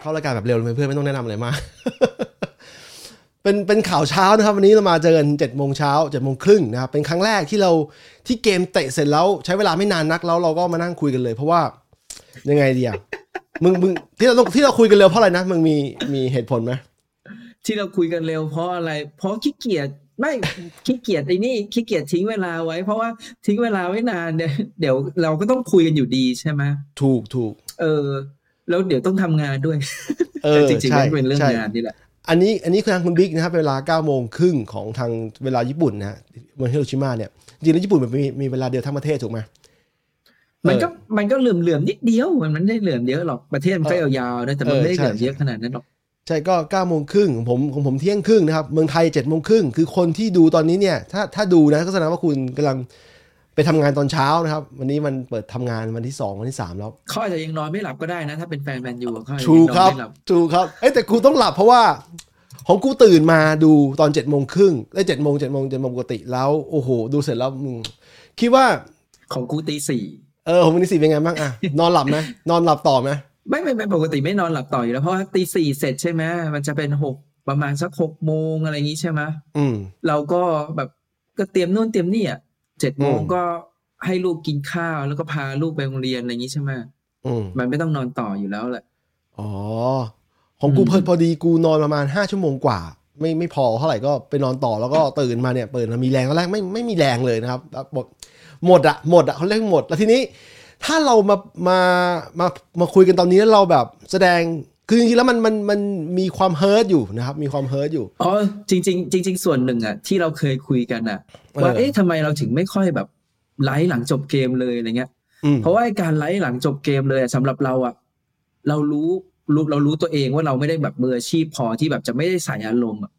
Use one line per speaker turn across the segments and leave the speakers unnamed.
เข้ารายการแบบเร็วเลยเพื่อนไม่ต้องแนะนำอะไรมาก เป็นเป็นข่าวเช้านะครับ วันนี้เรามาเจอกันเจ็ดโมงเช้าเจ็ดโมงครึ่งนะครับ เป็นครั้งแรกที่เราที่เกมเตะเสร็จแล้วใช้เวลาไม่นานนักแล้วเราก็มานั่งคุยกันเลย เพราะว่ายังไงดีอะ มึงมึงที่เราต้องที่เราคุยกันเร็วเพราะอะไรนะมึงมีมีเหตุผลไหม
ที่เราคุยกันเร็วเพราะอะไร เพราะขี้เกียจไม่ ขี้เกียจไอ้นี่ขี้เกียจทิ้งเวลาไว้ เพราะว่าทิ้งเวลาไว้นานเนี่ยเดี๋ยวเราก็ต้องคุยกันอยู่ดีใช่ไหม
ถูกถูก
เออ แล้วเดี๋ยวต้องทำงานด้วย
เอ
แต่
อ
จริงๆ
ใช่
มันเป็นเรื่อง
ใช่
งานนี่แหละ
อันนี้อันนี้คือทางคุณบิ๊กนะครับเวลา9โมงครึ่งของทางเวลาญี่ปุ่นนะฮะเมืองฮิโรชิมาเนี่ยจริงๆแล้วญี่ปุ่นมันมีมีเวลาเดียวทั้งประเทศถูกไหม
มันก็มันก็เหลื่อมๆนิดเดียวมันมันไม่ได้เหลื่อมเยอะหรอกประเทศมันก็
เออย
าวๆนะแต่มัน
เออ
ไม่ได้
ใช่
เหลื่อมเยอะขนาดนั้นหรอก
ใช่ก็9โมงครึ่งของผมของผมเที่ยงครึ่งนะครับ เมืองไทย7โมงครึ่งคือคนที่ดูตอนนี้เนี่ย ถ้าถ้าดูนะก็แสดงว่าคุณกำลังไปทำงานตอนเช้านะครับ วันนี้มันเปิดทำงานวันที่ 2 วันที่ 3 แล้ว
เขาอาจจะยังนอนไม่หลับก็ได้นะ ถ้าเป็นแฟนแมนยูเขาอาจจะ
ถู
ยัง
ก
น
ค
อ
รั
น
บ
ไม่หลับ
ถูกครับเอ้ยแต่กูต้องหลับเพราะว่าของกูตื่นมาดูตอน7โมงครึ่งได้7โมง7โมง7โมงปกติแล้วโอ้โห ดูเสร็จแล้วอืมคิดว่า
ของกูตีสี่
เออผมวันนี้สี่เป็นไงบ้างอะนอนหลับไหมนอนหลับต่อไหม
ไม่ไม่ไม่ปกติไม่นอนหลับต่ออยู่แล้วเพราะว่าตีสี่เสร็จใช่ไหมมันจะเป็นหกประมาณสักหกโมงอะไรอย่างงี้ใช่ไหม
อืม
เราก็แบบก็เตรียมนู่นเตรียมนี่อ่ะเจ็ดโมง
อืม
ก็ให้ลูกกินข้าวแล้วก็พาลูกไปโรงเรียนอะไรอย่างนี้ใช่ไหม
อืม
มันไม่ต้องนอนต่ออยู่แล้วแหละ
อ๋อ ของกู
อืม
เพิ่นพอดีกูนอนประมาณห้าชั่วโมงกว่า ไม่ไม่พอเท่าไหร่ก็ไปนอนต่อแล้วก็ตื่นมาเนี่ยเปิดมามีแรงตอนแรกไม่ไม่มีแรงเลยนะครับแล้วหมดหมดอะหมดอะเขาเรียกหมด แล้วทีนี้ ถ้าเรามามามามาคุยกันตอนนี้แล้วเราแบบแสดงคือจริงๆแล้วมันมันมันมีความเฮิร์ตอยู่นะครับ มีความเฮิร์ตอยู่
อ๋อจริง ๆ จริง ๆ ส่วนหนึ่งอ่ะที่เราเคยคุยกันอ่ะ
เออ
ว่าเอ๊ะทำไมเราถึงไม่ค่อยแบบไลฟ์หลังจบเกมเลยอะไรเงี้ย
อืม
เพราะว่าไอ้การไลฟ์หลังจบเกมเลยอะสำหรับเราอ่ะเรารู้รู้เรารู้ตัวเองว่าเราไม่ได้แบบมืออาชีพพอที่แบบจะไม่ได้ใส่อารมณ์อะ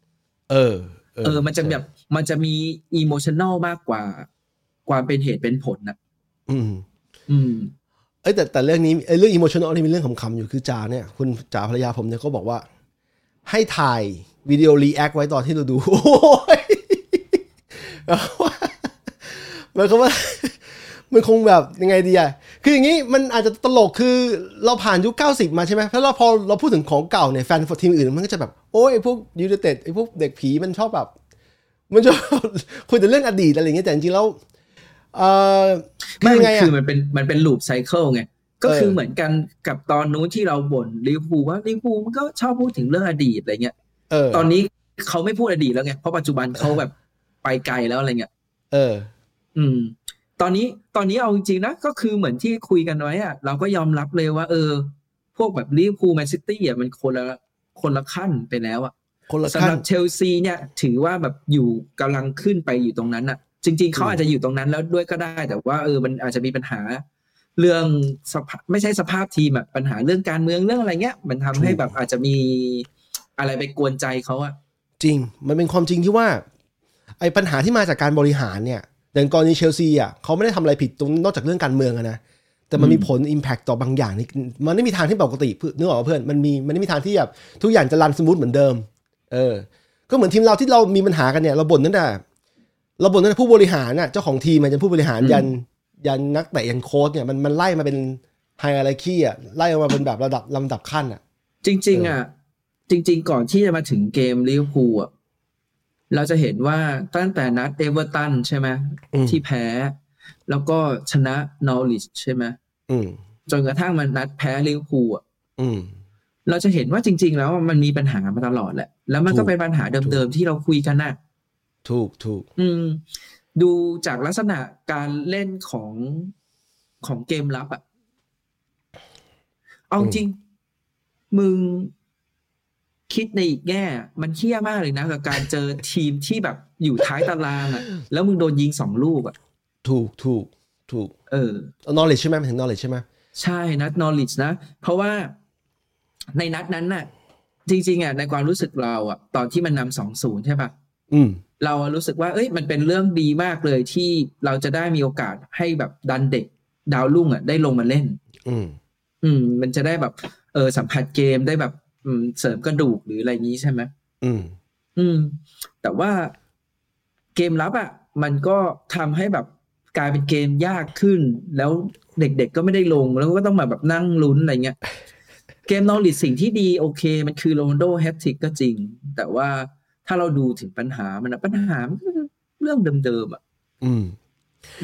เออ
เออ มันจะแบบ มันจะมีอีโมชันแนลมากกว่า ความเป็นเหตุเป็นผลนะ
อืม
อืม
เอ้ยแต่แต่เรื่องนี้เอ้ยเรื่องอิโมชันอลนี่มีเรื่องขำๆอยู่คือจ๋าเนี่ยคุณจ๋าภรรยาผมเนี่ยก็บอกว่า ให้ถ่ายวิดีโอรีแอคไว้ตอนที่เราดู โอ้ยแบบว่ามันคงว่า มันคงแบบยังไงดีอะคืออย่างนี้มันอาจจะตลกคือเราผ่านยุค 90 มาใช่ไหมแล้วเราพอเราพูดถึงของเก่าเนี่ยแฟนทีมอื่นมันก็จะแบบ โอ้ยไอ้พวกยูเนเต็ดไอ้พวกเด็กผีมันชอบแบบ มันจะ คุยแต่เรื่องอดีตอะไรอย่างเงี้ยแต่จริงๆแล้วเออ
ไม่
คือยังไง
มัน
อะ
คือมันเป็นมันเป็นลูปไซเคิลไง ก็
เออ
คือเหมือนกันกับตอนนู้นที่เราบ่นลิเวอร์พูลว่าลิเวอร์พูลมันก็ชอบพูดถึงเรื่องอดีตอะไรเงี้ย
เออ
ตอนนี้เขาไม่พูดอดีตแล้วไง เพราะปัจจุบันเขาแบบไปไกลแล้วอะไรเงี้ย
เออ
อืม ตอนนี้ตอนนี้เอาจริงๆนะ ก็คือเหมือนที่คุยกันไว้อะเราก็ยอมรับเลยว่า เออ พวกแบบลิเวอร์พูลแมนซิตี้อ่ะมันคนละคนละขั้นไปแล้วอ่ะ
คนละ
สำ
ขั้น
หรับเชลซีเนี่ยถือว่าแบบอยู่กำลังขึ้นไปอยู่ตรงนั้นน่ะ จริง ๆเขา
อืม
อาจจะอยู่ตรงนั้นแล้วด้วยก็ได้ แต่ว่าเออมันอาจจะมีปัญหา เรื่องสภาพไม่ใช่สภาพทีมอะปัญหาเรื่องการเมืองเรื่องอะไรเงี้ย มันทำให้แบบอาจจะมีอะไรไปกวนใจเขาอะ
จริง มันเป็นความจริงที่ว่า ไอ้ปัญหาที่มาจากการบริหารเนี่ยอย่างกรณีเชลซีอ่ะเขาไม่ได้ทำอะไรผิดตรงนอกจากเรื่องการเมืองอะนะแต่มันมีผล Impact ต่อบางอย่างนี่มันไม่มีทางที่ปกติเพื่อนนึกออกปะเพื่อนมันมีมันไม่มีทางที่แบบทุกอย่างจะรันสมูทเหมือนเดิม เออ ก็เหมือนทีมเราที่เรามีปัญหากันเนี่ยเราบ่นตั้งแต่เราบ่นตั้งแต่ผู้บริหารน่ะเจ้าของทีมมันจะผู้บริหารยันยันนักเตะยันโค้ชเนี่ยมันมันไล่มาเป็นไฮอะไรขี้อ่ะไล่ออกมาเป็นแบบระดับลำดับขั้นอ่ะ
จริง ๆอะจริง ๆ ก่อนที่จะมาถึงเกมลิเวอร์พูลอะเราจะเห็นว่าตั้งแต่นัดเอเวอร์ตันใช่ไหม
อืม
ที่แพ้ แล้วก็ชนะนอริชใช่ไหม
อืม
จนกระทั่งมันนัดแพ้ลิเวอร์พูลอะ
อืม
เราจะเห็นว่าจริง ๆ แล้วมันมีปัญหามาตลอดแหละ แล้วมัน
ถู
ก็
ก
เป็นปัญหาเดิมๆที่เราคุยกันน่ะ
ถูกถูก
อืม ดูจากลักษณะการเล่นของของเกมรับอะเอาจริง มึงคิดในอีกแง่ มันเที่ยมากเลยนะ กับการเจอทีมที่แบบอยู่ท้ายตารางอะแล้วมึงโดนยิงสองลูกอะ
ถูกถูกถูก
เออ
knowledge ใช่ไหมหมายถึง knowledge ใช่ไหม
ใช่นัด knowledge นะ เพราะว่าในนัดนั้นน่ะ จริง ๆอะในความรู้สึกเราอะตอนที่มันนำสองศูนย์ใช่ปะ
อืม
เราอะรู้สึกว่า เอ้ย มันเป็นเรื่องดีมากเลยที่เราจะได้มีโอกาสให้แบบดันเด็กดาวรุ่งอ่ะได้ลงมาเล่น
อืม
อืม มันจะได้แบบ เออสัมผัสเกมได้แบบ อืม เสริมกระดูกหรืออะไรอย่างนี้ใช่ไหม
อืม
อืม แต่ว่าเกมรับอ่ะ มันก็ทำให้แบบกลายเป็น เกมยากขึ้น แล้วเด็กๆก็ไม่ได้ลงแล้วก็ต้องมาแบบนั่งลุ้นอะไรเงี้ย เกมนอริดสิ่งที่ดีโอเค มันคือโรนโดแฮตทริกก็จริง แต่ว่าถ้าเราดูถึงปัญหามันนะปัญหามันก็คือเรื่องเดิมๆอ่ะ
อืม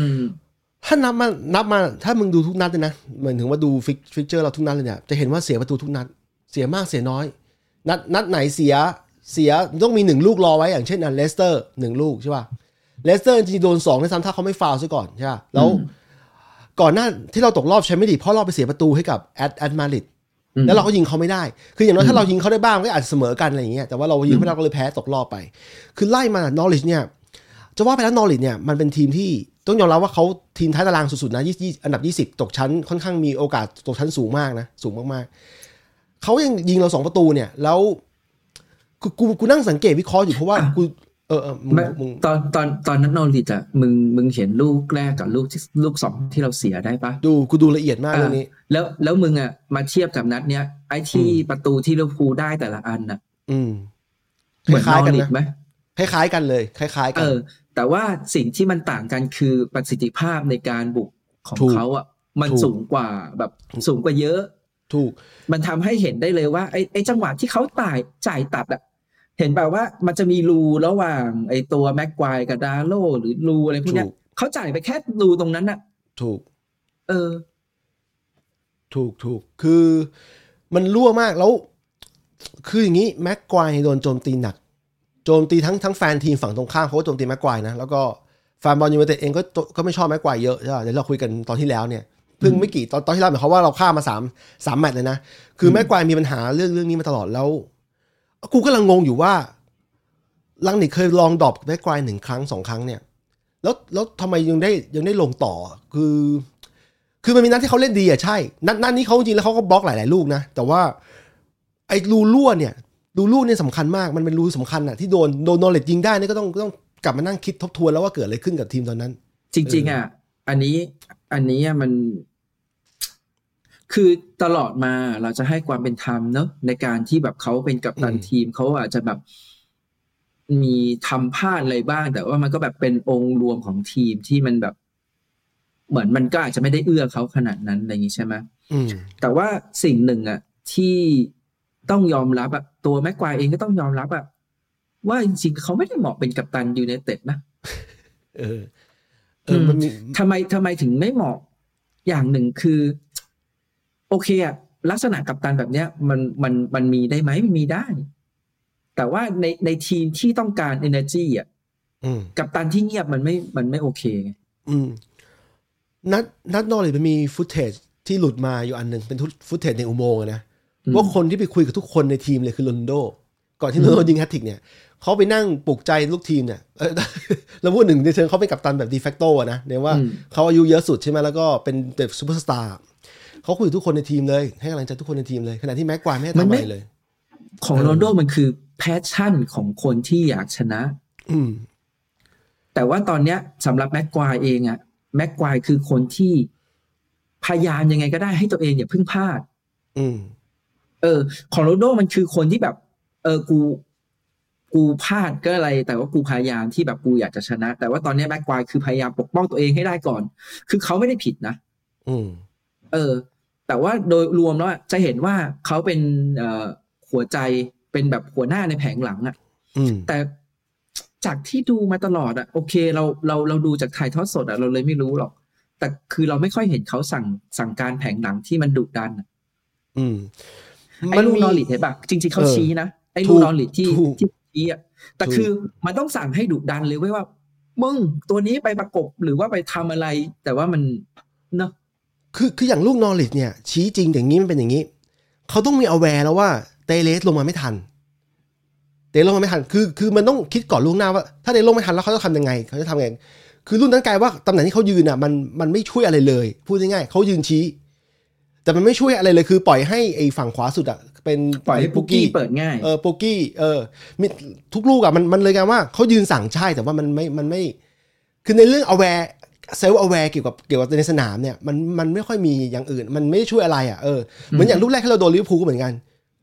อืม
ถ้านับมานับมา ถ้ามึงดูทุกนัดเลยนะหมายถึงว่าดูฟิกฟิกเจอร์เราทุกนัดเลยเนี่ย จะเห็นว่าเสียประตูทุกนัด เสียมากเสียน้อย นัดนัดไหนเสีย เสียต้องมีหนึ่งลูกรอไว้ อย่างเช่นอันเลสเตอร์หนึ่งลูกใช่ป่ะ เลสเตอร์จริงๆโดนสองในซ้ำถ้าเขาไม่ฟาวล์ซะก่อนใช่ป่ะ แล้ว
อืม
ก่อนหน้าที่เราตกรอบแชมเปี้ยนลีกเพราะเราไปเสียประตูให้กับแอดแอดมาริด
อืม
แล้วเราก็ยิงเขาไม่ได้ คืออย่างน้อย
อื
ถ้าม เรายิงเขาได้บ้างก็อาจจะเสมอกันอะไรอย่างเงี้ย แต่ว่าเรายิงไม่ได้ก็เลยแพ้ตกรอบไป คือไล่มา knowledge เนี่ย จะว่าไปแล้ว knowledge เนี่ย มันเป็นทีมที่ต้องยอมรับว่าเขาทีมท้ายตารางสุดๆนะยี่สิบอันดับ 20 ตกชั้นค่อนข้างมีโอกาสตกชั้นสูงมากนะ สูงมากๆ เขายังยิงเราสองประตูเนี่ย แล้วกูกูกูนั่งสังเกตวิเคราะห์อยู่เพราะว่า
อ่ะ
กู เออเออมึง
ไม่
มึง
ตอนตอนตอนนั้นนอริดอ่ะมึงมึงเห็นลูกแรกกับลูกที่ลูกสองที่เราเสียได้ปะ
ดูกูดูละเอียดมากเรื่องนี้
แล้วแล้วมึงอ่ะมาเทียบกับนัดเนี้ยไอ้ที่
อืม
ประตูที่ลิเวอร์พูลได้แต่ละอันน่ะ
อืม
เหมือน
คล้ายๆกัน
ลิ
นะ
ไหม
คล้ายๆกันเลยคล้ายๆกั
เอน อ แต่ว่าสิ่งที่มันต่างกันคือประสิทธิภาพในการบุกของ
ถูก
เขาอ่ะมัน
ถูก
สูงกว่าแบบสูงกว่าเยอะ
ถูก
มันทำให้เห็นได้เลยว่าไอ้ไอ้จังหวะที่เขาต่ายจ่ายตัดอ่ะเห็นแบบว่ามันจะมีรูระหว่างไอ้ตัวแม็กควายกับดาโลหรือรูอะไรพวกเนี้ย
ถูก
เขาจ่ายไปแค่รูตรงนั้นอ่ะ
ถูก
เออ
ถูกถูกคือมันรั่วมากแล้ว คืออย่างนี้แม็กควายโดนโจมตีหนัก โจมตีทั้งทั้งแฟนทีมฝั่งตรงข้ามเขาก็โจมตีแม็กควายนะ แล้วก็แฟนบอลยูไนเต็ดเองก็โจก็ไม่ชอบแม็กควายเยอะใช่ป่ะเดี๋ยวเราคุยกันตอนที่แล้วเนี่ยเพิ่ง
อืม
ไม่กี่ตอนตอนที่แล้วหมายความว่าเราฆ่ามมาสามสามแมตช์เลยนะ คือแม็กควายมีปัญหาเรื่องเรื่องนี้มาตลอดแล้ว กูก็ลังงงอยู่ว่า ลังนิกเคยลองดรอปแม็กควายหนึ่งครั้งสองครั้งเนี่ย แล้วแล้วทำไมยังได้ยังได้ลงต่อคือ คือมันมีนัดที่เขาเล่นดีอ่ะใช่ นัดนัดนี้เขาจริงแล้วเขาก็บล็อกหลาย ๆ ลูกนะ แต่ว่าไอ้รูรั่วเนี่ยรูรั่วเนี่ยสำคัญมากมันเป็นรูสำคัญอ่ะที่โดนโดนโนเลตยิงได้เนี่ยก็ต้องต้องกลับมานั่งคิดทบทวนแล้วว่าเกิดอะไรขึ้นกับทีมตอนนั้น
จริงๆอ่ะ อันนี้ อันนี้อ่ะมัน คือตลอดมาเราจะให้ความเป็นธรรมเนอะในการที่แบบเขาเป็นกัปตัน
อืม
ทีมเขาอาจจะแบบ มีทำพลาดอะไรบ้าง แต่ว่ามันก็แบบเป็นองค์รวมของทีมที่มันแบบ เหมือนมันก็อาจจะไม่ได้เอื้อเขาขนาดนั้นอะไรอย่างนี้ใช่ไหม
อืม
แต่ว่าสิ่งหนึ่งอ่ะ ที่ต้องยอมรับอ่ะตัวแม็กควายเองก็ต้องยอมรับอ่ะว่าจริงๆเขาไม่ได้เหมาะเป็นกัปตันยูไนเต็ดนะ
เออ เออมันมี
ทำไมทำไมถึงไม่เหมาะอย่างหนึ่งคือ โอเคอะลักษณะกัปตันแบบเนี้ย มันมันมันมีได้ไหมมันมีได้ แต่ว่าในในทีมที่ต้องการ energy อะ
อืม
กัปตันที่เงียบมันไม่มันไม่โอเคไง
อืมนัดนัดนอกเลยมันมีฟุตเทจที่หลุดมาอยู่อันหนึ่งเป็นฟุตเทจในอุโมงค์อะนะ
อืม
ว่าคนที่ไปคุยกับทุกคนในทีมเลยคือโรนลโด ก่อนที่
อื
โร
ม
นลโดยิงแฮตทริกเนี่ยเขาไปนั่งปลุกใจลูกทีมเนี่ย เออ เราพูดหนึ่งในเชิงเขาเป็นกัปตันแบบดีแฟกโตนะเนี่ยว่า
อืม
เขาอายุเยอะสุดใช่ไหมแล้วก็เป็นเด็กซูเปอร์สตาร์เขาคุยกับทุกคนในทีมเลยให้กำลังใจทุกคนในทีมเลยขณะที่แม็กควายไม่ให้ทำอะไรเลย
ของโรนลโดมันคือแพชชั่นของคนที่อยากชนะ
อืม
แต่ว่าตอนเนี้ยสำหรับแม็กควายเองอะแม็กควายคือคนที่พยายามยังไงก็ได้ให้ตัวเองอย่าเพึ่งพลาด
อืม
เออของโรนัลโดมันคือคนที่แบบ เออกู กูพลาดก็อะไร แต่ว่ากูพยายามที่แบบกูอยากจะชนะ แต่ว่าตอนนี้แม็กควายคือพยายามปกป้องตัวเองให้ได้ก่อน คือเขาไม่ได้ผิดนะ
อืม
เออ แต่ว่าโดยรวมแล้วอะจะเห็นว่าเขาเป็นเอ่อหัวใจเป็นแบบหัวหน้าในแผงหลังอะ
อืม
แต่จากที่ดูมาตลอดอะโอเค เราเราเราดูจากถ่ายทอดสดอะเราเลยไม่รู้หรอก แต่คือเราไม่ค่อยเห็นเขาสั่งสั่งการแผงหลังที่มันดุดันอะ
อืม
ไอ้ลูกนอริดเห็นปะจริงๆเขา
เออ
ชี้นะไอ้
ถู
ลูก
ก
นอริดที่
ถูก
ที่ชี้อ่ะแต่
ถูก
คือมันต้องสั่งให้ดุดันเลยเว้ยว่า มึงตัวนี้ไปประกบหรือว่าไปทำอะไร แต่ว่ามันเนาะ
คือคืออย่างลูกนอริดเนี่ย ชี้จริงอย่างนี้มันเป็นอย่างนี้ เขาต้องมี aware แล้วว่าเตเลสลงมาไม่ทัน เตเลสลงมาไม่ทัน คือคือมันต้องคิดก่อนล่วงหน้าว่า ถ้าเตเลสลงไม่ทันแล้วเขาจะทำยังไง เขาจะทำยังไง คือรุ่นนั้นกลายว่าตำแหน่งที่เขายืนอ่ะมันมันไม่ช่วยอะไรเลย พูดง่ายๆเขายืนชี้ แต่มันไม่ช่วยอะไรเลยคือปล่อยให้ไอ้ฝั่งขวาสุดอ่ะเป็น
ปล่อยให้ปุกกี้เปิดง่าย
เออโปกี้เออมีทุกลูกอ่ะมันมันเลยกันว่าเขายืนสั่งใช่แต่ว่ามันไม่มันไม่ คือในเรื่อง aware self aware เกี่ยวกับเกี่ยวกับในสนามเนี่ยมันมันไม่ค่อยมีอย่างอื่น มันไม่ได้ช่วยอะไรอ่ะเออเหมือนอย่างลูกแรกที่เราโดนลิเวอร์พูลก็เหมือนกัน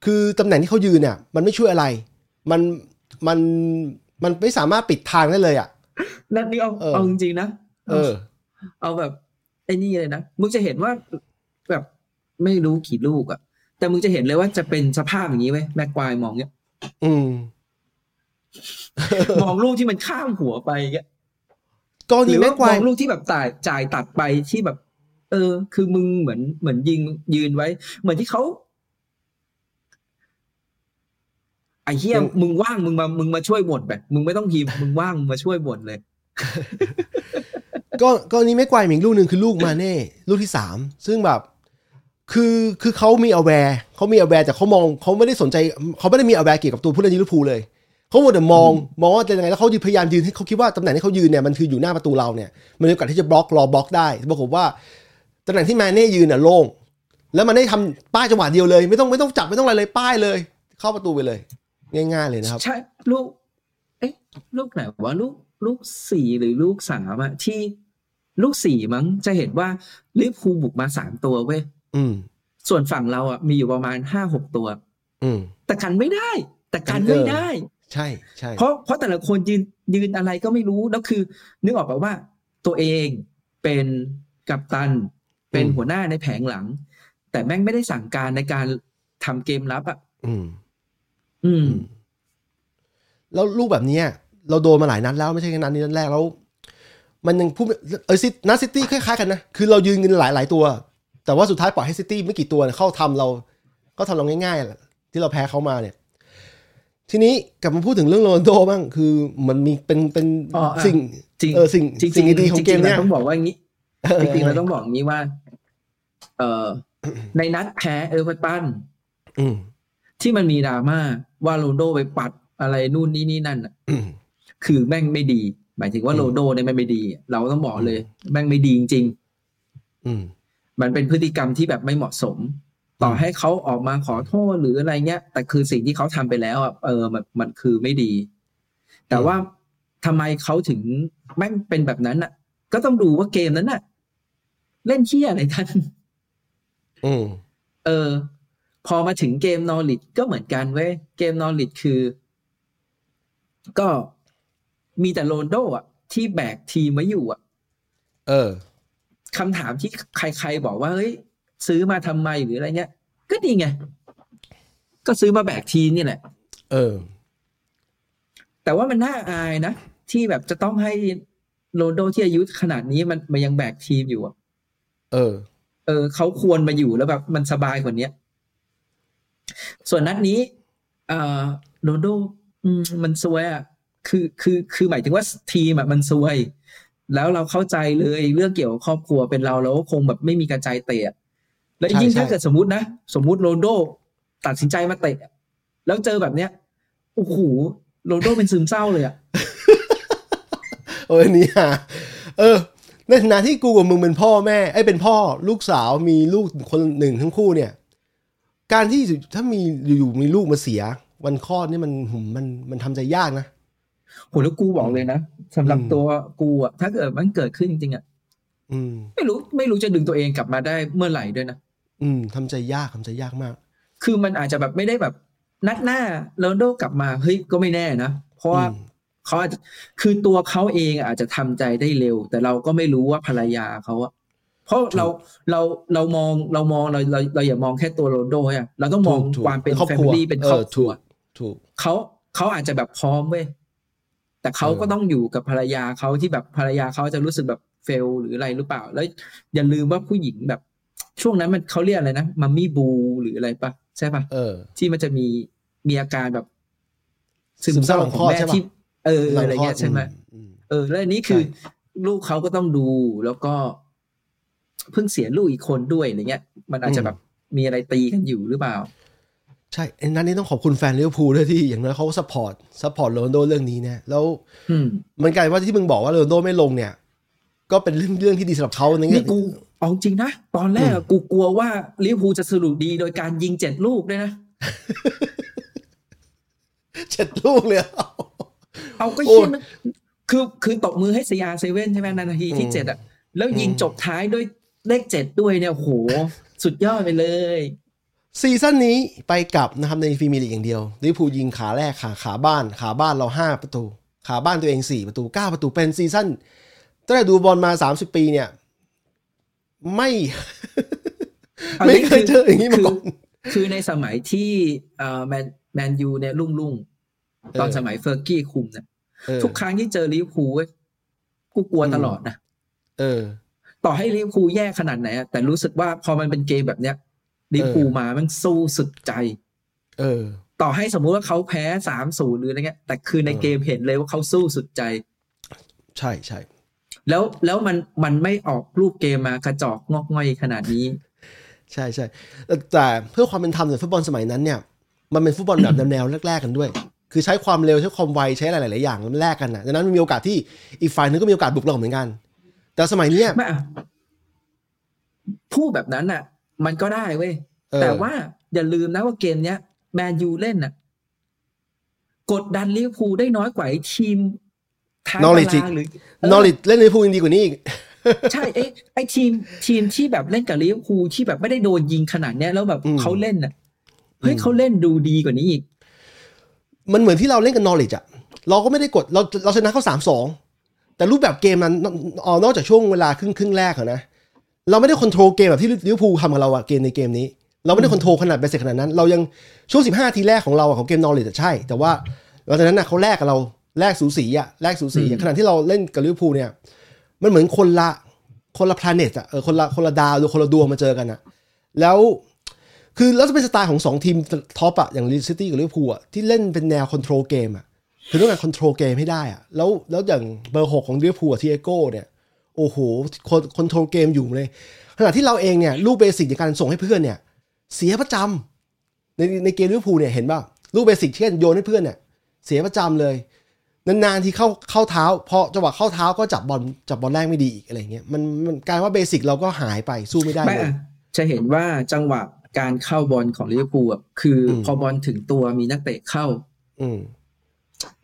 คือตำแหน่งที่เขายืนเนี่ยมันไม่ช่วยอะไร มันมันมันไม่สามารถปิดทางได้เลยอ่ะ
นั่นนี่เอา
เออ
เอาจริงๆนะ
เออ
เอาแบบไอ้นี่เลยนะมึงจะเห็นว่าแบบไม่รู้กี่ลูกอ่ะ แต่มึงจะเห็นเลยว่าจะเป็นสภาพอย่างนี้ไว้ยแม็กควายมองเนี้ย
อืม
มองลูกที่มันข้ามหัวไปอย่างเงี้ย
ก็
หรื
นี่
อ
แม็
ว่าก
ไกวร์
มองลูกที่แบบจ่ายจ่ายตัดไปที่แบบ เออ คือมึงเหมือนเหมือนยิงยืนไว้ เหมือนที่เขาไอ้เหี้ยมึงว่างมึงมามึงมาช่วยบ่นแบบมึงไม่ต้อง พิมพ์มึงว่างมึงมาช่วยบ่นเลย
ก็ก็นี่แม็กไกวร์มีอีกลูกหนึ่งคือลูกมาเน่ลูกที่สามซึ่งแบบ คือคือเขามีอแวร์เขามีอแวร์แต่เขามองเขาไม่ได้สนใจเขาไม่ได้มีอแวร์เกี่ยวกับตัวผู้เล่นลิเวอร์พูลเลยเขาหมดแต่มองมองว่าจะยังไงแล้วเขาพยายามยืนให้เขาคิดว่าตำแหน่งที่เขายืนเนี่ยมันคืออยู่หน้าประตูเราเนี่ยมันมีโอกาสที่จะบล็อกรอบล็อกได้ปรากฏว่าตำแหน่งที่มาเน่ยืนน่ะโล่งแล้วมันได้ทำป้ายจังหวะเดียวเลย ไม่ต้องไม่ต้องจับไม่ต้องอะไรเลยป้ายเลย เข้าประตูไปเลย ง่าย ๆเลยนะครับ
ใช่ลูก เอ๊ะ ลูกไหนวะลูกลูกสี่หรือลูกสามอะที่ลูกสี่มั้งจะเห็นว่าลิเวอร์พูลบุกมาสามตัวเว้ย
อืม
ส่วนฝั่งเราอะมีอยู่ประมาณห้าหกตัว
อืม
แต่กันไม่ได้ แต่กันไม่ได้
ใช่ใช่
เพราะเพราะแต่ละคนยืนยืนอะไรก็ไม่รู้แล้วคือ นึกออกแบบว่า ตัวเองเป็นกัปตัน เป็นหัวหน้าในแผงหลัง แต่แม่งไม่ได้สั่งการในการทำเกมรับอะ
อืม
อืม
แล้วลูกแบบเนี้ยเราโดนมาหลายนัดแล้วไม่ใช่แค่นัดนี้นัดแรกแล้ว มันยังพูดเออซินัดซิตี้คล้ายๆกันนะคือเรายืนกันหลายหลายตัว แต่ว่าสุดท้ายปล่อยให้ซิตี้ไม่กี่ตัวเนี่ยเข้าทำเราก็ทำเราง่ายๆแหละที่เราแพ้เขามาเนี่ย ทีนี้กลับมาพูดถึงเรื่องโรนลโดบ้างคือมันมีเป็นเป็น
อ๋ออ่ะ
สิ่ง
จริง
เออสิ่ง
จริง
สิ่งดีๆของเกม
จริ
เนี่
ๆ
ย
ราต้องบอกว่าอย่างนี้
เออ
จริงๆเราต้องบอกอย่างนี้ว่า เออในนัดแพ้เอเวอร์ตัน
อืม
ที่มันมีดราม่าว่าโรนลโดไปปัดอะไรนู่นนี่นี่นั่นน่ะ
อืม
คือแม่งไม่ดี หมายถึงว่า
อืม
โรนลโดเนี่ยแม่งไม่ดี เราต้องบอกเลย แม่งไม่ดีจริง
อืม
ๆ มันเป็นพฤติกรรมที่แบบไม่เหมาะสม ต่อให้เขาออกมาขอโทษหรืออะไรเงี้ย แต่คือสิ่งที่เขาทำไปแล้วอ่ะเออมันมันคือไม่ดี แต่
อืม
ว่าทำไมเขาถึงแม่งเป็นแบบนั้นอ่ะ ก็ต้องดูว่าเกมนั้นอ่ะ เล่นเที่ยอะไรท่าน
อืม
เออ พอมาถึงเกมนอริดก็เหมือนกันเว้ย เกมนอริดคือ ก็มีแต่โรนโดอ่ะ ที่แบกทีมมาอยู่อ่ะ
เออ
คำถามที่ใครๆบอกว่าเฮ้ยซื้อมาทำไมหรืออะไรเงี้ย ก็ดีไง ก็ซื้อมาแบกทีมนี่แหละ
เออ
แต่ว่ามันน่าอายนะ ที่แบบจะต้องให้โรนโดที่อายุขนาดนี้มันมันยังแบกทีมอยู่อะ
เออ
เออเขาควรมาอยู่แล้วแบบมันสบายกว่าเนี้ย ส่วนนัดนี้เอ่อโรนลโดอืมมันซวยอ่ะ คือ คือ คือหมายถึงว่าทีมอะมันซวย แล้วเราเข้าใจเลยเรื่องเกี่ยวกับครอบครัวเป็นเราเราก็คงแบบไม่มีกระจายเตะอะแล้ว
ใช่
ยิ่ง
ใช่
ถ้าเกิดสมมตินะ สมมติโรนลโดตัดสินใจมาเตะ แล้วเจอแบบเนี้ย โอ้โห โรนลโดเป็นซึมเศร้าเลยอ่ะ
เออเนี่ยเออ ในฐานะที่กูกับมึงเป็นพ่อแม่ไอ้ยเป็นพ่อลูกสาวมีลูกคนหนึ่งทั้งคู่เนี่ย การที่ถ้ามีอยู่ๆมีลูกมาเสีย วันคลอดนี่มันหืมมันมันทำใจยากนะ
โหแล้วกูบอกเลยนะสำหรับ
อืม
ตัวกูอะถ้าเกิดมันเกิดขึ้นจริงๆอะ
อืม
ไม่รู้ไม่รู้จะดึงตัวเองกลับมาได้เมื่อไหร่ด้วยนะ
อืมทำใจยากทำใจยากมาก
คือมันอาจจะแบบไม่ได้แบบ นัดหน้าโรนลโดกลับมาเฮ้ยก็ไม่แน่นะเพราะว่า
อืม
เขาอาจจะคือตัวเขาเองอาจจะทำใจได้เร็ว แต่เราก็ไม่รู้ว่าภรรยาเขาอะเพราะเราเราเรามองเรามองเราเราเราอย่ามองแค่ตัวโรนลโดอะเราต้องมอง
ถูกถูก
ความเป็น
ครอบ
แฟ
ครั
มิ
ว
ลี่เป็น
เออ
ครอบครั
ถู
ว
ก ถูก
เขาเขาอาจจะแบบพร้อมเว้ยแต่เขา
เออ
ก็ต้องอยู่กับภรรยาเขาที่แบบภรรยาเขาจะรู้สึกแบบเฟลหรืออะไรหรือเปล่า แล้วอย่าลืมว่าผู้หญิงแบบ ช่วงนั้นมันเขาเรียกอะไรนะมัมมี่บูหรืออะไรปะใช่ปะ
เออ
ที่มันจะมีมีอาการแบบ
ซึมเศร้า
ของแม่
หลังคลอดใช่ปะ
ที่เอออะไร
หลัคล
เงี้ยใช่ไหม
อืม
เออแล้วอันนี้คือ
ใช่
ลูกเขาก็ต้องดูแล้วก็ เพิ่งเสียลูกอีกคนด้วยอะไรเงี้ย มันอาจจะแบบมีอะไรตีกันอยู่หรือเปล่า
ใช่ไอ้นั้นนี่ต้องขอบคุณแฟนลิเวอร์พูลด้วยที่อย่างน้อยเขาสปอร์ตสปอร์ตโรนลโดเรื่องนี้นะแล้ว
อืม
มันกลายว่าที่มึงบอกว่าโรนลโดไม่ลงเนี่ย ก็เป็นเรื่องเรื่องที่ดีสำหรับเขาในแง่
นี่กูเอาจริงนะ ตอนแรกอะกูกลัวว่าลิเวอร์พูลจะสรุปดีโดยการยิงเจ็ดลูกด้วยนะ
เจ็ดลูกเลยเหรอ
เอาก็
โอ้ย
เชี่ยมันคือคือตบมือให้สยาเซเว่นใช่ไหมนาทีที่
อืม
เจ็ดอ่ะ แล้วยิง
อืม
จบท้ายด้วยเลขเจ็ดด้วยเนี่ยโอ้โห สุดยอดไปเลย
ซีซั่นนี้ไปกลับนะครับในฟรีมีลีกอย่างเดียวลิเวอร์พูลยิงขาแรกขาขาบ้าน ขาบ้านเรา 5 ประตู ขาบ้านตัวเอง 4 ประตู 9 ประตูเป็นซีซั่นตั้งแต่ดูบอลมา 30 ปีเนี่ย ไม่
อัน
ไม่
นี้
เค
คื
ย
อ
เจออย่างนี้มาก่อน
คือในสมัยที่เอ่อแมนแมนยูเนี่ยรุ่งรุ่งๆตอนสมัยเฟอร์กี้คุมเนี่ย
เออ
ทุกครั้งที่เจอลิเวอร์พูลเว้ยกูกลัวตลอดนะ
เออ
ต่อให้ลิเวอร์พูลแย่ขนาดไหนอะแต่รู้สึกว่าพอมันเป็นเกมแบบเนี้ยลิเวอร์พูลมามันสู้สุดใจ
เออ
ต่อให้สมมุติว่าเขาแพ้สามศูนย์หรืออะไรเงี้ยแต่คือในเกมเห็นเลยว่าเขาสู้สุดใจ
ใช่ใช่
แล้วแล้วมันมันไม่ออกรูปเกมมากระจอกงอกง่อยขนาดนี้
ใช่ใช่แต่แต่เพื่อความเป็นธรรมในฟุตบอลสมัยนั้นเนี่ย มันเป็นฟุตบอลแบบ แนวๆแรกๆกันด้วย คือใช้ความเร็วใช้ความไวใช้หลายๆอย่างมันแลกกันนะดังนั้นมันมีโอกาสที่อีกฝ่ายนึงก็มีโอกาสบุกเราเหมือนกัน แต่สมัยเนี้ย
ไม่อะพูดแบบนั้นน่ะ มันก็ได้เว้ย
เออ
แต่ว่าอย่าลืมนะว่าเกมเนี้ยแมนยูเล่นน่ะ กดดันลิเวอร์พูลได้น้อยกว่าไอ้ทีมท้ายตารางหรือ
นอริดเล่นในพูลยังดีกว่านี้อีก
ใช่ไอ้ไอ้ทีมทีมที่แบบเล่นกับลิเวอร์พูลที่แบบไม่ได้โดนยิงขนาดเนี้ยแล้วแบบ
อืม
เขาเล่นน่ะเฮ้ย
อืม
เขาเล่นดูดีกว่านี้อีก
มันเหมือนที่เราเล่นกับนอริดอะเราก็ไม่ได้กดเราเราชนะเขาสามสองแต่รูปแบบเกมนั้นนอ๋อนอกจากช่วงเวลาครึ่งครึ่งแรกอะนะเราไม่ได้คอนโทรลเกมแบบที่ลิเวอร์พูลทำกับเราอะเกมในเกมนี้ เราไม่ได้คอนโทรลขนาดเบสิกขนาดนั้น เรายังช่วงสิบห้าทีแรกของเราอะของเกมนอริดอะใช่ แต่ว่าหลังจากนั้นน่ะเขาแลกกับเราแลกสูสีอะแลกสูสีอะ
อืม
ขณะที่เราเล่นกับลิเวอร์พูลเนี่ย มันเหมือนคนละคนละ planet อะเออคนละคนละดาวหรือคนละดวงมาเจอกันอะแล้ว คือแล้วจะเป็นสไตล์ของสองทีมท็อปอะอย่างลิซิตี้กับลิเวอร์พูลอะที่เล่นเป็นแนวคอนโทรลเกมอะคือต้องการคอนโทรลเกมให้ได้อะแล้วแล้วอย่างเบอร์หกของลิเวอร์พูลทีเอโก้เนี่ย โอ้โหคนคอนโทรลเกมอยู่เลย ขณะที่เราเองเนี่ยลูกเบสิกในการส่งให้เพื่อนเนี่ย เสียประจำในในเกมลิเวอร์พูลเนี่ยเห็นป่ะลูกเบสิกเช่นโยนให้เพื่อนเนี่ย เสียประจำเลย นานๆที่เข้าเข้าเท้าพอจังหวะเข้าเท้าก็จับบอลจับบอลแรกไม่ดีอีกอะไรเงี้ยมันมันกลายว่าเบสิกเราก็หายไปสู้ไม่ได้
ไม่
เลย
อะจะเห็นว่าจังหวะการเข้าบอลของลิเวอร์พูลอะคืออ
ม
พอบอลถึงตัวมีนักเตะเข้า
อืม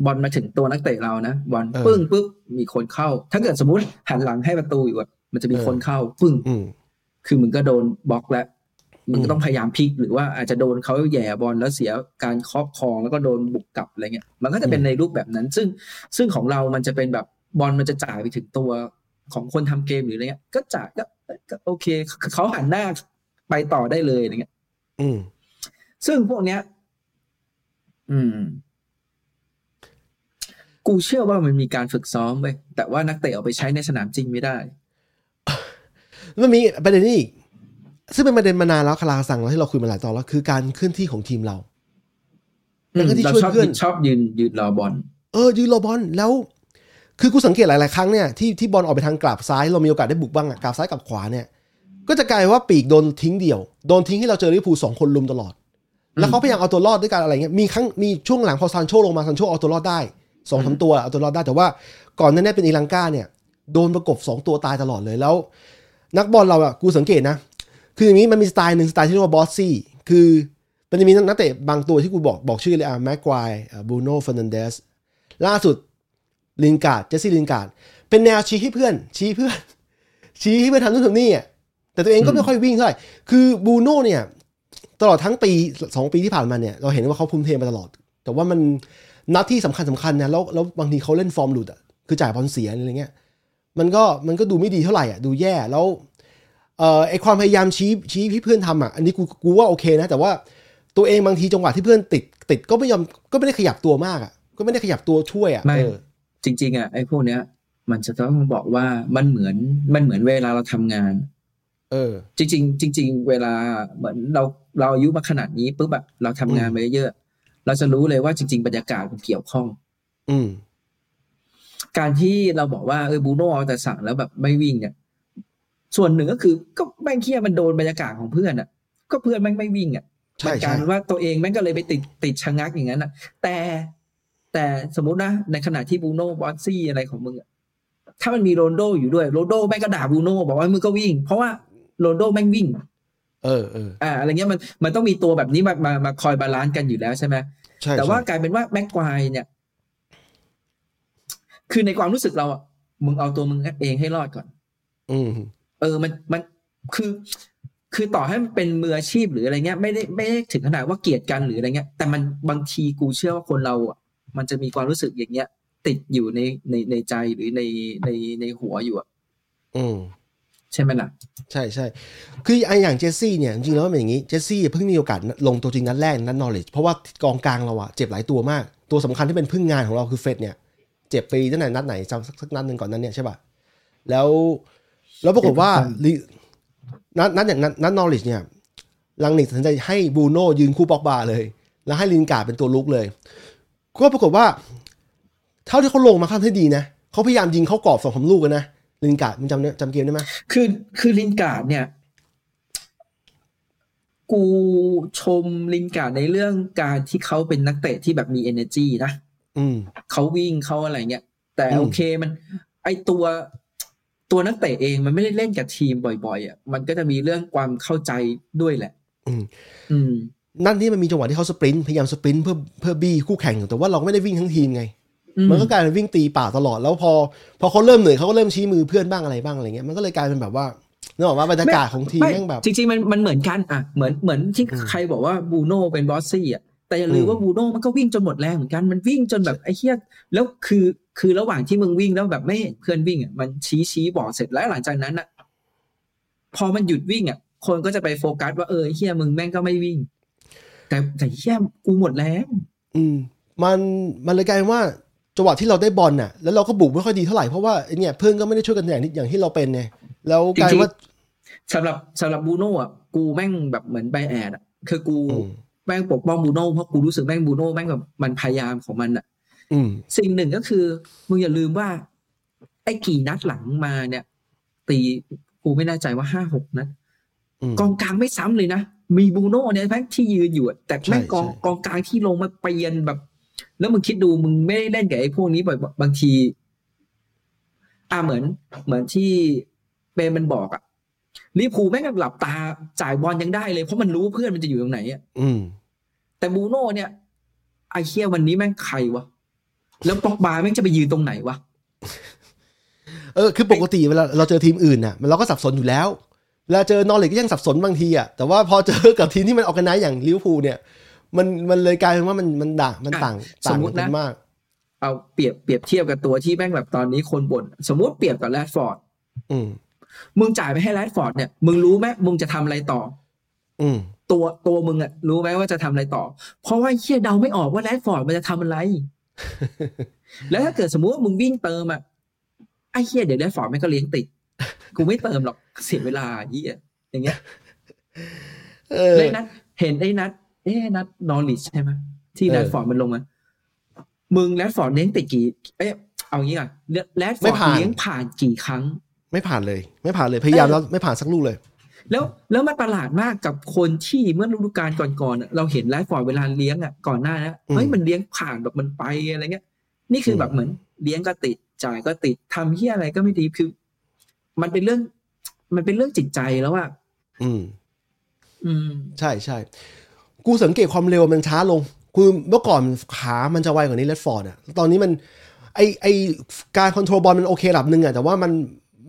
บอลมาถึงตัวนักเตะเรานะบอล
เออ
ปึ้งปุ๊บมีคนเข้า ถ้าเกิดสมมติหันหลังให้ประตูอยู่อะมันจะมี
เออ
คนเข้าปึ้ง
อืม
คือมึงก็โดนบล็อกแล้วมึง
อื
ก็
ม
ต้องพยายามพลิก หรือว่าอาจจะโดนเขาแหย่บอลแล้วเสียการครอบครองแล้วก็โดนบุกกลับอะไรเงี้ย มันก็จะเป็นในรูปแบบนั้น ซึ่งซึ่งของเรามันจะเป็นแบบบอลมันจะจ่ายไปถึงตัวของคนทำเกมหรืออะไรเงี้ย ก็จ่ายก็ก็โอเคเขาหันหน้าไปต่อได้เลยอะไรเงี้ย
อืม
ซึ่งพวกเนี้ย อืม กูเชื่อว่ามันมีการฝึกซ้อมไปแต่ว่านักเตะเอาไปใช้ในสนามจริงไม่ได้
มันมีประเด็นนี้อีก ซึ่งเป็นประเด็นมานานแล้วคาราซังแล้วที่เราคุยมาหลายตอนแล้วคือการเคลื่อนที่ของทีมเรา แต่ก็ที่
เรา
ช่วย
ชอบ
เพื่อน
ชอบยืนยืนรอบอล
เออยืนรอบอลแล้ว คือกูสังเกตหลาย ๆ ครั้งเนี่ยที่ที่บอลออกไปทางกลับซ้ายเรามีโอกาสได้บุกบ้างอะกลับซ้ายกลับขวาเนี่ย ก็จะกลายว่าปีกโดนทิ้งเดี่ยว โดนทิ้งให้เราเจอลิเวอร์พูลสองคนลุมตลอด แล้วเขาพยายามเอาตัวรอดด้วยการอะไรเงี้ยมีครั้งมีช่วงหลังพอซานโชลงมาซานโชเอาตัวรอดได้สองสามตัวเอาตัวรอดได้แต่ว่าก่อนหนั้นเนี่ยเป็นอีลังกาเนี่ย โดนประกบสองตัวตายตลอดเลยแล้ว นักบอลเราอะกูสังเกตนะ คืออย่างนี้มันมีสไตล์หนึ่งสไตล์ที่เรียกว่าบอสซี่คือมันจะมีนักเตะบางตัวที่กูบอกบอกชื่อเลยอะแม็กควายบูโน่เฟอร์นันเดสล่าสุดลินการ์ดเจสซี่ลินการ์ดเป็นแนวชี้ให้เพื่อน ชี้เพื่อน ชี้ให้เพื่อนทำนู่นทำนี่อะแต่ตัวเองก็
อืม
ไม่ค่อยวิ่งเท่าไหร่คือบูโน่เนี่ย ตลอดทั้งปีสองปีที่ผ่านมาเนี่ย เราเห็นว่าเขาพุ่มเทมาตลอด แต่ว่ามันนัดที่สำคัญสำคัญนะแล้วแล้วบางทีเขาเล่นฟอร์มหลุดอ่ะคือจ่ายบอลเสียอะไรเงี้ย มันก็มันก็ดูไม่ดีเท่าไหร่อ่ะดูแย่แล้วเอ่อไอความพยายามชี้ชี้พี่เพื่อนทำอ่ะอันนี้กูกูว่าโอเคนะ แต่ว่าตัวเองบางทีจังหวะที่เพื่อนติด ติดก็ไม่ยอมก็ไม่ได้ขยับตัวมากอ่ะก็ไม่ได้ขยับตัวช่วยอ่ะ
ไม่
เออ
จริงๆอ่ะไอ้พวกเนี้ย มันจะต้องบอกว่ามันเหมือนมันเหมือนเวลาเราทำงาน
เออ
จริง ๆ จริง ๆ เวลาเหมือนเราเราอายุมาขนาดนี้ปุ๊บแบบเราทำงานมาเยอะๆเราจะรู้เลยว่าจริง ๆ บรรยากาศมันเกี่ยวข้อง
อืม
การที่เราบอกว่าเออบูโน่เอาแต่สั่งแล้วแบบไม่วิ่งเนี่ยส่วนหนึ่งก็คือก็แม่งเคียมันโดนบรรยากาศของเพื่อนอ่ะ ก็เพื่อนแม่งไม่วิ่งอ่ะ
ใช่
มันกลา
ใช่
ยเป็นว่าตัวเองแม่งก็เลยไปติดติดชะงักอย่างนั้นอ่ะ แต่แต่สมมตินะในขณะที่บูโน่บอสซี่อะไรของมึงอะถ้ามันมีโรนโดอยู่ด้วยโรนโดแม่งก็ด่าบูโน่บอกว่ามึงก็วิ่ง เพราะว่าโรนโดแม่งวิ่ง
เออเออ
อ่าอะไรเงี้ยมันมันต้องมีตัวแบบนี้มามามาคอยบาลานซ์กันอยู่แล้วใช่ไหม
ใช่
แต่ว่า
ใช่
กลายเป็นว่าแม็กควายเนี่ย คือในความรู้สึกเราอ่ะมึงเอาตัวมึงเองให้รอดก่อน
อืม
เออมันมันคือ คือต่อให้มันเป็นมืออาชีพหรืออะไรเงี้ย ไม่ได้ไม่ได้ถึงขนาดว่าเกลียดกันหรืออะไรเงี้ย แต่มันบางทีกูเชื่อว่าคนเราอ่ะมันจะมีความรู้สึกอย่างเงี้ย ติดอยู่ในในในใจหรือในในในหัวอยู่อ่ะ
อืม
ใช่ไหมล่ะ
ใช่ใช่คือไออย่างเจสซี่เนี่ยจริงๆแล้วมันเป็นอย่างนี้เจสซี่เพิ่งมีโอกาสลงตัวจริงนัดแรกนัดนอริ e เพราะว่ากองกลางเราอะเจ็บหลายตัวมาก ตัวสำคัญที่เป็นพึ่งงานของเราคือเฟดเนี่ย เจ็บไปตั้งแต่นัดไหนจำสักสักนัดหนึ่งก่อนนั้นเนี่ยใช่ป่ะแล้วแล้วปรากฏว่าลินัดนัดอย่างนัดนัดนอริชเนี่ยลังนิกตัดสินใจให้บรูโน่ยืนคู่บ็อกบาเลย แล้วให้ลินการ์ดเป็นตัวลุกเลย ก็ปรากฏว่า เท่าที่เขาลงมาค่อนข้างที่ดีนะเขาพยายามยิงเข้ากรอบสองสามลูกกันนะลินการ์ดมันจำเนี่ยจำเกมได้ไหม
คือคือลินการ์ดเนี่ย กูชมลินการ์ดในเรื่องการที่เขาเป็นนักเตะที่แบบมี energy นะ
อืม
เขาวิ่งเขาอะไรเงี้ย แต่
อืม
โอเคมัน ไอตัวตัวนักเตะเองมันไม่ได้เล่นกับทีมบ่อยๆอ่ะมันก็จะมีเรื่องความเข้าใจด้วยแหละ
อืม
อืม
นั่นนี่มันมีจังหวะที่เขาสปรินต์พยายามสปรินต์เพื่อเพื่อบี้คู่แข่งอยู่แต่ว่าเราก็ไม่ได้วิ่งทั้งทีมไง มันก็กลายเป็นวิ่งตีเปล่าตลอดแล้วพอ พอเขาเริ่มเหนื่อยเขาก็เริ่มชี้มือเพื่อนบ้างอะไรบ้างอะไรเงี้ยมันก็เลยกลายเป็นแบบว่านึกออกว่าบรรยากาศของทีม
ไม่
แม่งแบบ
จริงๆมันมันเหมือนกันอ่ะเหมือนเหมือนที่
อืม
ใครบอกว่าบูโน่เป็นบอสซี่อ่ะแต่อย่าลื
อื
ม
ม
ว่าบูโน่มันก็วิ่งจนหมดแรงเหมือนกันมันวิ่งจนแบบไอ้เหี้ยแล้วคือคือระหว่างที่มึงวิ่งแล้วแบบไม่เห็นเพื่อนวิ่งอ่ะมันชี้ชี้บอกเสร็จแล้วหลังจากนั้นอ่ะพอมันหยุดวิ่งอ่ะคนก็จะไปโฟกัสว่าเออไอ้เหี้ยมึงแม่งก็ไม่วิ่ง แต่แต่เหี้ยกูหมดแรง
อืมมันมันเลยกลายเป็นว่าจังหวะที่เราได้บอลน่ะ แล้วเราก็บุกไม่ค่อยดีเท่าไหร่เพราะว่าไอ้เนี่ยเพื่อนก็ไม่ได้ช่วยกันอย่างที่อย่างที่เราเป็นไงแล้วกลายเป็นว่า
สำหรับสำหรับบูโน่อ่ะกูแม่งแบบเหมือนไบแอดอ่ะคือกู
อืม
แม่งปกป้องบูโน่เพราะกูรู้สึกแม่งบูโน่แม่งแบบมันพยายามของมันอ่ะ
อืม
สิ่งหนึ่งก็คือมึงอย่าลืมว่า ไอ้กี่นัดหลังมาเนี่ย ตีกูไม่แน่ใจว่าห้าหกนัด
อืม
กองกลางไม่ซ้ำเลยนะ มีบรูโน่เนี่ยแม่งที่ยืนอยู่อะแต่แม่ง
ใช่
กอง
ใช่
กองกลางที่ลงมาเปลี่ยนแบบ แล้วมึงคิดดูมึงไม่ได้เล่นกับไอ้พวกนี้บ่อยบางที อ่าเหมือน เหมือนที่เปนมันบอกอะลิเวอร์พูลแม่งหลับตาจ่ายบอลยังได้เลยเพราะมันรู้เพื่อนมันจะอยู่ตรงไหนอะ
อืม
แต่บรูโน่เนี่ยไอเคียวันนี้แม่งใครวะ แล้วปอกบาแม่งจะไปยืนตรงไหนวะ
เออคือปกติเวลาเราเจอทีมอื่นน่ะมันเราก็สับสนอยู่แล้วเวลาเจอนอร์เลก็ยังสับสนบางทีอ่ะแต่ว่าพอเจอกับทีมที่มันออกกันไนอย่างลิเวอร์พูลเนี่ย มันมันเลยกลายเป็นว่ามันมันด่างมันต่าง
ส
ต่ามง
มุติ
กั
นะ
นมาก
เอาเปรียบเปรียบเทียบกับตัวที่แม่งแบบตอนนี้คนบ่นสมมุติเปรียบกับแรดฟอร์ด
อืม
มึงจ่ายไปให้แรดฟอร์ดเนี่ยมึงรู้ไหมมึงจะทำอะไรต่อ
อืม
ตัวตัวมึงอะรู้ไหมว่าจะทำอะไรต่อ เพราะว่าไอ้เคียเดาไม่ออกว่าแรดฟอร์ดมันจะทำอะไร แล้วถ้าเกิดสมมุติว่ามึงวิ่งเติมอะไอ้เคียเดี๋ยวแรดฟอร์ดแม่งก็เลี้ยงติดกูไม่เติมหรอกเสียเวลาไอ้เหียอย่างเงี้ย
เออ
เล่นนัดเห็นไอ้นัดเอ้นัดนอริชใช่ไหมที่
เออ
แรดฟอร์ดมันลงมา มึงแรดฟอร์ดเลี้ยงติดกี่ เอ้ยเอางี้ก่อนแรดฟอร์ดเลี้ยงผ่านกี่ครั้ง
ไม่ผ่านเลย ไม่ผ่านเลยพยายาม
เออ
แล้วไม่ผ่านสักลูกเลย
แล้วแล้วมันประหลาดมากกับคนที่เมื่อฤดูกาลก่อนๆอะเราเห็นแรดฟอร์ดเวลาเลี้ยงอ่ะก่อนหน้านะ
อืม
เฮ้ยมันเลี้ยงผ่านแบบมันไปอะไรเงี้ย นี่คืออ
ม
แบบเหมือน เลี้ยงก็ติดจ่ายก็ติดทำเฮียอะไรก็ไม่ดีคือ มันเป็นเรื่อง มันเป็นเรื่องจิตใจแล้วอ่ะ
อืม
อืม
ใช่ใช่กูสังเกตความเร็วมันช้าลง คือเมื่อก่อนขามันจะไวกว่านี้เลดฟอร์ดอ่ะตอนนี้มัน ไอไอการคอนโทรลบอลมันโอเคระดับหนึ่งอ่ะแต่ว่ามัน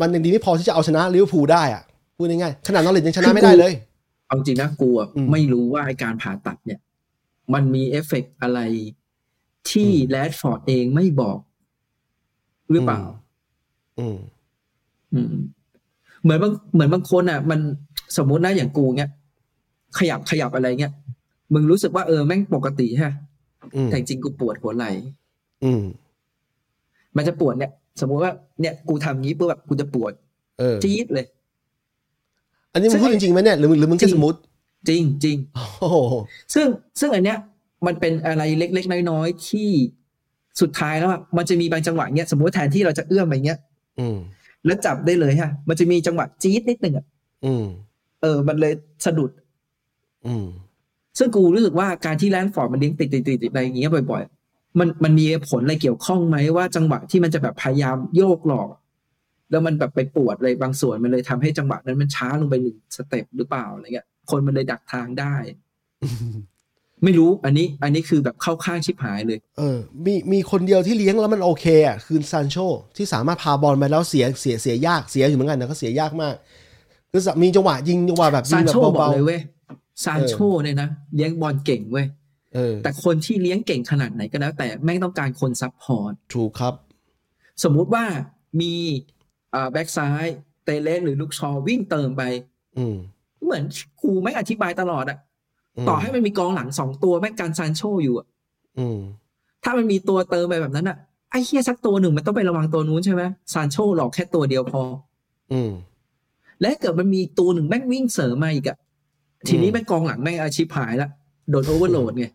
มันยังดีไม่พอที่จะเอาชนะลิเวอร์พูลได้อ่ะพูดง่ายๆขนาดนอร์เลยังชนะไม่ได้เลย
เอาจริงนะกูอะ
อืม
ไม่รู้ว่าไอการผ่าตัดเนี่ย มันมีเอฟเฟกต์อะไรที่
อืม
แรดฟอร์ดเองไม่บอก หรือเปล่า
อืม
อืม เหมือนบางเหมือนบางคนอ่ะ มันสมมุตินะอย่างกูเนี่ยขยับขยับอะไรเงี้ยมึงรู้สึกว่าเออแม่งปกติใช่ปะ
อืม
แต่จริงกูปวดหัวไหล่
อืม
มันจะปวดเนี่ย สมมุติว่าเนี่ย กูทำงี้ปุ๊บแบบกูจะปวด
เออ
จี๊ดเลย
อันนี้มึงพูดจริงๆไหมเนี่ยหรือมึงหรือมึงแค่
จริง
สมมติ
จริงจริง
โอ้โห
ซึ่งซึ่งอันเนี้ยมันเป็นอะไรเล็ก ๆ น้อยๆที่สุดท้ายแล้วอะมันจะมีบางจังหวะเนี้ยสมมติแทนที่เราจะเอื้อมไปเงี้ย
อืม
แล้วจับได้เลยฮะ มันจะมีจังหวะจี๊ดนิดหนึ่งอะ
อืม
เออมันเลยสะดุด
อืม
ซึ่งกูรู้สึกว่าการที่แลนด์ฟอร์ดมันเลี้ยงติดติดติดติดอะไรอย่างเงี้ยบ่อย ๆ มันมันมีผลอะไรเกี่ยวข้องไหมว่าจังหวะที่มันจะแบบพยายามโยกหลอก แล้วมันแบบไปปวดอะไรบางส่วนมันเลยทำให้จังหวะนั้นมันช้าลงไปหนึ่งสเต็ปหรือเปล่าอะไรเงี้ยคนมันเลยดักทางได้ ไม่รู้อันนี้ อันนี้คือแบบเข้าข้างชิบหายเลย
เออมีมีคนเดียวที่เลี้ยงแล้วมันโอเคอ่ะคือซานโชที่สามารถพาบอลไปแล้วเสียเสียเสียยากเสียอยู่เหมือนกันนะก็เสียยากมาก คือสะมีจังหวะยิงจังหวะแบบยิ
ซาง น
แบ
โช
บ
บอก
เบา
เลยเว้ยซานโชเนี่ยนะเลี้ยงบอลเก่งเว้ย
ๆ เออ
แต่คนที่เลี้ยงเก่งขนาดไหนก็แล้ว แต่แม่งต้องการคนซัพพอร์ต
ถูกครับ
สมมุติว่ามีอ่าแบ็กซ้าย เตเลสหรือลูกชอวิ่งเติมไป
อืม
เหมือนครูไม่อธิบายตลอดอะ
ม
ต่อให้มันมีกองหลังสองตัวแม่งการซานโชอยู่อะ
อืม
ถ้ามันมีตัวเติมไปแบบนั้นอะไอ้เฮียสักตัวหนึ่งมันต้องไประวังตัวนู้นใช่ไหมซานโชหลอกแค่ตัวเดียวพอ
อืม
และเกิดมันมีอีกตัวหนึ่งแม่งวิ่งเสริมมาอีกอะทีนี้
อืม
แม่งกองหลังแม่งอาชีพหายละโดนโอเวอร์โหลดไง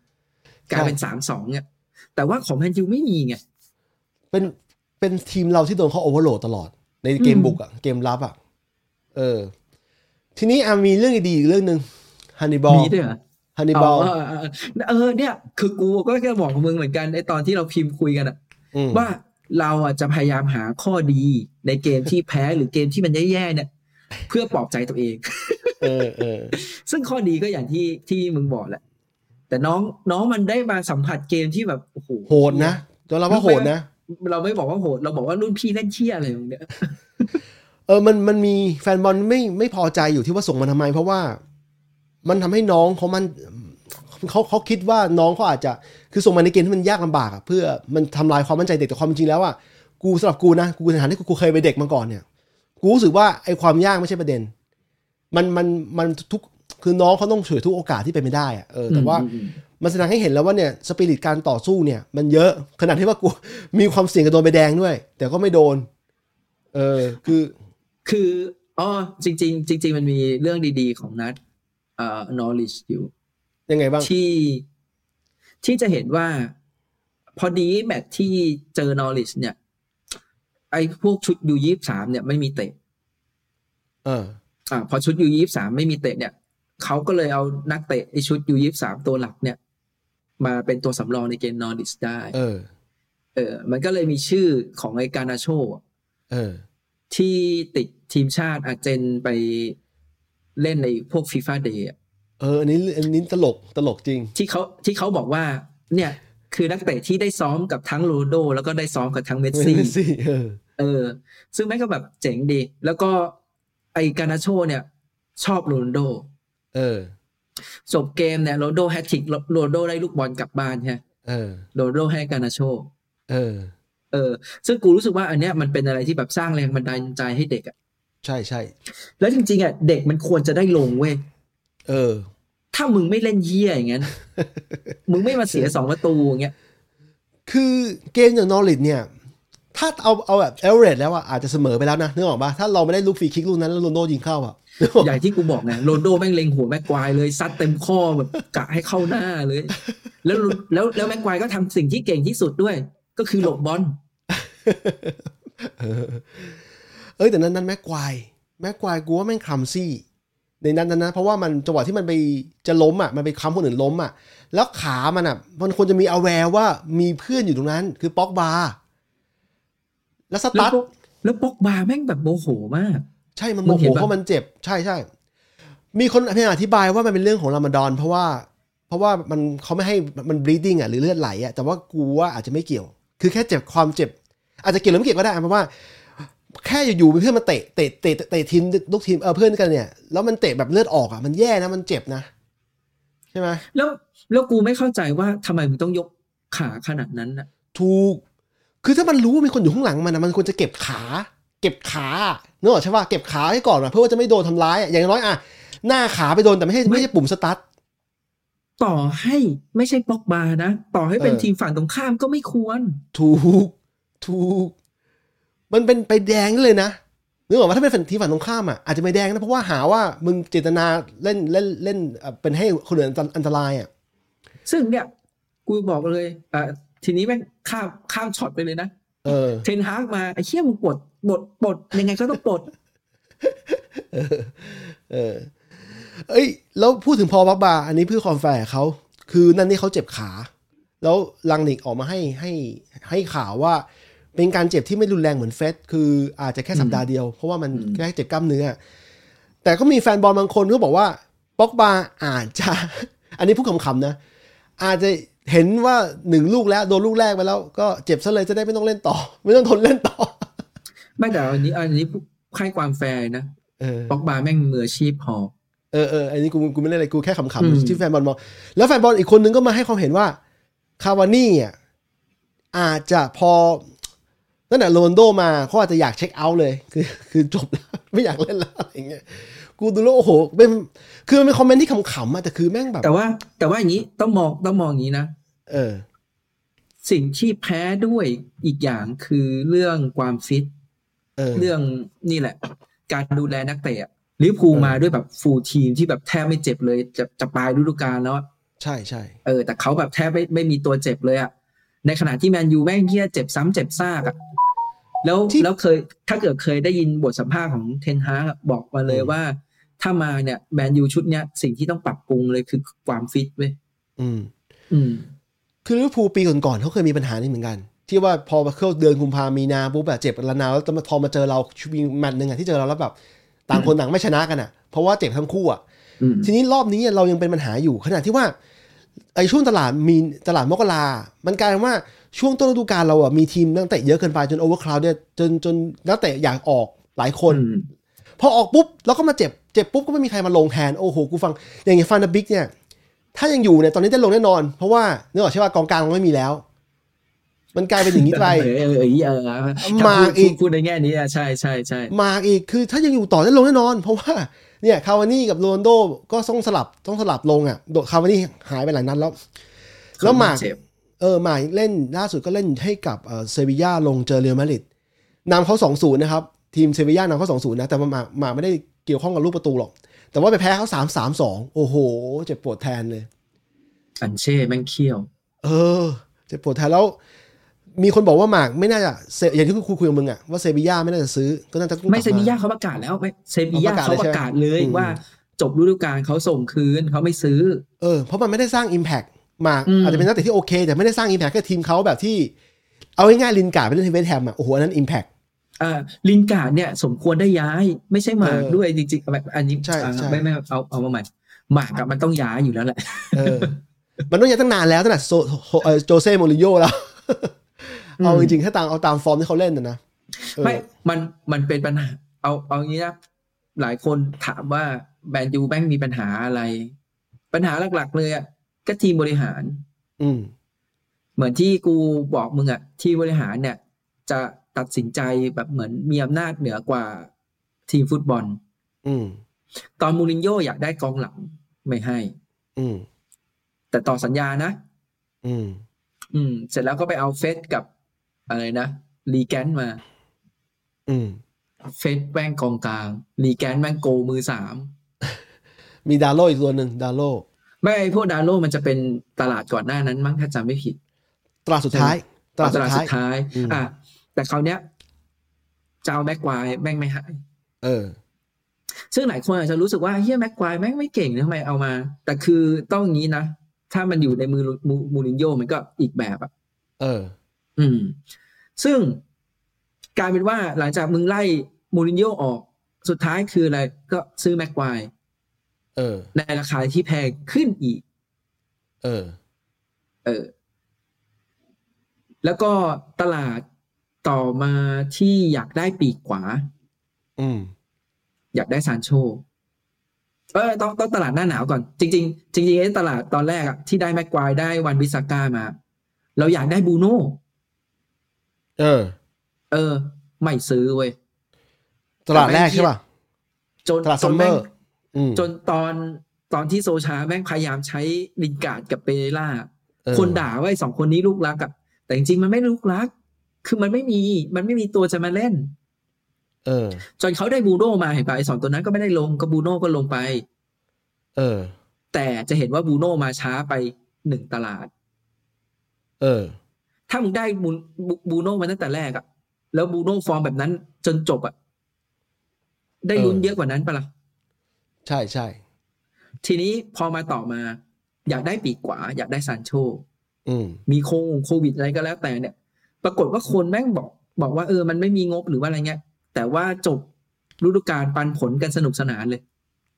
กลายเป็นสามสองเนี่ยแต่ว่าของแมนยูไม่มีไง
เป็นเป็นทีมเราที่โดนเขาโอเวอร์โหลดตลอด ในเกม
อืม
บุกอะเกมรับอะเออ ทีนี้อะมีเรื่องดีๆอีกเรื่องหนึ่งฮันนิบอล
มีด้วยเหรอ
ฮันนิบอล
เออเออเออเนี่ย คือกูก็แค่บอกกับมึงเหมือนกันในตอนที่เราพิมพ์คุยกันอะ
ม
ว่าเราอ่ะจะพยายามหาข้อดีในเกมที่แพ้หรือเกมที่มันแย่ๆเนี่ย เพื่อปลอบใจตัวเอง
เออเออ
ซึ่งข้อดีก็อย่างที่ที่มึงบอกแหละ แต่น้องน้องมันได้มาสัมผัสเกมที่แบบโอ้โห
โหดนะยอมรับว่าโหดนะ
เราไม่บอกว่าโหด เราบอกว่ารุ่นพี่เล่นเชี่ยอะไรอย่างเงี้ย
เออ มัน มันมีแฟนบอลไม่ ไม่พอใจอยู่ที่ว่าส่งมาทำไม เพราะว่า มันทำให้น้องเขามันเขาเขาคิดว่าน้องเขาอาจจะ คือส่งมาในเกมที่มันยากลำบากอะเพื่อ มันทำลายความมั่นใจเด็ก แต่ความจริงแล้วอะกูสำหรับกูนะ กูในฐานะที่กูเคยเป็นเด็กมาก่อนเนี่ย กูรู้สึกว่าไอ้ความยากไม่ใช่ประเด็น มัน มัน มันทุก คือน้องเขาต้องฉวยทุกโอกาสที่เป็นไม่ได้อะเออ แต่ว่า
อืม
มันแสดงให้เห็นแล้วว่าเนี่ยสปิริตการต่อสู้เนี่ย มันเยอะ ขนาดที่ว่ากู มีความเสี่ยงกับโดนใบแดงด้วย แต่ก็ไม่โดน เออ คือ
คืออ๋อจริง ๆ จริง ๆ มันมีเรื่องดีๆของนัดเอ่อ knowledge อยู่
ยังไงบ้าง
ที่ที่จะเห็นว่า พอดีแมตช์ที่เจอนอริชเนี่ย ไอ้พวกชุดยูยี่สามเนี่ยไม่มีเตะ
เออ
อ่าพอชุดยูยี่สามไม่มีเตะเนี่ยเขาก็เลยเอานักเตะไอ้ชุดยูยี่สามตัวหลักเนี่ย มาเป็นตัวสำรองในเกมนอริชได้
เออ
เออ มันก็เลยมีชื่อของไอ้การนาโชอะ
เออ
ที่ติดทีมชาติอาร์เจนไปเล่นในพวกฟีฟ่าเดย์
เออ อันนี้ อันนี้ตลก ตลกจริง
ที่เขาที่เขาบอกว่า เนี่ยคือนักเตะที่ได้ซ้อมกับทั้งโรนัลโด แล้วก็ได้ซ้อมกับทั้งเมสซี่
เมสซี่ เออ
เออ ซึ่งแม่งก็แบบเจ๋งดี แล้วก็ไอการนาโชเนี่ย ชอบโรนัลโด
เออ
จบเกมเนี่ยโรนัลโดแฮตทริกโรนัลโดได้ลูกบอลกลับบ้านใช่ไหม
เออ
โรนัลโดให้การนาโช
เออ
เออ ซึ่งกูรู้สึกว่าอันเนี้ยมันเป็นอะไรที่แบบสร้างแรงบันดาลใจให้เด็กอะ
ใช่ใช่
แล้วจริงๆอะเด็กมันควรจะได้ลงเว้ย
เออ
ถ้ามึงไม่เล่นเยี่ยอย่างนั้น มึงไม่มาเสียสองประตูอย่างเงี้ย
คือเกมอย่างนอริดเนี่ย ถ้าเอาเอาแบบเอลเรดแล้วอะอาจจะเสมอไปแล้วนะนึกออกปะถ้าเราไม่ได้ลูกฟรีคิกลูกนั้นแล้วโรนลโดยิงเข้าอะนึกออก
อย่างที่กูบอกไงโรนัลโดแม่งเล็งหัวแม็กควายเลยซัดเต็มข้อแบบกะให้เข้าหน้าเลย แล้วแล้วแล้วแม็กควายก็ทำสิ่งที่เก่งที่สุดด้วย ก็คือหลบบอล
เออ เอ้ยแต่นั้นนั้นแม็กควาย แม็กควายกูว่าแม่งคลัมซี่ ในนั้นนั้นนะเพราะว่ามันจังหวะที่มันไปจะล้มอ่ะมันไปค้ำคนอื่นล้มอ่ะ แล้วขามันอ่ะ มันควรจะมีอแวร์ว่ามีเพื่อนอยู่ตรงนั้น คือป๊อกบาร์แล้วส
แล้
ตาว ร์ท
ปกแล้วปกบาแม่งแบบโมโหมาก
ใช่ มันโม
มึง
โห
เห็นปะ
เพราะมันเจ็บ ใช่ใช่ มีคนพยายามอธิบายว่ามันเป็นเรื่องของรามาดอนเพราะว่า เพราะว่ามันเขาไม่ให้มัน bleeding อ่ะหรือเลือดไหลอ่ะ แต่ว่ากูว่าอาจจะไม่เกี่ยว คือแค่เจ็บความเจ็บ อาจจะเกี่ยวหรือไม่เกี่ยวก็ได้เพราะว่า แค่อยู่ๆมีเพื่อนมาเตะเตะเตะเตะเตะทีมลูกทีมเออเพื่อนกันเนี่ย แล้วมันเตะแบบเลือดออกอ่ะ มันแย่นะ มันเจ็บนะ ใช่ไหม
แล้วแล้วกูไม่เข้าใจว่าทำไมมึงต้องยกขาขนาดนั้นน่ะ
ถูก คือถ้ามันรู้ว่ามีคนอยู่ข้างหลังมันนะมันควรจะเก็บขา เก็บขาเนกอะใช่ป่ะเก็บขาให้ก่อนอะเพื่อว่าจะไม่โดนทำร้ายอะอย่างน้อยอะหน้าขาไปโดนแต่ไม่ใช่
ไม่
ไม่ใช่ปุ่มสตาร์ท
ต่อให้ไม่ใช่ปกบานะ ต่อให้เป็น
เออ
ทีมฝั่งตรงข้ามก็ไม่ควร
ถูก ถูก มันเป็นไปแดงเลยนะนึกออกว่าถ้าเป็นฝั่งทีมฝั่งตรงข้ามอะอาจจะไปแดงนะเพราะว่าหาว่ามึงเจตนาเล่นเล่นเล่นเอ่อเป็นให้คนอื่นอันตอันตรายอะ
ซึ่งเนี่ย กูบอกเลยอ่ะทีนี้แม่งข้ามข้ามช็อตไปเลยนะ
เออ
เทนฮากมาไอ้เชี่ยมึงปลดปลดปลดยังไงก็ต้องปลด
เออเออ เอ้ย แล้วพูดถึงพอลบักบา อันนี้เพื่อความแฟร์กับเขา คือนั่นนี่เขาเจ็บขา แล้วลังนิกออกมาให้ให้ให้ข่าวว่า เป็นการเจ็บที่ไม่รุนแรงเหมือนเฟสคืออาจจะแค่สัปดาห์เดียว เพราะว่ามัน
อืม
แค่เจ็บกล้ามเนื้อ แต่ก็มีแฟนบอลบางคนก็บอกว่าบ็อกบาอาจจะ อันนี้พูดคำๆนะ อาจจะเห็นว่าหนึ่งลูกแล้วโดนลูกแรกไปแล้ว ก็เจ็บซะเลยจะได้ไม่ต้องเล่นต่อ ไม่ต้องทนเล่นต่อ
ไม่แต่อันนี้อันนี้ให้ความแฟร์นะ
เออ
ปกบาแม่งมืออาชีพพอ
เออเอออันนี้กูกูไม่ได้อะไรกูแค่
อื
ขำ
ม
ๆที่แฟนบอลมอง แล้วแฟนบอลอีกคนนึงก็มาให้ความเห็นว่า คาวานี่อ่ะอาจจะพอตั้งแต่โรนลโดมาเขาอาจจะอยากเช็คเอาท์เลย คือ คือจบแล้ว ไม่อยากเล่นละอะไรเงี้ยกูดูแล้วโอ้โหเป็นคือมันเป็นคอมเมนต์ที่ขำๆอะแต่คือแม่งแบบ
แต่ว่าแต่ว่าอย่างนี้ต้องมองต้องมองอย่างนี้นะ
เออ
สิ่งที่แพ้ด้วยอีกอย่างคือเรื่องความฟิต
เออ
เรื่องนี่แหละ การดูแลนักเตะอะลิเวอร์พูล
เออ
มาด้วยแบบฟูลทีมที่แบบแทบไม่เจ็บเลย จะจะปลายฤดูกาลแล้วอะ
ใช่ใช่
เออแต่เขาแบบแทบไม่ไม่มีตัวเจ็บเลยอะในขณะที่แมนยูแม่งเฮียเจ็บซ้ำเจ็บซากอะแล้วแล้วเคยถ้าเกิดเคยได้ยินบทสัมภาษณ์ของเทนฮากอะบอกมาเลยว่า ถ้ามาเนี่ยแมนยูชุดเนี้ยสิ่งที่ต้องปรับปรุงเลยคือความฟิตเว้ย
อืม
อืม
คือลิเวอร์พูลปีก่อนๆเขาเคยมีปัญหานี้เหมือนกัน ที่ว่าพอเข้าเดือนกุมภามีนาปุ๊บแบบเจ็บกันระนาวแล้วแต่พอมาเจอเราชุดมีแมตช์หนึ่งอะที่เจอเราแล้วแบบต่างคนต่างไม่ชนะกันอะเพราะว่าเจ็บทั้งคู่อะ
อืม
ทีนี้รอบนี้เรายังเป็นปัญหาอยู่ขนาดที่ว่าไอช่วงตลาดมีตลาดมกรามันกลายเป็นว่าช่วงต้นฤดูกาลเราอะมีทีมนักเตะเยอะเกินไปจนโอเวอร์คลาวเนี่ยจนจนนักเตะอยากออกหลายคน
อืม
พอออกปุ๊บแล้วก็มาเจ็บ เจ็บปุ๊บก็ไม่มีใครมาลงแทน โอ้โห กูฟัง อย่างอย่างฟานาบิกเนี่ย ถ้ายังอยู่เนี่ยตอนนี้ได้ลงแน่นอน เพราะว่าเนื่องจากใช่ว่ากองกลางมันไม่มีแล้ว มันกลายเป็นอย่าง นี้ไป
เออเออเออเออถ้
มา
พูด
อีก
พูดพูดในแง่นี้อะใช่ใช่ใช่
มาอีกคือถ้ายังอยู่ต่อได้ลงแน่นอน เพราะว่าเนี่ยคาวานี่กับโรนลโดก็ต้องสลับต้องสลับลงอ่ะโดคาวานี่หายไปหลายนัดแล้ว แล้วหมาก
เจ็บ
เออหมายเล่นล่าสุดก็เล่นให้กับเอ่อเซบีย่าลงเจอเรอัลมาดริดนำเขาสองศูนย์นะครับ ทีมเซบีย่านำเขาสองศูนย์นะ แต่ว่าหมากหมากไม่ได้เกี่ยวข้องกับลูกประตูหรอก แต่ว่าไปแพ้เขาสามสามสองโอ้โห เจ็บปวดแทนเลย
อันเช่แม่งเคี้ยว
เออ เจ็บปวดแทนแล้ว มีคนบอกว่าหมากไม่น่าจะเซอย่างที่คุยคุยกับมึงอะว่าเซบีย่าไม่น่าจะซื้อก็น่าจะต้องกลับ
ไม่เซบีย่าเขาประกาศแล้วไม่เซบีย่า
เขา
เขา
ป
ประ
กาก
ระา
ศ
ศ
เล
เลย ย
ใช่ไหม
ว่าจบฤดูกาลเขาส่งคืนเขาไม่ซื้อ
เออเพราะมันไม่ได้สร้าง Impact หมาก
อืม
อาจจะเป็นนักเตะที่โอเค แต่ไม่ได้สร้าง Impact ก็ทีมเขาแบบที่ เอาง่ายๆลินการ์ดไปเล่นที่เวสต์แฮมอะโอ้โหอันนั้น Impact
เอ่อลินการ์ดเนี่ยสมควรได้ย้าย ไม่ใช่หมาก
เออ
ด้วยจริงๆแบบอันนี้
ใช่
อ่า
ใช่
ไม่ไม่เอาเอามาใหม่หมากกับมันต้องย้ายอยู่แล้วแหละ
เออ มันต้องย้ายตั้งนานแล้วตั้งแต่โซโซเอ่อโจเซ่โมริโญ่แล้ว
อืม
เอาจริงๆ ถ้าตามเอาตามฟอร์มที่เขาเล่นนะนะเออ
ไม่มันมันเป็นปัญหา เอาเอางี้นะหลายคนถามว่าแมนยูแม่งมีปัญหาอะไร ปัญหาหลักๆเลยอ่ะก็ทีมบริหาร
อืม
เหมือนที่กูบอกมึงอะที่บริหารเนี่ย จะตัดสินใจแบบเหมือนมีอำนาจเหนือกว่าทีมฟุตบอล
อืม
ตอนมูรินโญ่อยากได้กองหลังไม่ให้
อืม
แต่ต่อสัญญานะ
อืม
อืม เสร็จแล้วก็ไปเอาเฟสกับอะไรนะลีแกนมา
อืม
เฟสแม่งกองกลางลีแกนแม่งโกมือสาม
มีดาโลอีกตัวหนึ่งดาโล
ไม่ไอ้พวกดาโลมันจะเป็นตลาดก่อนหน้านั้นมั้งถ้าจำไม่ผิด
ตราสุดท้าย ตราสุดท้าย
ท้าย
อืม
อ่ะแต่คราวเนี้ยจะเอาแม็กควายแม่งไม่ให้
เออ
ซึ่งหลายคนอาจจะรู้สึกว่าเฮียแม็กควายแม่งไม่เก่งนะทำไมเอามา แต่คือต้องอย่างนี้นะ ถ้ามันอยู่ในมือมูมูรินโญ่มันก็อีกแบบอ่ะ
เออ
อืม ซึ่งกลายเป็นว่าหลังจากมึงไล่มูรินโญ่ออก สุดท้ายคืออะไร ก็ซื้อแม็กควาย
เออ
ในราคาที่แพงขึ้นอีก
เออ
เออ แล้วก็ตลาดต่อมาที่อยากได้ปีกขวา
อืม
อยากได้ซานโช เออต้องต้องตลาดหน้าหนาวก่อน จริง ๆ จริงๆไอ้ตลาดตอนแรกอะที่ได้แม็กควายได้วันบิสาก้ามา เราอยากได้บรูโน่
เออ
เออ ไม่ซื้อเว้ย
ตลาดแรกใช่ป่ะ
จน
ตลาด
จ
ซั
น
มเมอ
แม่ง
ร์อืม
จนตอนตอนที่โซชาแม่งพยายามใช้ลินการ์ดกับเปเรล่า
เออ
คนด่าว่าไอ้สองคนนี้ลูกรักอะแต่จริงๆ มันไม่ลูกรัก คือมันไม่มี มันไม่มีตัวจะมาเล่น
เออ
จนเขาได้บรูโน่มาเห็นปะไอ้สองตัวนั้นก็ไม่ได้ลงก็บรูโน่ก็ลงไป
เออ
แต่จะเห็นว่าบรูโน่มาช้าไปหนึ่งตลาด
เออ
ถ้ามึงได้บูบูบูโน่มาตั้งแต่แรกอะแล้วบูโน่ฟอร์มแบบนั้นจนจบอะได้ลุ้น
เออ
เยอะกว่านั้นปะล่ะ
ใช่ใช่
ทีนี้พอมาต่อมา อยากได้ปีกขวา อยากได้ซานโช
อืม
มีโควิดโควิดอะไรก็แล้วแต่เนี่ย ปรากฏว่าคนแม่งบอก บอกว่าเออมันไม่มีงบหรือว่าอะไรเงี้ย แต่ว่าจบฤดูกาลปันผลกันสนุกสนานเลย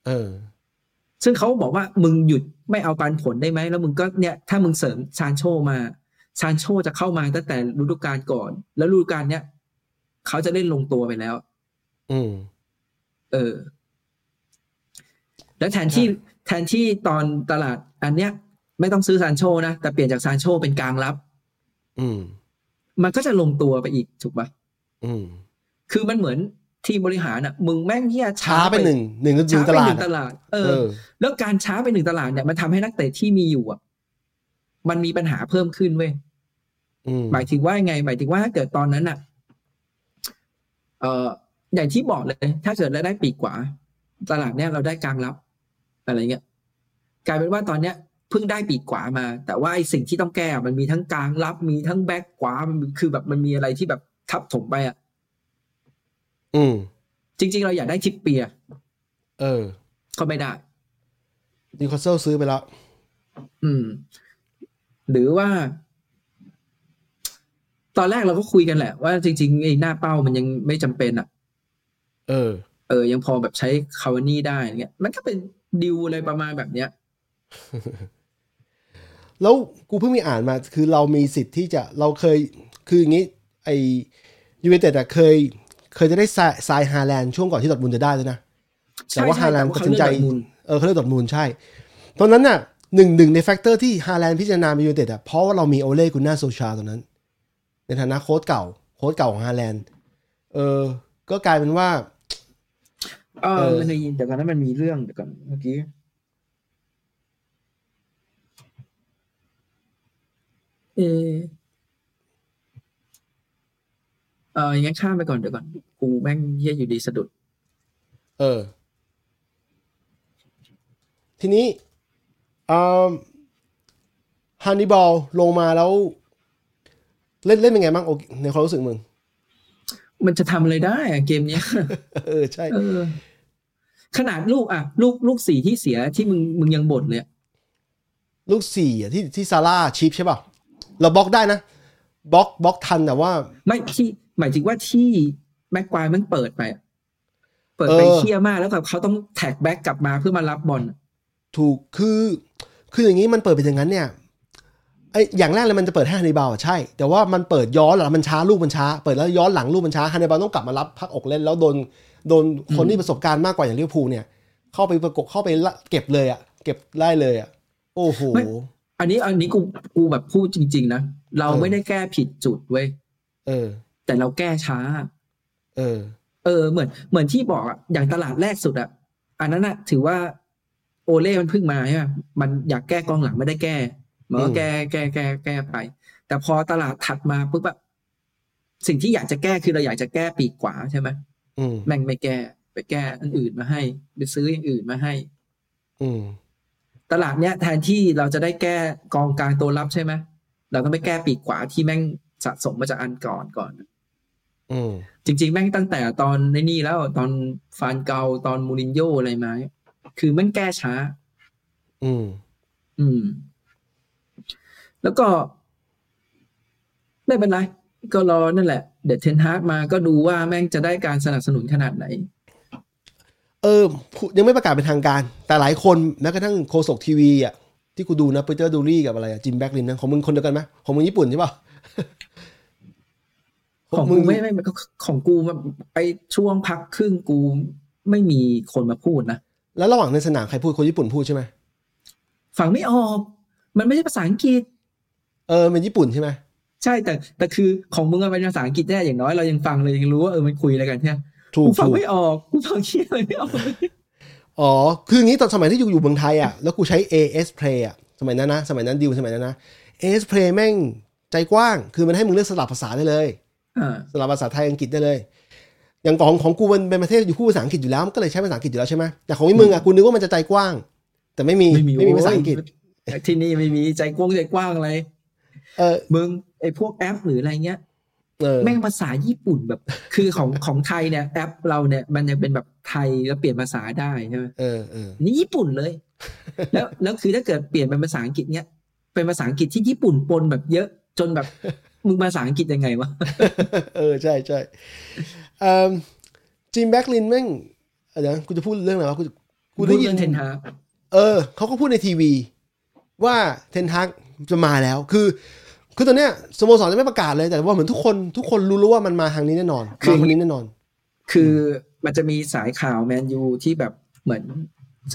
เออ
ซึ่งเขาบอกว่ามึงหยุดไม่เอาปันผลได้ไหมแล้วมึงก็เนี่ยถ้ามึงเสริมซานโชมาซานโชจะเข้ามาตั้งแต่ฤดูกาลก่อน แล้วฤดูกาลเนี้ยเขาจะเล่นลงตัวไปแล้ว
อืม
เออ แล้วแทนที่แทนที่ตอนตลาด อันเนี้ย ไม่ต้องซื้อซานโชนะแต่เปลี่ยนจากซานโชเป็นกลางรับ
อืม
มันก็จะลงตัวไปอีกถูกปะ
อืม
คือมันเหมือน ทีมบริหารอ่ะ มึงแม่งเฮีย
ช้าไปหนึ่งหนึ่งก็ห
ช้า
นึ่งต
ไปห
ลาด
นึ่งต
อะ
ลาด เอ
เอ
อ
อ
แล้วการช้าไปหนึ่งตลาดเนี่ยมันทำให้นักเตะที่มีอยู่อ่ะ มันมีปัญหาเพิ่มขึ้นเว้ย
อืม
หมายถึงว่ายังไง หมายถึงว่าถ้าเกิดตอนนั้นอ่ะ เอ่อ อย่างที่บอกเลย ถ้าเกิดเราได้ปีกกว่า ตลาดเนี้ยเราได้กลางรับ อะไรเงี้ย กลายเป็นว่าตอนเนี้ยเพิ่งได้ปีกขวามา แต่ว่าไอ้สิ่งที่ต้องแก้อะมันมีทั้งกลางรับ มีทั้งแบ็กขวามันมีคือแบบมันมีอะไรที่แบบทับถมไปอ่ะ
อืม
จริง ๆ เราอยากได้ทิปเปียร์
เออ
ก็ไม่ได้
นิวคาสเซิลซื้อไปแล้ว
อืม หรือว่า ตอนแรกเราก็คุยกันแหละ ว่าจริงๆไอ้หน้าเป้ามันยังไม่จำเป็นอ่ะ
เออ
เออ ยังพอแบบใช้คาวานี่ได้อะไรเงี้ย มันก็เป็นดิวอะไรประมาณแบบเนี้ย
แล้วกูเพิ่งมีอ่านมา คือเรามีสิทธิ์ที่จะเราเคย คืออย่างนี้ไอยูเวนต็ดเคย เคยจะได้ซายฮาแลนด์ช่วงก่อนที่ดอร์ทมุนด์จะได้ด้วยนะ แต่ว่า
ใช่
ฮาแลนด์
แต่ว่า
ตัดสินใจเออ
เขาเลือกดอร์ทมุนด์
เขาเลือกดอร์ทมูลใช่ ตอนนั้นน่ะหนึ่งหนึ่งในแฟกเตอร์ที่ฮาแลนด์พิจารณาเป็นยูเวนต็ดอ่ะเพราะว่าเรามีโอเล่กุนน่าโซชาตอนนั้น ในฐานะโค้ชเก่า โค้ชเก่าของฮาแลนด์เออ ก็กลายเป็นว่า
เอ
เอ
อ
อ
มันในแต่ตอนนั้นมันมีเรื่องเดี๋ยวก่อนเมื่อกี้ เออเออยังนข้ามไปก่อนเดี๋ยวก่อน กูแม่งเยี่ยอยู่ดีสะดุด
เออ ทีนี้ฮันนิบาลลงมาแล้ว เล่นเล่นเป็นไงบ้างโอเคในความรู้สึกมึง
มันจะทำอะไรได้อะเกมเนี้ย
เออ ใช่
เออ ขนาดลูกอ่ะ ลูกลูกสี่ที่เสียที่มึงมึงยังบ่นเลยอะ
ลูกสี่อ่ะที่ที่ซาร่าชีพใช่ป่ะ เราบล็อกได้นะบล็อกบล็อกทันแต่ว่า
ไม่ที่ หมายถึงว่าที่แม็กควายมันเปิดไปอะเปิดไป
เออ
เคี้ยมากแล้วแบบเขาต้องแท็กแบ็กกลับมาเพื่อมารับบอล
ถูกคือ คืออย่างนี้มันเปิดเป็นอย่างนั้นเนี่ยไออย่างแรกเลยมันจะเปิดให้ฮันนิบาลอ่ะใช่ แต่ว่ามันเปิดย้อนหลังมันช้าลูกมันช้า เปิดแล้วย้อนหลังลูกมันช้าฮันนิบาลต้องกลับมารับพักอกเล่น แล้วโดนโดนคน
อืม
ที่ประสบการณ์มากกว่าอย่างลิเวอร์พูลเนี่ย เข้าไปประกบเข้าไปละเก็บเลยอ่ะ เก็บได้เลยอ่ะ โอ้โห
อันนี้อันนี้กูกูแบบพูดจริง ๆ นะ เรา
เออ
ไม่ได้แก้ผิดจุดเว้ย
เออ
แต่เราแก้ช้า
เออ
เออเหมือนเหมือนที่บอกอะอย่างตลาดแรกสุดอะอันนั้นอะถือว่าโอเล่มันเพิ่งมาใช่ไหมมันอยากแก้กองหลังไม่ได้แก้มันก็
อืม
แก้แก้แก้แก้ไป แต่พอตลาดถัดมาปุ๊บแบบสิ่งที่อยากจะแก้คือเราอยากจะแก้ปีกขวาใช่ไหม
อืม
แม่งไม่แก้ไปแก้อันอื่นมาให้ไปซื้ออย่างอื่นมาให้
อืม
ตลาดเนี้ยแทนที่เราจะได้แก้กองกลางตัวรับใช่ไหมเราต้องไปแก้ปีกขวาที่แม่งสะสมมาจากอันก่อนก่อน
อืม
จริง ๆ แม่งตั้งแต่ตอนในนี่แล้วตอนฟานเกาตอนมูรินโญ่อะไรมาเนี่ยคือแม่งแก้ช้า
อืม
อืม แล้วก็ ไม่เป็นไร ก็รอนั่นแหละ เดี๋ยวเทนฮาร์กมาก็ดูว่าแม่งจะได้การสนับสนุนขนาดไหน
เออพูยังไม่ประกาศเป็นทางการ แต่หลายคนแม้กระทั่งโฆษกทีวีอ่ะที่กูดูนะปีเตอร์ดูรี่กับอะไรอ่ะจิมแบ็กลินนะของมึงคนเดียวกันไหมของมึงญี่ปุ่นใช่ป่ะ
ของกูไม่ไม่ไม่ของกูมันไปช่วงพักครึ่งกูไม่มีคนมาพูดนะ
แล้วระหว่างในสนามใครพูดคนญี่ปุ่นพูดใช่ไหม
ฟังไม่ออก มันไม่ใช่ภาษาอังกฤษ
เออเป็นญี่ปุ่นใช่ไหม
ใช่แต่แต่คือของมึงอะเป็นภาษาอังกฤษแน่อย่างน้อยเรายังฟังเลยยังรู้ว่าเออมันคุยอะไรกันใช่ไหม
ถู
กู
ก
ฟัง
ถูก
ไม่ออกกูฟังเชี่ยอะไรไม่ออก
อ๋อ คืออย่างนี้ตอนสมัยที่อยู่อยู่เมืองไทยอ่ะ แล้วกูใช้ AS Play อ่ะ สมัยนั้นนะ สมัยนั้นดิวสมัยนั้นนะ AS Play แม่งใจกว้าง คือมันให้มึงเลือกสลับภาษาได้เลย
อ่า
สลับภาษาไทยอังกฤษได้เลย อย่างของของกูมันเป็นประเทศอยู่คู่ภาษาอังกฤษอยู่แล้วมันก็เลยใช้ภาษาอังกฤษอยู่แล้วใช่ไหมแต่ของมึงอ่ะกูนึกว่ามันจะใจกว้าง แต่ไม่มีไม่มีภาษาอังกฤษ
โยที่นี่ไม่มีใจกว้างใจกว้างอะไร
เออ
มึงไอ้พวกแอปหรืออะไรเงี้ย
เออ
แม่งภาษาญี่ปุ่นแบบ คือของของไทยเนี่ยแอปเราเนี่ยมันยังเป็นแบบไทยแล้วเปลี่ยนภาษาได้ใช่ไหม
เออเออ
นี่ญี่ปุ่น เลย แล้วแล้วคือถ้าเกิดเปลี่ยนเป็นภาษาอังกฤษเนี้ยเป็นภาษาอังกฤษที่ญี่ปุ่นปนแบบเยอะจนแบบมึงภาษาอังกฤษยังไงวะ
เออใช่ใช่จิมแบ็กลินแม่งเออเดี๋ยวกูจะพูดเรื่องอะไรวะกูกู
พูด
ได้ยิ
เรื่
น
องเทนฮาร์ก
เออเขาก็พูดในทีวีว่าเทนทักจะมาแล้ว คือ คือตอนเนี้ยสโมสรจะไม่ประกาศเลยแต่ว่าเหมือนทุกคนทุกคนรู้แล้วว่ามันมาทางนี้แน่นอนมาคนนี้แน่นอน
คือมันจะมีสายข่าวแมนยูที่แบบเหมือน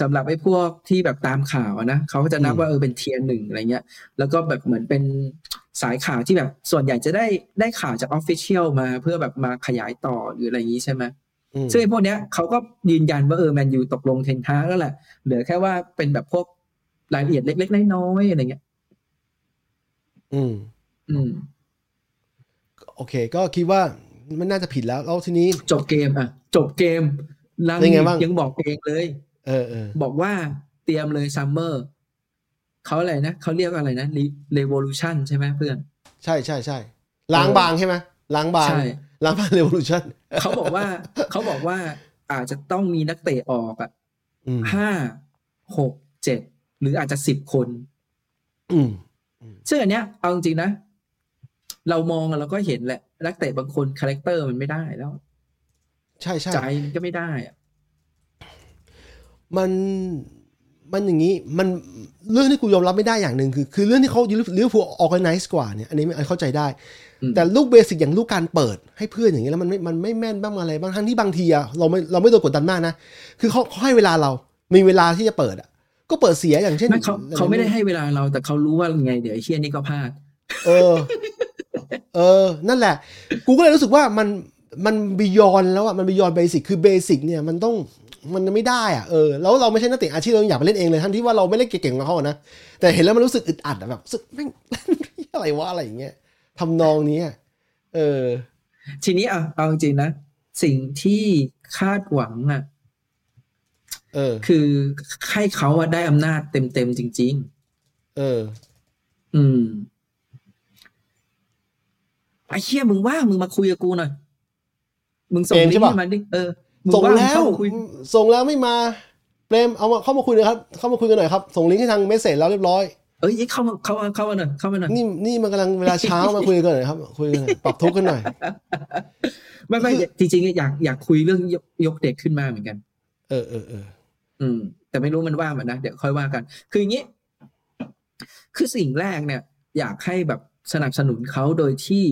สำหรับไอ้พวกที่แบบตามข่าวอะนะเขาก็จะนับ
อืม
ว่าเออเป็นเทียหนึ่งอะไรเงี้ย แล้วก็แบบเหมือนเป็นสายข่าวที่แบบส่วนใหญ่จะได้ได้ข่าวจากออฟฟิเชียลมาเพื่อแบบมาขยายต่อหรืออะไรอย่างนี้ใช่ไหม
อืม
ซึ่งไอ้พวกเนี้ยเขาก็ยืนยันว่าเออแมนยูตกลงเทนฮากแล้วแหละ เหลือแค่ว่าเป็นแบบพวกรายละเอียดเล็กๆน้อยๆอะไรเงี้ย
อืม
อืม
โอเค ก็คิดว่ามันน่าจะผิดแล้วแล้วทีนี้
จบเกมอ่ะ จบเกมลัง
เป็นไงบ้าง
ยังบอกเองเลย
เออเออ
บอกว่าเตรียมเลยซัมเมอร์เขาอะไรนะเขาเรียกอะไรนะเร v ว l ลูชันใช่ไหมเพื่อน
ใช่ใช่ใช่ล้างบางใช่ไหมล้างบาง
ใช่
ล้างบางเรวอลูชั่น
เขาบอกว่า เขาบอกว่าอาจจะต้องมีนักเตะออกอ่ะ
อืม
ห้าหกเจ็ดหรืออาจจะสิบคน
อืม
ซึ่งอันเนี้ยเอาจริงๆนะ เรามองอะเราก็เห็นแหละ นักเตะบางคนคาแรคเตอร์มันไม่ได้แล้ว
ใช่ใช่
ใจมันก็ไม่ได้อะ
มันมันอย่างนี้มันเรื่องที่กูยอมรับไม่ได้อย่างหนึ่งคือ คือเรื่องที่เขาลิเวอร์พูลออแกไนซ์กว่าเนี่ยอันนี้ไม่เข้าใจได้
อืม
แต่ลูกเบสิกอย่างลูกการเปิดให้เพื่อนอย่างเงี้ยแล้วมันไม่มันไม่แม่นบ้างอะไรบางทั้งที่บางทีอะเราไม่เราไม่โดนกดดันมากนะ คือเขาเขาให้เวลาเรา มีเวลาที่จะเปิดอะก็เปิดเสียอย่างเช่น
ไม่เขาเขาไม่ได้ให้เวลาเรา แต่เขารู้ว่าไง เดี๋ยวไอ้เฮียนี่ก็พลาด
เออ เออ นั่นแหละ กูก็เลยรู้สึกว่ามันมันบียอนแล้วอะมันบียอนเบสิกคือเบสิกเนี่ยมันต้องมันไม่ได้อะเออแล้วเราไม่ใช่นักเตะอาชีพเรายังอยากไปเล่นเองเลยทั้งที่ว่าเราไม่เล่นเก่งๆกับเขาอะนะแต่เห็นแล้วมันรู้สึกอึดอัดอะแบบรู้สึกแม่ง อะไรวะอะไรอย่างเงี้ยทำนองนี้อะเออ
ทีนี้อ่ะเอาจริงๆนะ สิ่งที่คาดหวังอ่ะ
เออ
คือให้เขาอะได้อำนาจเต็มๆจริง
เออ
ๆ อืมไอ้เชี่ยมึงว่างมึงมาคุยกับกูหน่อย มึงส่ง
เอม
ลิ
ใช่
งก์
ปะ
ให้มันดิเออมึ
ส่ง
า
แล้ว
เข้ามาคุย
ส่งแล้วไม่มาเปรมเอามาเข้ามาคุยหนะครับ เข้ามาคุยกันหน่อยครับ ส่งลิงก์ให้ทางเมสเซจแล้วเรียบร้อย
เอ้ยเข้ามาเข้ามาเข้ามาหน่อยเข้ามาหน่อย
นี่นี่มันกำลังเวลาเช้ามาคุยกันหน่อยครับ คุยกันหน่อยปรับทุกข์กันหน่อย
ไม่ไม่จริงๆอยากอยากคุยเรื่องยกยกเด็กขึ้นมาเหมือนกัน
เออเออเออ
อืม แต่ไม่รู้มันว่างไหมันนะเดี๋ยวค่อยว่ากัน คืออย่างนี้ คือสิ่งแรกเนี่ย อยากให้แบบสนับสนุนเขาโดยที่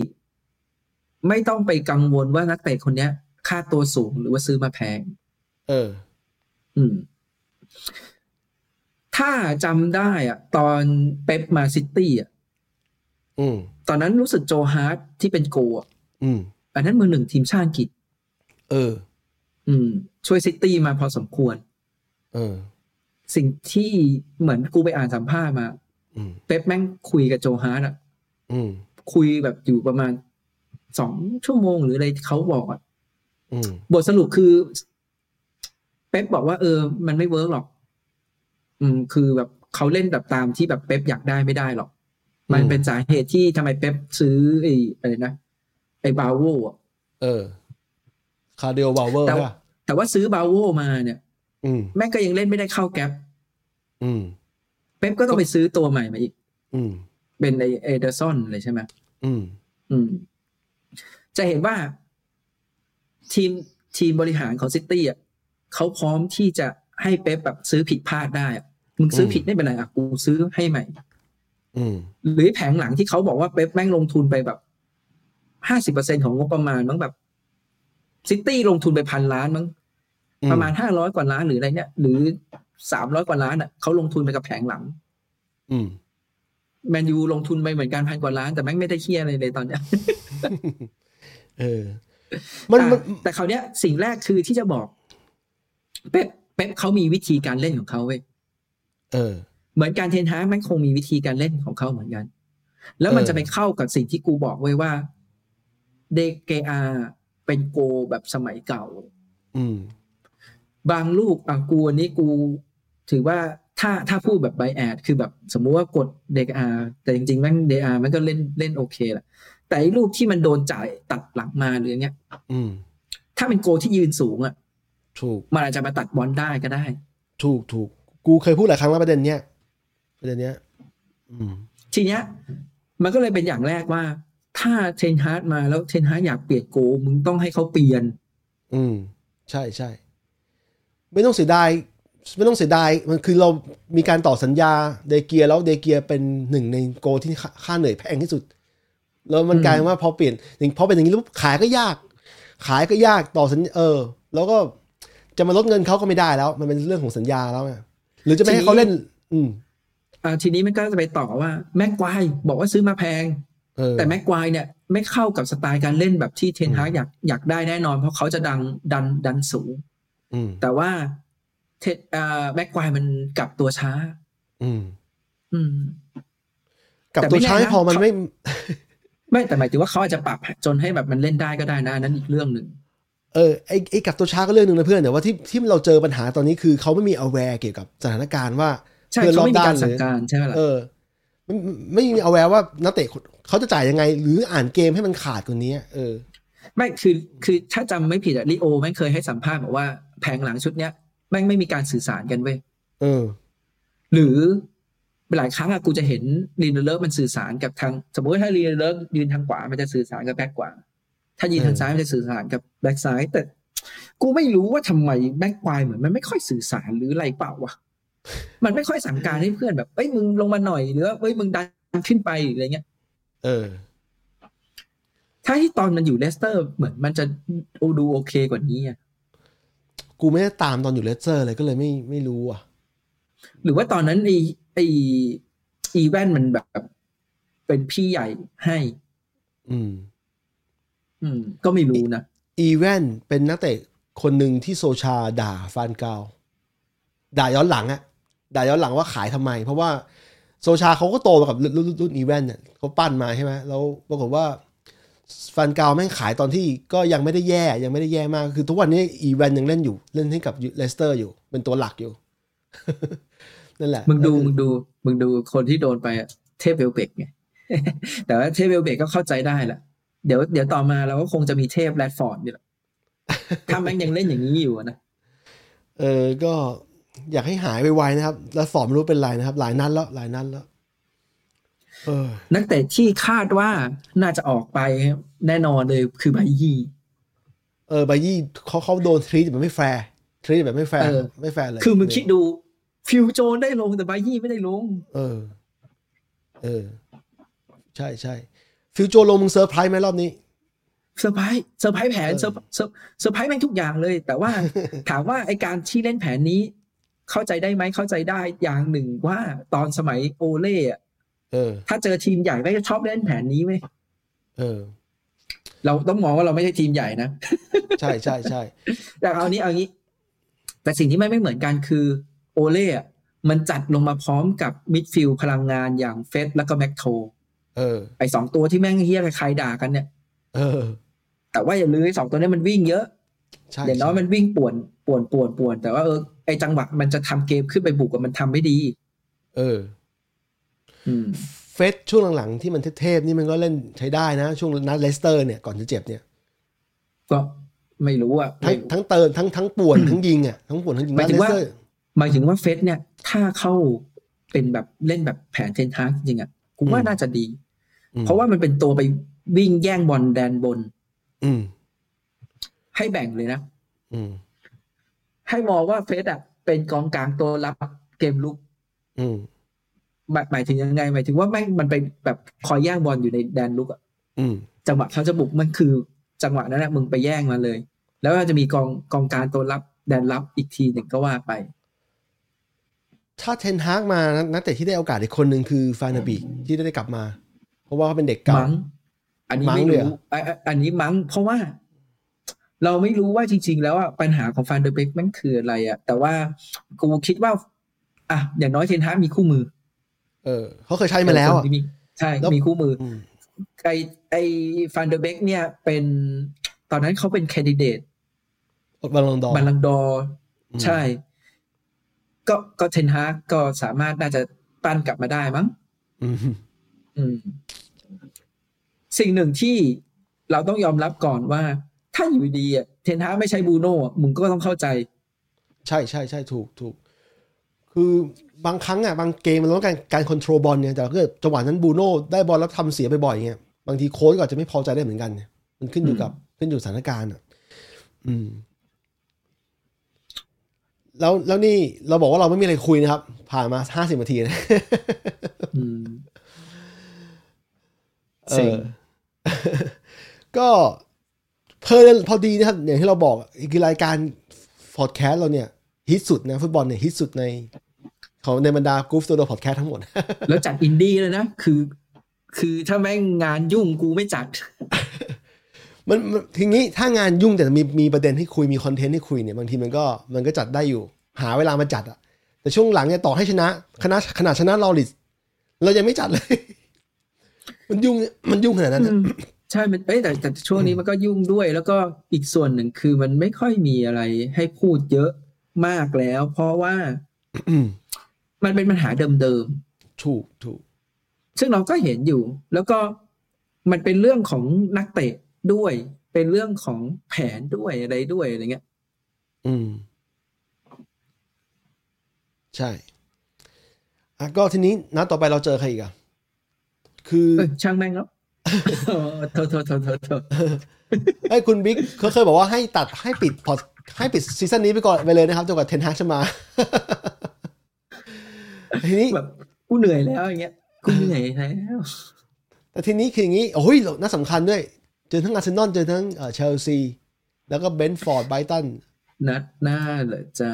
ไม่ต้องไปกังวลว่านักเตะคนเนี้ย ค่าตัวสูงหรือว่าซื้อมาแพง
เออ
อืม ถ้าจำได้อะตอนเป๊ปมาซิตี้อะ
อืม
ตอนนั้นรู้สึกโจฮาร์ทที่เป็นโกลอะ
อืม
อันนั้นมือหนึ่งทีมชาติอังกฤษ
เออ
อืม ช่วยซิตี้มาพอสมควร
เออ
สิ่งที่เหมือนกูไปอ่านสัมภาษณ์มา
อืม
เป๊ปแม่งคุยกับโจฮาร์ทอะ
อืม
คุยแบบอยู่ประมาณสองชั่วโมงหรืออะไรเขาบอกอะ
อืม
บทสรุปคือเป๊ปบอกว่า เออ มันไม่เวิร์กหรอก อืม คือแบบเขาเล่นแบบตามที่แบบเป๊ปอยากได้ไม่ได้หรอก มันเป็นสาเหตุที่ทำไมเป๊ปซื้อไอ้อะไรนะไอ้บาโวอะ
เออคาร์เดียวบาเวอร์
แต่
ใช่ป่ะ
แต่ว่าซื้อบาโวมาเนี่ย
อืม
แม่งก็ยังเล่นไม่ได้เข้าแก๊ป
อืม
เป๊ปก็ต้องไปซื้อตัวใหม่มาอีก
อืม
เป็นไอเอเดอร์ซอนเลยใช่ไหม
อืม
อืม จะเห็นว่าทีมทีมบริหารของซิตี้อ่ะเขาพร้อมที่จะให้เป๊ปแบบซื้อผิดพลาดได้อะมึงซื้อผิดไม่เป็นไรอ่ะกูซื้อให้ใหม่
อืม
หรือแผงหลังที่เขาบอกว่าเป๊ปแม่งลงทุนไปแบบห้าสิบเปอร์เซ็นของงบประมาณมั้งแบบซิตี้ลงทุนไปพันล้านมั้งประมาณห้าร้อยกว่าล้านหรืออะไรเนี่ยหรือสามร้อยกว่าล้านอ่ะเขาลงทุนไปกับแผงหลัง
อืม
แมนยูลงทุนไปเหมือนกันพันกว่าล้านแต่แม่งไม่ได้เคียอะไรเลยตอนเนี้ย
เออ มันมัน
อ่ะแต่คราวเนี้ยสิ่งแรกคือที่จะบอก เป๊ปเป๊ปเขามีวิธีการเล่นของเขาเว้ย
เออ
เหมือนการเทนฮาร์กแม่งคงมีวิธีการเล่นของเขาเหมือนกัน แล้วมัน
เออ
จะไปเข้ากับสิ่งที่กูบอกไว้ว่าเดเกอาเป็นโกแบบสมัยเก่า
อืม
บางลูกอ่ะกูอันนี้กู ถือว่าถ้าถ้าพูดแบบไบแอดคือแบบ สมมุติว่ากดเดกอาแต่จริงๆแม่งเดอามันก็เล่นเล่นโอเคแหละแต่ไอ้ลูกที่มันโดนจ่ายตัดหลังมาหรืออย่างเงี้ย
อืม
ถ้าเป็นโกที่ยืนสูงอ่ะ
ถูก
มันอาจจะมาตัดบอลได้ก็ได้
ถูกถูกกูเคยพูดหลายครั้งแล้วประเด็นเนี้ยประเด็นเนี้ย อืม
ทีเนี้ยมันก็เลยเป็นอย่างแรกว่า ถ้าเทนฮาร์ดมาแล้วเทนฮาร์ดอยากเปลี่ยนโกลมึงต้องให้เขาเปลี่ยน
อืม ใช่ใช่ไม่ต้องเสียดายไม่ต้องเสียดายมันคือเรามีการต่อสัญญาเดเกียแล้วเดเกียเป็นหนึ่งในโกที่ค่าค่าเหนื่อยแพงที่สุด แล้วมัน
อืม
กลายเป็นว่าพอเปลี่ยนอย่างพอเป็นอย่างนี้รูปขายก็ยาก ขายก็ยากต่อสัญญาเออ แล้วก็จะมาลดเงินเขาก็ไม่ได้แล้ว มันเป็นเรื่องของสัญญาแล้วไงหรือจะไม่ให้เขาเล่น อืม
อ่าทีนี้มันก็จะไปต่อว่า แม็กควายบอกว่าซื้อมาแพง
เออ
แต่แม็กควายเนี่ยไม่เข้ากับสไตล์การเล่นแบบที่เทนฮากอยากอยากได้แน่นอน เพราะเขาจะดังดันดันสูง
อืม
แต่ว่าเทเอ่อแม็กควายมันกลับตัวช้า
อืม
อืม
กับ
แต่
ตั
ไม่
ว
แน่
ช้าง
นะ
พอมันไม่
ไม่แต่หมายถึงว่าเขาอาจจะปรับจนให้แบบมันเล่นได้ก็ได้นะอันนั้นอีกเรื่องหนึ่ง
เออไอ้ไอ้กับตัวช้าก็เรื่องหนึ่งนะเพื่อนแต่ว่าที่ที่เราเจอปัญหาตอนนี้คือเขาไม่มี aware เกี่ยวกับสถานการณ์ว่า
ใช่
เพื่อน
เขาไม่
รอบ
มี
ด้าน
การสั่
เล
ง
ย
การใช่ไหมล่ะ
เออไม่ไม่มี aware ว่านักเตะเขาจะจ่ายยังไง หรืออ่านเกมให้มันขาดกว่านี้เออ
ไม่คือคือถ้าจำไม่ผิดอะลิโอแม่งเคยให้สัมภาษณ์บอกว่าแผงหลังชุดเนี้ยแม่งไม่มีการสื่อสารกันเว้ย
เออ
หรือหลายครั้งอะกูจะเห็นลีนเลิฟมันสื่อสารกับทาง สมมติว่าถ้าลีนเลิฟยืนทางขวามันจะสื่อสารกับแบ็กขวาถ้ายืนทางซ้ายมันจะสื่อสารกับแบ็กซ้าย แต่ กูไม่รู้ว่าทำไมแบ็กควายเหมือนมันไม่ค่อยสื่อสารหรืออะไรเปล่าวะมันไม่ค่อยสั่งการให้เพื่อนแบบเอ้ยมึงลงมาหน่อยหรือว่าเอ้ยมึงดันขึ้นไปหรืออะไรเงี้ย
เออ
ถ้าที่ตอนมันอยู่เลสเตอร์เหมือนมันจะดูโอเคกว่านี้อะ
กูไม่ได้ตามตอนอยู่เลสเตอร์เลยก็เลยไม่ไม่รู้อ่ะ
หรือว่าตอนนั้นไอไออีแวนมันแบบ เป็นพี่ใหญ่ให้
อืม
อืม ก็ไม่รู้นะ
อีแวนเป็นนักเตะคนหนึ่งที่โซชาด่าฟานเกาลด่าย้อนหลังอะด่าย้อนหลังว่าขายทำไม เพราะว่าโซชาเขาก็โตมากับรุ่นรุ่นรุ่นอีแวนเนี่ยเขาปั้นมาใช่ไหมแล้วปรากฏว่าฟานเกาลแม่งขายตอนที่ก็ยังไม่ได้แย่ยังไม่ได้แย่มาก คือทุกวันนี้อีแวนยังเล่นอยู่เล่นให้กับเลสเตอร์อยู่ เป็นตัวหลักอยู่ นั่นแหละ
มึงดูมึงดูมึงดูคนที่โดนไปอะเทพเวลเบกไง แต่ว่าเทพเวลเบกก็เข้าใจได้แหละเดี๋ยวเดี๋ยวต่อมาเราก็คงจะมีเทพแรดฟอร์ดนี่แหละ ถ้าแม่งยังเล่นอย่างนี้อยู่อะนะ
เออก็อยากให้หายไวๆนะครับ แล้วฟอร์มไม่รู้เป็นไรนะครับ หลายนัดแล้วหลายนัดแล้ว เออ
นักเตะที่คาดว่าน่าจะออกไปแน่นอนเลยคือบายี่
เออบายี่เขาเขาโดนทรีตแบบไม่แฟร์ทรีตแบบไม่แฟร์
เออ
ไม่แฟร์เลย
คือมึงคิดดูฟิวโจนได้ลงแต่บายี่ไม่ได้ลง
เออ เออ ใช่ใช่ฟิวโจโลมึงเซอร์ไพรส์ไหมรอบนี้
เซอร์ไพรส์เซอร์ไพรส์แผน
เออ
เซอร์เซอร์เซอร์ไพรส์แม่งทุกอย่างเลย แต่ ว่า ถามว่าไอการที่เล่นแผนนี้ เข้าใจได้ไหมเข้าใจได้อย่างหนึ่งว่าตอนสมัยโอเล่อะ
เออ
ถ้าเจอทีมใหญ่แม่งจะชอบเล่นแผนนี้ไหม
เออ
เราต้องมองว่าเราไม่ใช่ทีมใหญ่นะ
ใช่ใช่ใช่
แต่เอานี้เอางี้ แต่สิ่งที่ไม่ไม่เหมือนกันคือโอเล่อะมันจัดลงมาพร้อมกับมิดฟิลด์พลังงานอย่างเฟสแล้วก็แม็กโท
เออ
ไอสองตัวที่แม่งเฮี้ยใครๆด่ากันเนี่ย
เออ
แต่ว่าอย่าลืมไอสองตัวนี้มันวิ่งเยอะ
ใช่
อย่างน้อยมันวิ่งป่วนป่วนป่วนป่วน แต่ว่าเออไอจังหวะมันจะทำเกมขึ้นไปบุกกับมันทำไม่ดี
เออ
อืม
เฟสช่วงหลังๆ ที่มันเทพๆนี่มันก็เล่นใช้ได้นะ ช่วงนัดเลสเตอร์เนี่ยก่อนจะเจ็บเนี่ย
ก็ไม่รู้อะ
ทั้งทั้งเติมทั้งทั้งป่วนทั้งยิงอ่ะทั้งป่วนทั้งยิง
หมาย
นัด
ถึ
เลส
งว่า
เตอร์
หมายถึงว่าเฟสเนี่ย ถ้าเข้าเป็นแบบเล่นแบบแผนเทนทาร์กจริงๆอะกูว่าน่าจะดี
อืม
เพราะว่ามันเป็นตัวไปวิ่งแย่งบอลแดนบน
อืม
ให้แบ่งเลยนะ
อืม
ให้มองว่าเฟสอะเป็นกองกลางตัวรับเกมลุก
อืม
หมายหมายถึงยังไง หมายถึงว่าแม่งมันไปแบบคอยแย่งบอลอยู่ในแดนลุกอะ
อืม
จังหวะเขาจะบุกมันคือจังหวะนั้นแหละมึงไปแย่งมาเลย แล้วก็จะมีกองกองกลารตัวรับแดนรับอีกทีหนึ่งก็ว่าไป
ถ้าเทนฮากมานะนักเตะที่ได้โอกาสอีกคนหนึ่งคือฟานาบีที่ได้กลับมา เพราะว่าเขาเป็นเด็กเก่า
มั้งอันนี้ไม่
มั้งเลยเหร
รู้
อ
อ่ะอ่ะอันนี้มั้งเพราะว่า เราไม่รู้ว่าจริง ๆ แล้วอ่ะปัญหาของฟานเดอร์เบกมันคืออะไรอ่ะแต่ว่ากูคิดว่า อ่ะอย่างน้อยเทนฮากมีคู่มือ
เออเขาเคยใช้มาแล้วอ่ะ
มีใช่
แล้ว
มีคู่มือ
อืม
ไอไอฟานเดอร์เบกเนี่ยเป็นตอนนั้นเขาเป็นแคนดิเดต
บัลลองดอร์
บัลลังก์ดอร์
อืม
ใช่ ก็ก็เทนฮากก็สามารถน่าจะปั้นกลับมาได้มั้ง
อืม
อืม สิ่งหนึ่งที่เราต้องยอมรับก่อนว่า ถ้าอยู่ดีๆอ่ะเทนฮากไม่ใช่บรูโน่อ่ะมึงก็ต้องเข้าใจ
ใช่ใช่ใช่ถูกถูก คือบางครั้งอ่ะบางเกมมันต้องการการคอนโทรลบอลเนี่ยแต่ถ้าเกิดจังหวะนั้นบูโน่ได้บอลแล้วทำเสียไปบ่อยๆเงี้ยบางทีโค้ชก็อาจจะไม่พอใจได้เหมือนกันเนี่ยมันขึ้นอยู่กับขึ้นอยู่สถานการณ์อ่ะ อืม แล้วแล้วนี่เราบอกว่าเราไม่มีอะไรคุยนะครับ ผ่านมาห้าสิบนาทีนะ
อืม
เอ
สิ่ง
อ ก็เพลินพอดีนะครับ อย่างที่เราบอกคือรายการพอดแคสต์เราเนี่ยฮิตสุดนะฟุตบอลเนี่ยฮิตสุดใน ของในบรรดากรุ๊ปตัวโดพอดแคสต์ทั้งหมด
แล้วจัดอินดี้เลยนะ คือ คือถ้าแม่งงานยุ่งกูไม่จัด
มันมันทีนี้ถ้างานยุ่งแต่มีมีประเด็นให้คุยมีคอนเทนต์ให้คุยเนี่ยบางทีมันก็มันก็จัดได้อยู่ หาเวลามาจัดอะแต่ช่วงหลังเนี่ยต่อให้ชนะคณะขนาดชนะลอริสเรายังไม่จัดเลย มันยุ่งมันยุ่งขนาดนั้นอะ
ใช่มันเอ้ยแต่แต่ช่วงนี้มันก็ยุ่งด้วย แล้วก็อีกส่วนหนึ่งคือมันไม่ค่อยมีอะไรให้พูดเยอะมากแล้ว เพราะว่ามันเป็นปัญหาเดิม
ถูกถูก
ๆ ซึ่งเราก็เห็นอยู่ แล้วก็มันเป็นเรื่องของนักเตะด้วย เป็นเรื่องของแผนด้วยอะไรด้วยอะไรเงี้ย
อืม ใช่ อ่ะก็ทีนี้นัดต่อไปเราเจอใครอีกอ่ะ คือ
เอ้ยช่างแม่งแล้ว โอ้โทษโทษโทษโทษโทษ
ไอ้ยคุณบิ๊กเขาเคยบอกว่าให้ตัดให้ปิดพอดให้ปิดซีซั่นนี้ไปก่อนไปเลยนะครับจนกว่าเทนฮากจะมา ทีนี้
แบบกูเหนื่อยแล้วอย่างเงี้ยกูเหนื่อยแล้ว
แต่ทีนี้คืออย่างนี้โอ้ยน่าสำคัญด้วย เจอทั้งอาร์เซนอลเจอทั้งเชลซี แล้วก็เบรนท์ฟอร์ดไบรตัน
นัดหน้าเหรอจ๊ะ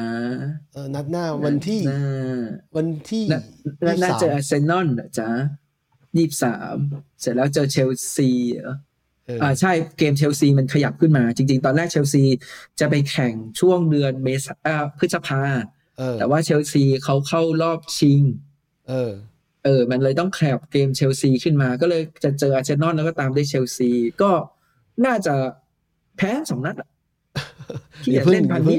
เอ่อนัดหน้าวันที่
นัดหน้า
วันที่
นัดนัดหน้า
23
เจออาร์เซนอลเหรอจ๊ะยี่สาม เสร็จแล้วเจอเชลซีเหรอ
เออ
อ่าใช่เกมเชลซีมันขยับขึ้นมา จริง ๆ ตอนแรกเชลซีจะไปแข่งช่วงเดือนเมษาเอ่อพฤษภา
เออ
แต่ว่าเชลซีเขาเข้ารอบชิง
เออ
เออ มันเลยต้องแขบเกมเชลซีขึ้นมา ก็เลยจะเจออาร์เซนอลแล้วก็ตามด้วยเชลซี ก็น่าจะแพ้สองนัดอะที่
อย่าเพิ่ง
เล่นพันนี้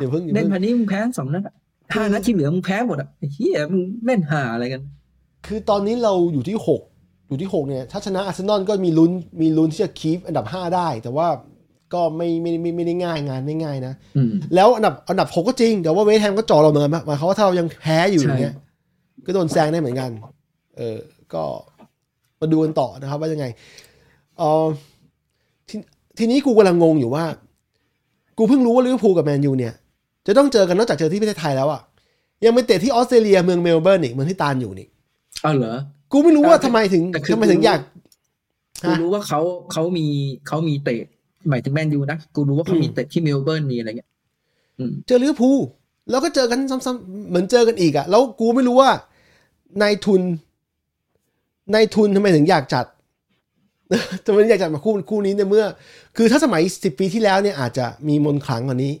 อย่าเพิ่งอย่า
เล่
เพิ่
น
ง
พันนี้มึงแพ้สองนัดอะห้านัดที่เหลือมึงแพ้หมดอะไอ้เฮียมึงเล่นหาอะไรกัน
คือตอนนี้เราอยู่ที่หกอยู่ที่หกเนี่ย ถ้าชนะอาร์เซนอลก็มีลุ้นมีลุ้นที่จะคีฟอันดับห้าได้ แต่ว่าก็ไม่ไม่ไม่ไม่ได้ง่ายงานไม่ง่ายนะ
อืม
แล้วอันดับอันดับหกก็จริง แต่ว่าเวสต์แฮมก็จ่อเราเหมือนกันนะหมายความว่าถ้าเรายังแพ้อยู่อย่างเงี้ย ก็โดนแซงได้เหมือนกัน เออ ก็มาดูกันต่อนะครับว่ายังไงเออททีนี้กูกำลังงงอยู่ว่า กูเพิ่งรู้ว่าลิเวอร์พูลกับแมนยูเนี่ย จะต้องเจอกันนอกจากเจอที่ประเทศไทยแล้วอะยังไปเตะที่ออสเตรเลียเมืองเมลเบิร์นอีกเมืองที่ตาลอยู่นี่
เอาเหรอ
กูไม่รู้ว่าทำไมถึง
แต่คือ
ทำไมถึง
กู
อยาก
กู
ฮะ
รู้ว่าเขาเขามีเขามีเตะ หมายถึงแมนยูนะ กูรู้ว่าเขามีเตะที่เมลเบิร์นมีอะไรเงี้ย อืม
เจอลิเวอร์พูลแล้วก็เจอกันซ้ำๆเหมือนเจอกันอีกอะแล้วกูไม่รู้ว่านายทุนนายทุนทำไมถึงอยากจัด ทำไมถึงอยากจัดมาคู่คู่นี้ในเมื่อ คือถ้าสมัยสิบปีที่แล้วเนี่ยอาจจะมีมนต์ขลังกว่านี้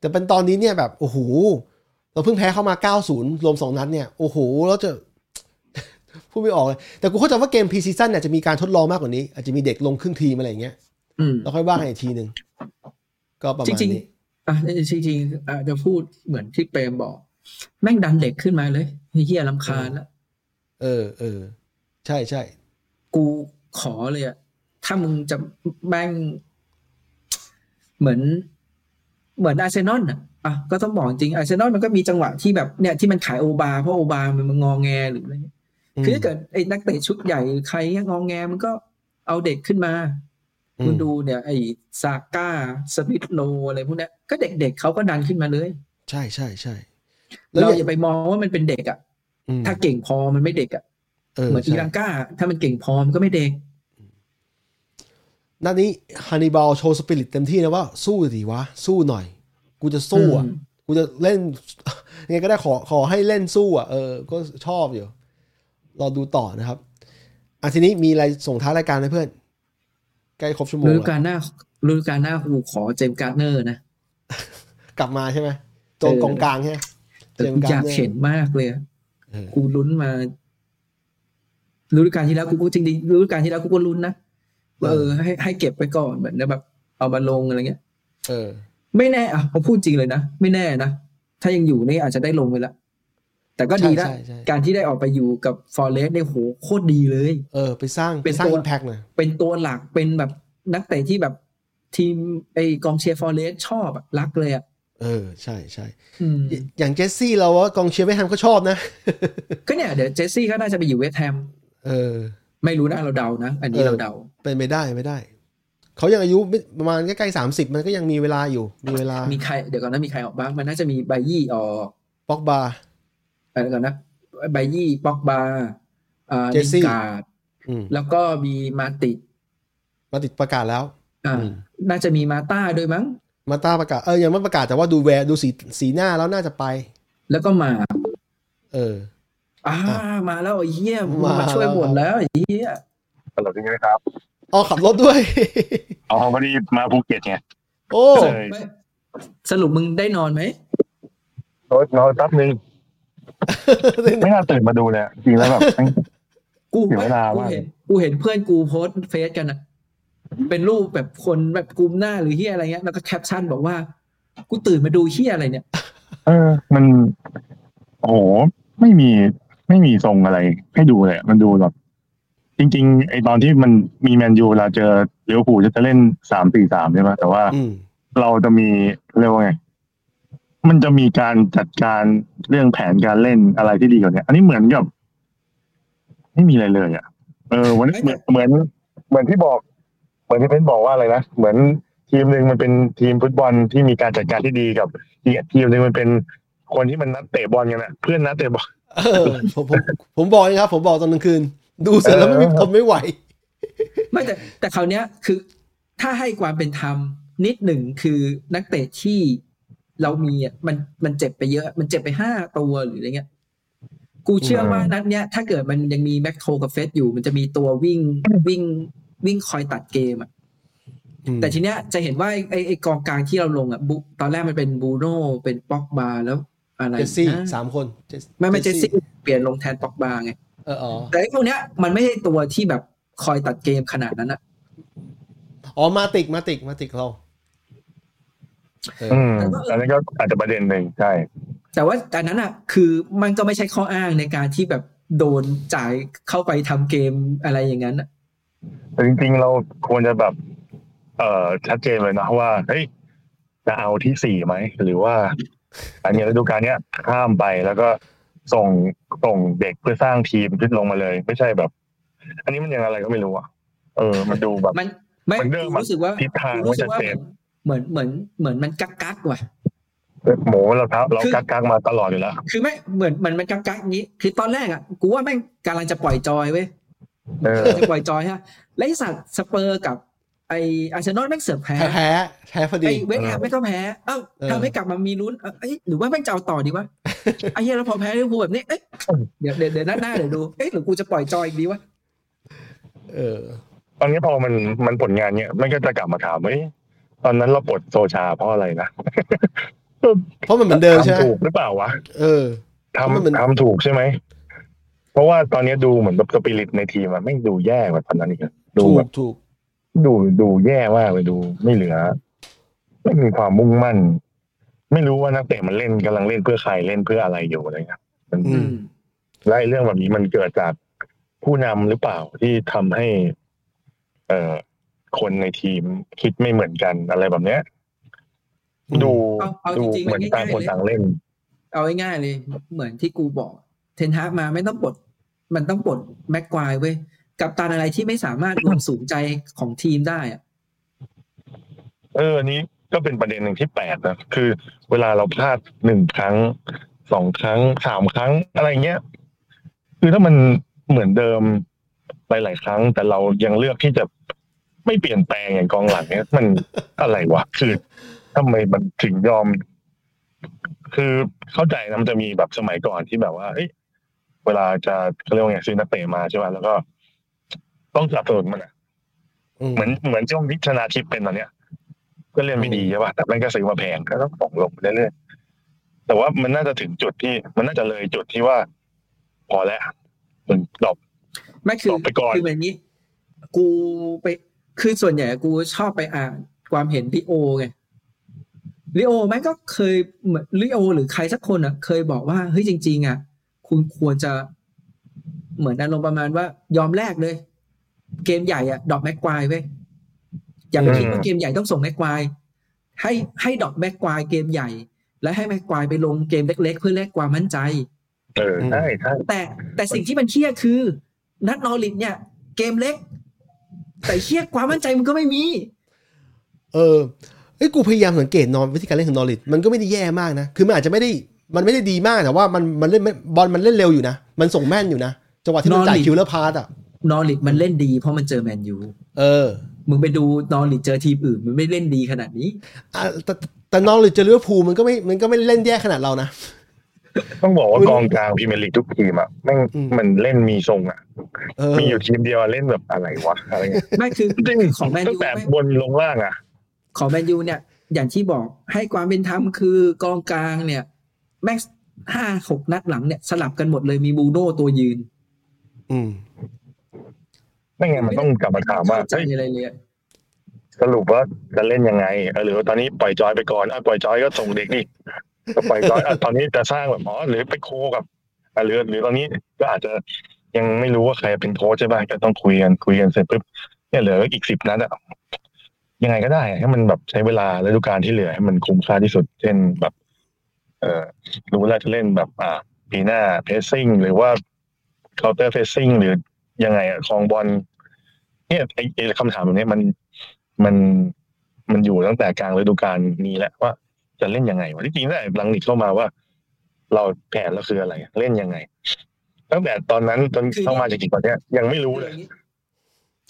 แต่เป็นตอนนี้เนี่ยแบบโอ้โหเราเพิ่งแพ้เข้ามา 90 รวม 2 นัดเนี่ยโอ้โหแล้วจะ พูดไม่ออกเลย แต่กูเข้าใจว่าเกมพีซีซั่นเนี่ยจะมีการทดลองมากกว่านี้ อาจจะมีเด็กลงครึ่งทีมอะไรอย่างเงี้ย
อืม
เราค่อยว่ากันอีกทีหนึ่งก็ประ
จ
มาณ
ริง
นี้
ๆอ่ะจริงๆอาจจะพูดเหมือนที่เปรมบอก แม่งดันเด็กขึ้นมาเลยไอ้เฮียลำคาญละ
เออเออใช่ใช่
กูขอเลยอะถ้ามึงจะแม่ง เหมือน เหมือนอาร์เซนอลอะอ่ะก็ต้องบอกจริงอาร์เซนอลมันก็มีจังหวะที่แบบเนี่ยที่มันขายโอบาเพราะโอบามันงอแงหรืออะไรเงี้ย คือถ้าเกิดไอ้นักเตะชุดใหญ่หรือใครเงี้ยงองแงมันก็เอาเด็กขึ้นมา
อืม
คุณดูเนี่ย ไอ้ซาก้าสมิธโนอะไรพวกเนี้ยก็เด็กๆเขาก็ดันขึ้นมาเลย
ใช่ใช่ใช่
เราอย่าไปมองว่ามันเป็นเด็กอ่ะ
อืม
ถ้าเก่งพอมันไม่เด็กอ่ะ
เออ
เหมือนอี
ใช่
ลังกาถ้ามันเก่งพอมันก็ไม่เด็ก
ด้านนี้ฮันนิบาลโชว์สปิริตเต็มที่นะว่า สู้ดีวะ สู้หน่อย กูจะสู้อ่ะ
อืม
กูจะเล่น ยังไงก็ได้ขอขอให้เล่นสู้อ่ะ เออ ก็ชอบอยู่ รอดูต่อนะครับ อ่ะทีนี้มีอะไรส่งท้ายรายการไหมเพื่อน ใกล้ครบชั่วโมง
ฤดู
แล้ว
กาลหน้าฤดูกาลหน้ากูขอเจมส์การ์เนอร์นะ
กลับมาใช่ไหมตรงกองกลางใช่ไหม
แต่กูอยากเห็นมากเลยอะ
เออ
กูลุ้นมาฤดูกาลที่แล้วกูก็จริงๆฤดูกาลที่แล้วกูก็ลุ้นนะว่าเออให้ให้เก็บไปก่อนเหมือนแบบเอามาลงอะไรเงี้ย
เออ
ไม่แน่อ่ะผมพูดจริงเลยนะ ไม่แน่นะ ถ้ายังอยู่นี่อาจจะได้ลงไปละแต่ก็ดีละ
ใช่ใช่ใช่
การที่ได้ออกไปอยู่กับฟอร์เรสเนี่ยโหโคตรดีเลย
เออ ไปสร้าง
เป็
ไป
น
สร้าง
ตัว
อิมแพกหน่อย
เป็นตัวหลักเป็นแบบนักเตะที่แบบทีมไอ้กองเชียร์ฟอร์เรสชอบอะรักเลยอ่ะ
เออ ใช่ใช่
อืม
อย่างเจสซี่เราว่ากองเชียร์ไม่ทำก็ชอบนะ
ก็เนี่ยเดี๋ยวเจสซี่ก็น่าจะไปอยู่เวสต์แฮม
เออ
ไม่รู้นะเราเดานะ อันนี้
เออ
เราเดา
เป็นไปได้ไม่ได้ เขายังอายุไม่ประมาณใกล้ๆสามสิบมันก็ยังมีเวลาอยู่ มีเวลา
มีใครเดี๋ยวก่อนนะมีใครออกบ้างมันน่าจะมีไบยี่ออก
ป็อกบา
เออเดี๋ยวก่อนนะไบยี่ปอกบาอ่า
เจสซี่
ลิงการ์ด
อืม
แล้วก็มีมาติ
มาติดประกาศแล้ว
อ่า
อืม
น่าจะมีมาต้าด้วยมั้ง
มาต้าประกาศ เออยังไม่ประกาศแต่ว่าดูแวร์ดูสีสีหน้าแล้วน่าจะไป
แล้วก็หมาก
เออ
อ่ามาแล้วไอ้เหี้ยมึง
มา
มาช่วย
แล้ว
บ่นแล้วไอ้เหี้ย
ฮัลโหลพี่ยุ้ยครับ
อ๋อขับรถด้วย
อ๋อพอดีมาภูเก็ตไง
โอ้
ก็เลย
ไม่สรุปมึงได้นอนไหม
โอ๊ยนอนแป๊บ นึง ไม่น่าตื่นมาดูเลยอะจริงแล้วแบบ
กู
เสียเวลา
กู
มาก
เห็นกูเห็นเพื่อนกูโพสต์เฟซกันอะเป็นรูปแบบคนแบบกลุมหน้าหรือเหี้ยอะไรเงี้ยแล้วก็แคปชั่นบอกว่า กูตื่นมาดูเหี้ยอะไรเนี่ย
เออ มัน โอ้โห ไม่มี ไม่มีทรงอะไร ให้ดูเลยอะมันดูแบบจริง ๆ ไอตอนที่มันมีแมนยูเราเจอลิเวอร์พูลจะเล่นสามสี่สามใช่ไหมแต่ว่า
อืม
เราจะมีเรียกว่าไง มันจะมีการจัดการเรื่องแผนการเล่นอะไรที่ดีกว่านี้อันนี้เหมือนกับ ไม่มีอะไรเลยอ่ะ เออวันนี้เหมือนเหมือนเหมือนที่บอก เหมือนที่เป็นบอกว่าอะไรนะ เหมือนทีมหนึ่งมันเป็นทีมฟุตบอลที่มีการจัดการที่ดีกับอีกทีมหนึ่งมันเป็นคนที่มันนัดเตะบอลกันอะเพื่อนนัดเตะบอล
เออผมผมผมบอกนะครับ ผมบอกตอนกลางคืน ดูเสร็จแล้วไม่มี
เออ
ทนไม่ไหว
ไม่แต่แต่คราวเนี้ยคือถ้าให้ความเป็นธรรมนิดหนึ่งคือนักเตะที่เรามีอ่ะมันมันเจ็บไปเยอะ มันเจ็บไปห้าตัวหรืออะไรเงี้ย กูเชื่อว่านัดเนี้ย ถ้าเกิดมันยังมีแม็กโทกับเฟสอยู่ มันจะมีตัววิ่งวิ่งวิ่งคอยตัดเกมอ่ะ
อืม
แต่ทีเนี้ยจะเห็นว่าไอ้ไอ้ไอ้กองกลางที่เราลงอ่ะบุตอนแรกมันเป็นบูโน่เป็นป็อกบาแล้วอะไร
เจสซี่
นะ
สามคนเจส
ไม่ไม่เจสซี่เปลี่ยนลงแทนป็อกบาไง
เอออ๋อ
แต่ไอ้พวกเนี้ยมันไม่ใช่ตัวที่แบบคอยตัดเกมขนาดนั้นอะ
อ๋อมาติกมาติกมาติกเราเออ
อืมอันนี้ก็อาจจะประเด็นหนึ่งใช่
แต่ว่าอันนั้นอ่ะ คือมันก็ไม่ใช่ข้ออ้างในการที่แบบโดนจ่ายเข้าไปทำเกมอะไรอย่างนั้นอะ
แต่จริงๆ เราควรจะแบบ เอ่อชัดเจนเลยนะว่าเฮ้ยจะเอาที่สี่ไหม หรือว่า อันนี้ฤดูกาลเนี้ยข้ามไปแล้วก็ส่งส่งเด็กเพื่อสร้างทีมขึ้นลงมาเลย ไม่ใช่แบบ อันนี้มันยังอะไรก็ไม่รู้อ่ะเออ มันดูแบบ
มันไม่
เหมือนเดิมอะ
รู้สึกว่า
ทิศทาง
รู้สึกว่า
ไม่ชัดเจน
เหมือนเหมือนเหมือนเหมือนมันกักกักว่ะ
หมูเราทับเรา
คือ
กักกักๆมาตลอดอยู่แล้ว
คือไม่เหมือนเหมือนมันกักกักอย่างนี้ คือตอนแรกอ่ะกูว่าแม่งกำลังจะปล่อยจอยเว้ย
เออ
จะปล่อยจอยฮะและไอ้สัตว์สเปอร์กับ ไออาร์เซนอลแม่งเสือกแพ้
แพ้แพ้แพ้พอดี
ไอเวสต์แฮมไม่งก็แพ้เอ้า
เออ
ทำให้กลับมามีลุ้นเอ้ยหรือว่าแม่งจะเอาต่อดีวะ ไอ้เหี้ยแล้วพอแพ้ลิเวอร์พูลแบบนี้เอ้ยเดี๋ยวเดี๋ยวเดี๋ยวนัดหน้าเดี๋ยวดูเอ้ยหรือกูจะปล่อยจอยอีกดีวะ
เออ
ตอนนี้พอมันมันผลงานเนี้ยมันก็จะกลับมาถามว่าเอ๊ะตอนนั้นเราปลดโซชาเพราะอะไรนะ
เพราะมันเหมือนเดิมใช่ไหม
ทำถูกหรือเปล่าวะ
เออ
ท
เพราะมัน
ำทำถูกใช่ไหม เพราะว่าตอนนี้ดูเหมือนแบบสปิริตในทีมอะไม่งดูแย่กว่าตอนนั้นอีกอะดู
ถู
แบ
ก
บ
ถูก
ดูดูแย่มากเลยดูไม่เหลือ ไม่มีความมุ่งมั่น ไม่รู้ว่านักเตะมันเล่นกำลังเล่นเพื่อใครเล่นเพื่ออะไรอยู่อะไรเงี้ยมัน
อืม
และไอ้เรื่องแบบนี้มันเกิดจากผู้นำหรือเปล่าที่ทำให้ เอ่อคนในทีมคิดไม่เหมือนกันอะไรแบบเนี้ย ดู
เอาเอา
ดู
จริงๆ
เหมือน
มัน
ต่าง
ง่ายๆ
คน
เลย
ต่างเล่น
เอาง่ายๆเลยเหมือนที่กูบอก เทนฮากมาไม่ต้องปลดมันต้องปลดแม็กควายเว้ยกับตันอะไรที่ไม่สามารถรวมสูงใจของทีมได้อะ
เอออันนี้ก็เป็นประเด็นหนึ่งที่แปลกนะ คือเวลาเราพลาดหนึ่งครั้งสองครั้งสามครั้งอะไรเงี้ย คือถ้ามันเหมือนเดิมหลายๆครั้ง แต่เรายังเลือกที่จะไม่เปลี่ยนแปลงอย่างกองหลังเนี้ย มันอะไรวะคือทำไมมันถึงยอม คือเข้าใจนะมันจะมีแบบสมัยก่อนที่แบบว่าเอ้ยเวลาจะเขาเรียกว่าไงซื้อนักเตะมาใช่ไหมแล้วก็ ต้องสนับสนุนมันอะ เหมือนเหมือนช่วงที่ชนะทิพย์เป็นตอนเนี้ย ก็เล่นไม่ดีใช่ป่ะแต่มันก็ซื้อมาแพงก็ต้องส่งลงไปเรื่อยๆแต่ว่ามันน่าจะถึงจุดที่ มันน่าจะเลยจุดที่ว่า พอแล้วมันดรอป
ไม่คือ
ตอบไปก่อน
คือแบบนี้ กูไป คือส่วนใหญ่กูชอบไปอ่านความเห็นลิโอไงลิโอแม่งก็เคยเหมือนลิโอ หรือใครสักคนอ่ะ เคยบอกว่าเฮ้ยจริง ๆ อ่ะ คุณควรจะเหมือนอารมณ์ประมาณว่ายอมแลกเลย เกมใหญ่อ่ะดอกแม็กควายเว้ยอย่าไปคิดว่าเกมใหญ่ต้องส่งแม็กควายให้ให้ดอกแม็กควายเกมใหญ่ และให้แม็กควายไปลงเกมเล็ก ๆ เพื่อแลกความมั่นใจ
เออใช่ใช่
แต่แต่สิ่งที่มันเครียดคือ นัดนอริทเนี่ย เกมเล็ก แต่เครียดความมั่นใจมันก็ไม่มี
เออเอ้ยกูพยายามสังเกตนอนวิธีการเล่นของนอริทมันก็ไม่ได้แย่มากนะ คือมันอาจจะไม่ได้มันไม่ได้ดีมากแต่ว่ามันมันเล่นไม่บอลมันเล่นเร็วอยู่นะ มันส่งแม่นอยู่นะจังหวะที่มันจ่าย
Norwich
คิวเลอร์พาสอ่ะ
นอริทมันเล่นดีเพราะมันเจอแมนยู
เออ
มึงไปดูนอริทเจอทีมอื่น มันไม่เล่นดีขนาดนี้
อ่ะแต่แต่นอริทเจอลิเวอร์พูลมันก็ไม่มันก็ไม่เล่นแย่ขนาดเรานะ
ต้องบอกว่ากองกลางพรีเมียร์ลีกทุกทีมอ่ะแม่ง
อืม
มันเล่นมีทรงอ่ะ
เออ
มีอยู่ทีมเดียวอะเล่นแบบอะไรวะอะไรเงี้ย
ไม่ คือคือของแมน
ตั้
ยู
งแต่
แม่ง
บนลงล่างอ่ะ
ของแมนยูเนี่ย อย่างที่บอกให้ความเป็นธรรมคือกองกลางเนี่ย แม็กซ์ห้าหกนัดหลังเนี่ย สลับกันหมดเลยมีบูโน่ตัวยืน
อืม
ไม่งั้นมันต้องกลับมาถามว่า
ใจ
เฮ้ย
อะไรเลยอะ
สรุปว่าจะเล่นยังไงเออหรือว่าตอนนี้ปล่อยจอยไปก่อนอ่ะปล่อยจอยก็ส่งเด็กนี่ก็ปล่อยจอยอ่ะตอนนี้จะสร้างแบบอ๋อหรือไปโคกับอ่ะหรือหรือตอนนี้ก็อาจจะยังไม่รู้ว่าใครเป็นโค้ชใช่ป่ะก็ต้องคุยกันคุยกันเสร็จปุ๊บเนี่ยเหลืออีกสิบนัดอ่ะยังไงก็ได้ให้มันแบบใช้เวลาฤดูกาลที่เหลือให้มันคุ้มค่าที่สุด เช่นแบบ เออรู้แล้วจะเล่นแบบ อ่าปีหน้าเพสซิ่งหรือว่าเคาน์เตอร์เพสซิ่งหรือยังไงอะคลองบอล เนี่ยไอ้ไอ้คำถามแบบเนี้ยมันมันมันอยู่ตั้งแต่กลางฤดูกาลนี้แหละว่า จะเล่นยังไงวะที่จริงตั้งแต่หลังหลีกเข้ามาว่า เราแผนเราคืออะไร เล่นยังไง ตั้งแต่ตอนนั้นจนเข้ามาจนกี่วันเนี้ยยังไม่รู้เลย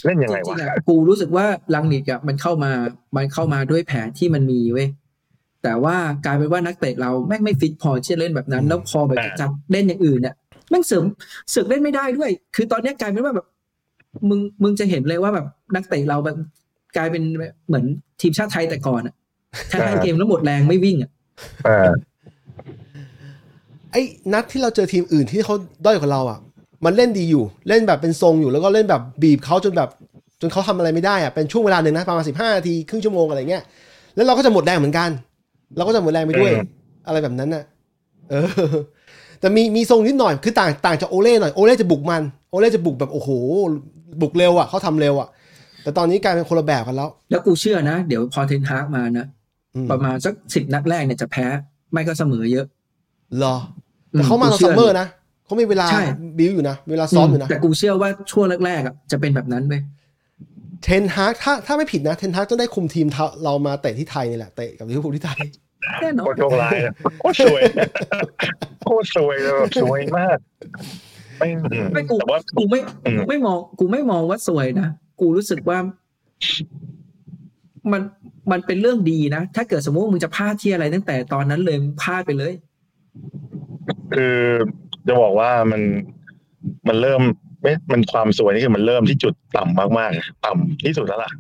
เล่น
จ
ยังไง
ริ
วะ
งๆอะกูรู้สึกว่าลังนิกอะมันเข้ามามันเข้ามาด้วยแผนที่มันมีเว้ยแต่ว่ากลายเป็นว่านักเตะเราแม่งไม่ฟิตพอที่จะเล่นแบบนั้น แล้วพอแบบจะจับเล่นอย่างอื่นเนี่ยแม่งเสริมเสือกเล่นไม่ได้ด้วย คือตอนเนี้ยกลายเป็นว่าแบบ มึงมึงจะเห็นเลยว่าแบบนักเตะเราแบบกลายเป็นเหมือนทีมชาติไทยแต่ก่อนอะแค่ให้เกมแล้วหมดแรงไม่วิ่งอะ
อ่า
ไอ้นัดที่เราเจอทีมอื่นที่เขาด้อยกว่าเราอ่ะ มันเล่นดีอยู่ เล่นแบบเป็นทรงอยู่แล้วก็เล่นแบบบีบเขาจนแบบ จนเขาทำอะไรไม่ได้อ่ะเป็นช่วงเวลาหนึ่งนะประมาณสิบห้านาทีครึ่งชั่วโมงอะไรเงี้ยแล้วเราก็จะหมดแรงเหมือนกัน เราก็จะหมดแรงไปด้วย อะไรแบบนั้นน่ะ เอ อ แต่มีมีทรงนิดหน่อยคือต่างต่างจากโอเล่หน่อยโอเล่จะบุกมันโอเล่จะบุกแบบโอ้โห บุกเร็วอ่ะเขาทำเร็วอ่ะ แต่ตอนนี้กลายเป็นคนละแบบกันแล้ว
แล้วกูเชื่อนะ เดี๋ยวพอเทนฮากมานะ
อืม
ประมาณสักสิบนัดแรกเนี่ยจะแพ้ไม่ก็เสมอเยอะ
เหรอแต่เขามาตอนซัมเมอร์นะเขามีเวลา
ใช่
บิวอยู่นะเวลาซ้อมอยู่นะ
แต่กูเชื่อว่าช่วงแรกๆอ่ะจะเป็นแบบนั้นเว้ย
เทนฮากถ้าถ้าไม่ผิดนะ เทนฮากต้องได้คุมทีมเทาเรามาเตะที่ไทยนี่แหละ เตะกับลิเวอร์พูลที่ไทย
แน่นอ
โคต
น
รโชคร้ายนะโคตรสวยโคตรสวยเลยแบบสวยมากไม่
ไม่กู
แต่ว่า
กูไม่
อืม
กูไม่มอง กูไม่มองว่าสวยนะกูรู้สึกว่า มันมันเป็นเรื่องดีนะถ้าเกิดสมมติว่ามึงจะพลาดที่อะไรตั้งแต่ตอนนั้นเลยมึงพลาดไปเลย
คือจะบอกว่ามันมันเริ่มไม่มันความสวยนี่คือมันเริ่มที่จุดต่ำมากๆ ต่ำที่สุดแล้วล่ะ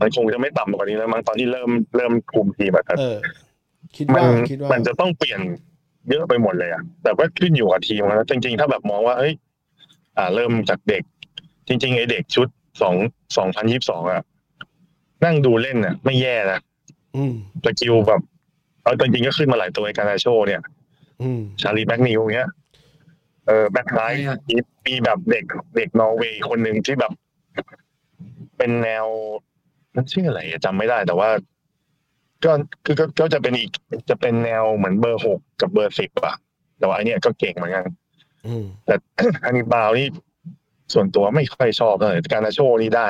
มันคงจะไม่ต่ำกว่านี้แล้วมั้งตอนที่เริ่มเริ่มคุมทีมอะครับ
เออ คิด
มัน
ว่าคิดว่า
มันจะต้องเปลี่ยนเยอะไปหมดเลยอะแต่ว่าขึ้นอยู่กับทีมนะจริงๆ ถ้าแบบมองว่าเอ้ยอ่า เริ่มจากเด็ก จริงๆไอเด็กชุดสองสองพันยิบสองอะนั่งดูเล่นอะไม่แย่นะ
อืม
สกิลแบบเอาจริงๆก็ขึ้นมาหลายตัวไอ้การาโชเนี่ย
อืม
ชาลีแบ็กนิวเงี้ย เออแบ็กไลท์
ใช่อะ
มีมีแบบเด็กเด็กนอร์เวย์คนหนึ่งที่แบบ เป็นแนวนั่นชื่ออะไรอะจำไม่ได้แต่ว่า ก็คือก็ก็จะเป็นอีก จะเป็นแนวเหมือนเบอร์หกกับเบอร์สิบอะแต่ว่าไอเนี้ยก็เก่งเหมือนกัน
อืม
แต่ อันนี้บราวน์นี่ส่วนตัวไม่ค่อยชอบเลยแต่การนาโชนี่ได้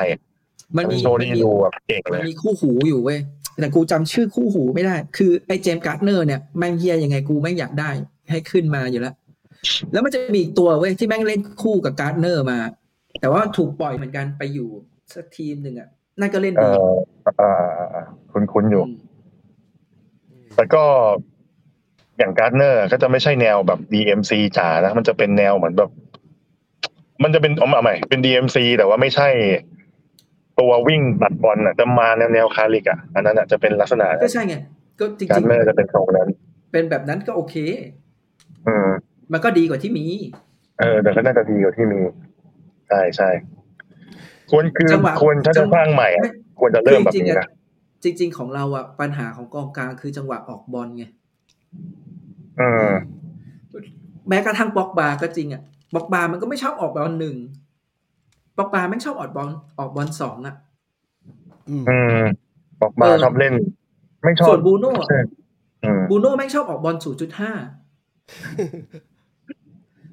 มัน
การ
มี
นาโช
มั
นี่
มี
ดูแบบเก่งเล
มัน
ย
มีคู่หูอยู่เว้ยแต่กูจำชื่อคู่หูไม่ได้ คือไอ้เจมส์การ์ดเนอร์เนี่ยแม่งเฮียยังไงกูแม่งอยากได้ ให้ขึ้นมาอยู่แล้ว แล้วมันจะมีอีกตัวเว้ยที่แม่งเล่นคู่กับการ์ดเนอร์มา แต่ว่าถูกปล่อยเหมือนกันไปอยู่สักทีมหนึ่งอ่ะนั่นก็เล่น
เอ
ดี
อเอ่อคุ้นคุ้นๆอยู่
ม
แต่ก็อย่างการ์ดเนอร์ก็จะไม่ใช่แนวแบบ DMC จ๋านะ มันจะเป็นแนวเหมือนแบบ มันจะเป็นเอามาใหม่เป็น DMC แต่ว่าไม่ใช่ ตัววิ่งตัดบอลอ่ะจะมาแนวแนวคาลิกอ่ะอันนั้นอ่ะจะเป็นลักษณะ
ก็ใช่ไงก็จ
การ์
ริ
ด
ง
เนอร์จะเป็นทรงนั้น
ๆ เป็นแบบนั้นก็โอเค
อืม
มันก็ดีกว่าที่มี
เออแต่ก็น่าจะดีกว่าที่มี ใช่ใช่ควรคือ
จังหวะ
ควรถ้าจะสร้างใหม่อะ
ไม่
ควรจะเริ่มแบบ
จริงๆ
นี้
อะ
นะ
จริง ๆ ของเราอ่ะปัญหาของกองกลางคือจังหวะออกบอลไง
อืม
แม้กระทั่งบ็อกบาก็จริงอะบ็อกบามันก็ไม่ชอบออกบอลหนึ่งบ็อกบาแม่งชอบออกบอลออกบอลสองอะ
อืม
อืมออกมา
เออ
ชอบเล่น ไม่ชอบ
ส่วนบูโน่อะ
ใช่อืม
บูโน่แม่งชอบออกบอลศูนย์จุดห้า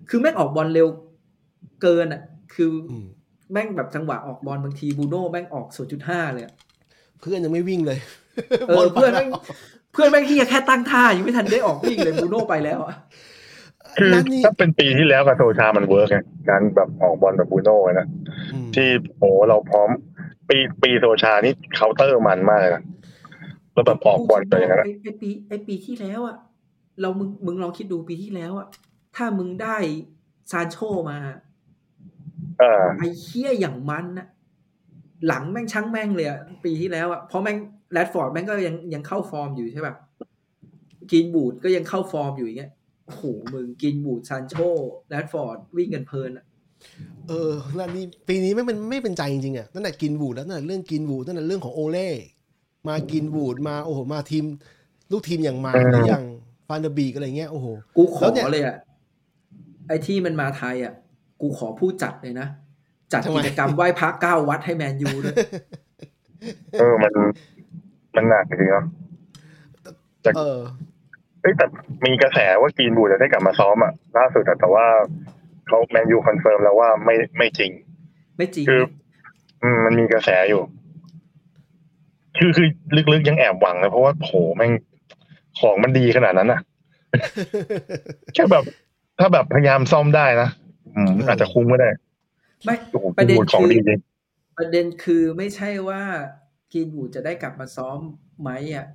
คือแม่งออกบอลเร็วเกินอะคือ
อืม
แม่งแบบจังหวะออกบอลบางทีบูโน่แม่งออกศูนย์จุดห้าเลยอะ
เพื่อนยังไม่วิ่งเลย
เออ เพื่อนแม่งเพื่อนแม่งที่แค่ตั้งท่ายังไม่ทันได้ออกวิ่งเลยบูโน่ไปแล้วอะ
คือ
นัดนี้
ถ้าเป็นปีที่แล้วกับโซชามันเวิร์กไงการแบบออกบอลแบบบูโน่ไงนะ
อืม
ที่โอ้โหเราพร้อม ปีปีโซชานี่เคาน์เตอร์มันมากเลยนะแล้วแบบออกบอลไปอย่างนั้นอะ
ไอปีไอปีที่แล้วอะ เรามึงมึงลองคิดดูปีที่แล้วอะถ้ามึงได้ซานโชมา
อ่า
ไอ้เคี้ยอย่างมันนะหลังแม่งช้างแม่งเลยอะปีที่แล้วอะเพราะแม่งแรดฟอร์ดแม่งก็ยังยังเข้าฟอร์มอยู่ใช่ป่ะกินบูดก็ยังเข้าฟอร์มอยู่อย่างเงี้ยโอ้โหมึงกินบูดซานโชแรดฟอร์ดวิ่งกันเพลินอะ
เออนั่นนี่ปีนี้ไม่เป็นไม่เป็นใจจริงๆอ่ะตั้งแต่กินบูดแล้วตั้งแต่เรื่องกินบูดตั้งแต่เรื่องของโอเล่มากินบูดมาโอ้โหมาทีม ลูกทีมอย่างมา
เออ
หรืออย่างฟานเดอร์บีกอะไรเงี้ยโอ้โห
กูขอ
แล้วเนี่ย
เลยอะไอ้ที่มันมาไทยอะกูขอผู้จัดเลยนะ จัด
ทำไม
กิจกรรมไหว้พระเก้าวัดให้แมนยูด้วย
เออมันมันหนักจริงๆเนาะ
เออ
เอ้ยแต่มีกระแสว่ากีนบูดจะได้กลับมาซ้อมอ่ะล่าสุดอะแต่ว่าเขาแมนยูคอนเฟิร์มแล้วว่าไม่ไม่จริง
ไม่จริง
คือ อืมมันมีกระแสอยู่ คือคือลึกๆยังแอบหวังนะเพราะว่าโหแม่งของมันดีขนาดนั้นอ่ะ แค่แบบ ถ้าแบบพยายามซ่อมได้นะอืม
เอออ
อาจจะคุ้มก็ได้
ไม่
โอ้โห
ประเด็น
บูดของ
คือ
ดีจริง
ประเด็นคือไม่ใช่ว่ากีนบูดจะได้กลับมาซ้อมไหมอ่ะ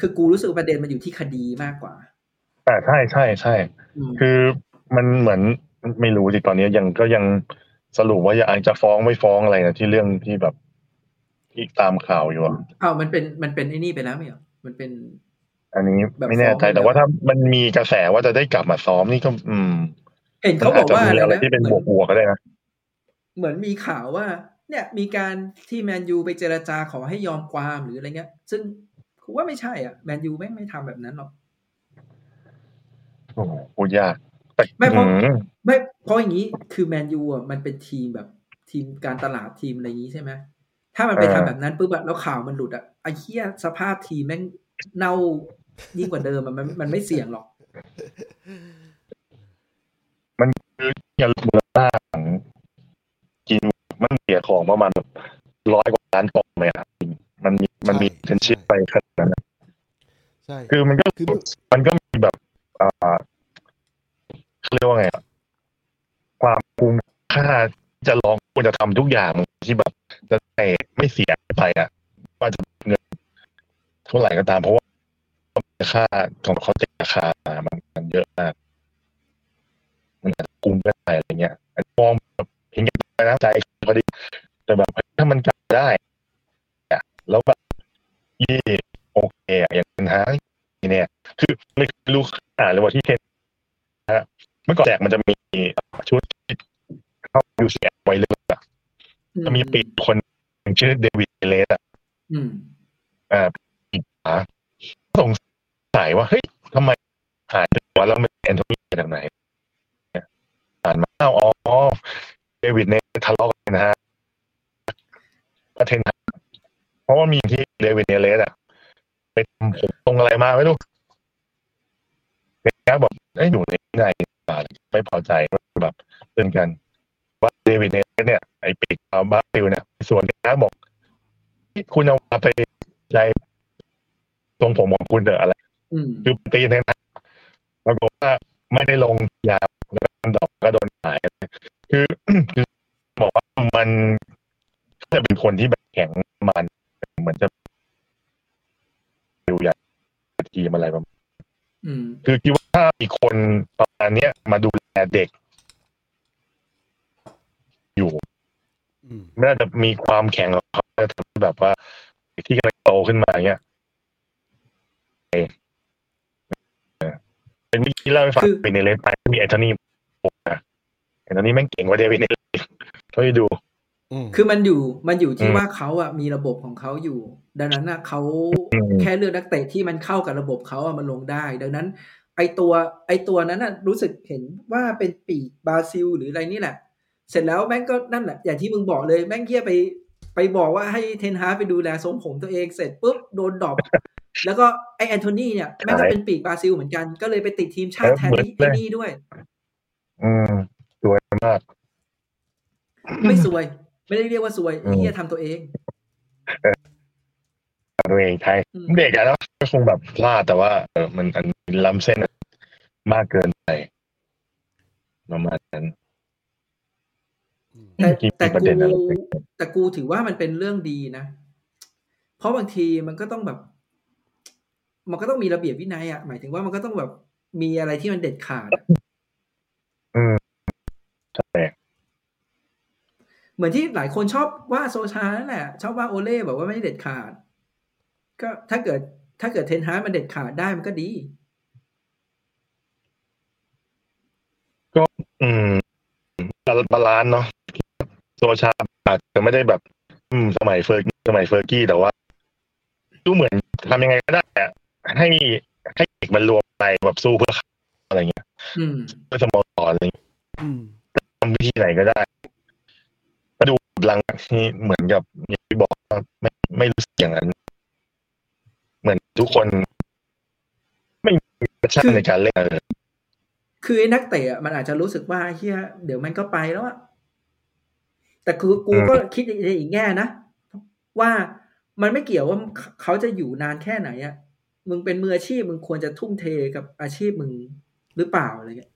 คือกูรู้สึกประเด็นมันอยู่ที่คดีมากกว่า
อ่าใช่ใช่ใช่
อืม
คือมันเหมือนไม่รู้สิตอนนี้ยังก็ยังสรุปว่าจะอาจจะฟ้องไม่ฟ้องอะไรนะที่เรื่องที่แบบที่ตามข่าวอยู่อะ
อ้าวมันเป็นมันเป็นไอ้นี่ไปแล้วไหมเหรอมันเป็น
อันนี้
แบบ
ไม่แน่ใจ
ซ้อม
แต่ว่าถ้ามันมีกระแสว่าจะได้กลับมาซ้อมนี่ก็ อืม
เห็นเขาบอกว่า
มันจจะมีอะไร
นะ
ที่เป็น
เห
บ
มือ
ว
น
กๆก็ได้นะ
เหมือนมีข่าวว่า เนี่ย มีการที่แมนยูไปเจรจาขอให้ยอมความหรืออะไรเงี้ย ซึ่งกูว่าไม่ใช่อ่ะแมนยูไม่งไม่ทำแบบนั้นหรอก
โอ้โหพูดยากแต่
ไม่เพราะ
อืม
ไม่เพราะอย่างนี้คือแมนยูอ่ะมันเป็นทีมแบบทีมการตลาดทีมอะไรอย่างนี้ใช่ไหมถ้ามันไปทำแบบนั้นปุ๊บอะแล้วข่าวมันหลุดอ่ะไอ้เหี้ยสภาพทีมแม่งเน่ายิ่งกว่าเดิมอะมันมันไม่เสี่ยงหรอก
อย่าลืมมูลค่าของกินมันเสียของประมาณร้อยกว่าล้านปอนด์เลยอะมันมีมันมี
ใช่
เทนชิพไปขนาดนั้นอะ
ใช่
คือมันก็
คือ
มันก็มีแบบอ่าเขาเรียกว่าไงอะความคุ้มค่าที่จะลองควรจะทำทุกอย่างที่แบบจะได้ไม่เสียไปอ่ะ ว่าจะเงินเท่าไหร่ก็ตามเพราะว่าค่าของเขาจะราคามันมันเยอะมากมันอาจจะกุมก็ได้อะไรเงี้ยอาจจะมองแบบเห็นแกันไปนะใจพอดีแต่แบบถ้ามันกลับได้อะแล้วแบบยี่โอเคอะอย่างนั้นฮะเนี่ย คือไม่รู้อ่านเลยว่าที่เคนนะฮะเมื่อก่อนแจกมันจะมีชุดที่เข้ายูเซียไว้เลยอะจะมีปีกคนหนึ่งชื่อเดวิดเลสอะ
อืม
เอ่อปีกขวาสงสัยว่าเฮ้ยทำไมหายไปวะแล้วมันแอนโทนีมาจากไหนเนี่ยอ่านมาอ้าวอ๋อเดวิดเนสทะเลาะกันนะฮะประเทศนะเพราะว่ามีที่เดวิดเนเลสอะไปทำผมตรงอะไรมาไม่รู้เนสบอกเอ้ยอยู่ในไหนมาไม่พอใจแบบเตือนกัน ว่าเดวิดเนเลสเนี่ยไอ้ปีกขาวบราซิลเนี่ยส่วนเนสบอกที่คุณเอามาไป ใจตรงผมของคุณเถอะอะไร
อืม
คือตีแทนนะปรากฏว่าไม่ได้ลงยาวแล้วก็ดอกก็โดนหายคือ คือบอกว่ามันจะเป็นคนที่แบบแข็งมันเหมือนจะดูอย่างทีมอะไรประมาณ
อืม
คือคิดว่าถ้ามีคนประมาณเนี้ยมาดูแลเด็ก อยู่
อืม
น่าจะมีความแข็งของเขาจะทำให้แบบว่าเด็กที่กำลังโตขึ้นมาเนี้ยเออเป็นวิธีเล่าให้ฟัง
คือ
เป็นในเลนไปมีแอนโทนีผมนะแอนโทนีแม่งเก่งกว่าเดวิดเนเลสเท่าที่ดู
อืม
คือมันอยู่มันอยู่ที่
อืม
ว่าเขาอะมีระบบของเขาอยู่ ดังนั้นอะเขา
อืม
แค่เลือกนักเตะที่มันเข้ากับระบบเขาอะมันลงได้ ดังนั้น ไอตัว ไอตัวนั้นอะรู้สึกเห็นว่าเป็นปีกบราซิลหรืออะไรนี่แหละ เสร็จแล้วแม่งก็นั่นแหละอย่างที่มึงบอกเลยแม่งเกียไปไปบอกว่าให้เทนฮาร์กไปดูแลทรงผมตัวเองเสร็จปุ๊บโดนดรอป แล้วก็ไอแอนโทนีเนี่ยแม่งก็เป็นปีกบราซิลเหมือนกันก็เลยไปติดทีมชาติแทนที่ไอนี่ด้วย
อืมสวยมาก
ไม่สวย ไม่ได้เรียกว่าสวยไอ้เฮียทำตัวเอง
ตัวเองใช่
อืม
เด็กอะเนาะก็คงแบบพลาดแต่ว่าเออมันอันล้ำเส้นมากเกินไปประมาณนั้น
อืม
แต่
จริงๆ
แต่
ประ
กู
เด็นอะไร
แต่กูถือว่ามันเป็นเรื่องดีนะ เพราะบางทีมันก็ต้องแบบ มันก็ต้องมีระเบียบวินัยอ่ะหมายถึงว่ามันก็ต้องแบบมีอะไรที่มันเด็ดขาดอะ
อืม
เหมือนที่หลายคนชอบว่าโซชานั่นแหละชอบว่าโอเล่บอกว่าไม่เด็ดขาด ก็ถ้าเกิดถ้าเกิดเทนฮาร์กมันเด็ดขาดได้มันก็ดี
อืมบาลานซ์เนาะโซชาอาจจะไม่ได้แบบ อืม สมัยเฟอร์สมัยเฟอร์กี้แต่ว่าดูเหมือนทำยังไงก็ได้อะให้ให้เด็กมันรวมไปแบบสู้เพื่อเขาอะไรเงี้ย
อืม
เพื่อสโมสรอะไรเงี้ย
อืม
ทำวิธีไหนก็ได้ก็ดูหลังจากที่เหมือนกับอย่างที่บอกว่าไม่ไม่รู้สึกอย่างนั้น เหมือนทุกคน ไม่มีแพชชั่นในการเล่นเลย
คือไอ้นักเตะอะมันอาจจะรู้สึกว่าเฮียเดี๋ยวมันก็ไปแล้วอะแต่คือกูก็คิดในอีกแง่นะ ว่ามันไม่เกี่ยวว่าเขาจะอยู่นานแค่ไหนอะมึงเป็นมืออาชีพมึงควรจะทุ่มเทกับอาชีพมึงหรือเปล่าอะไรเงี้ย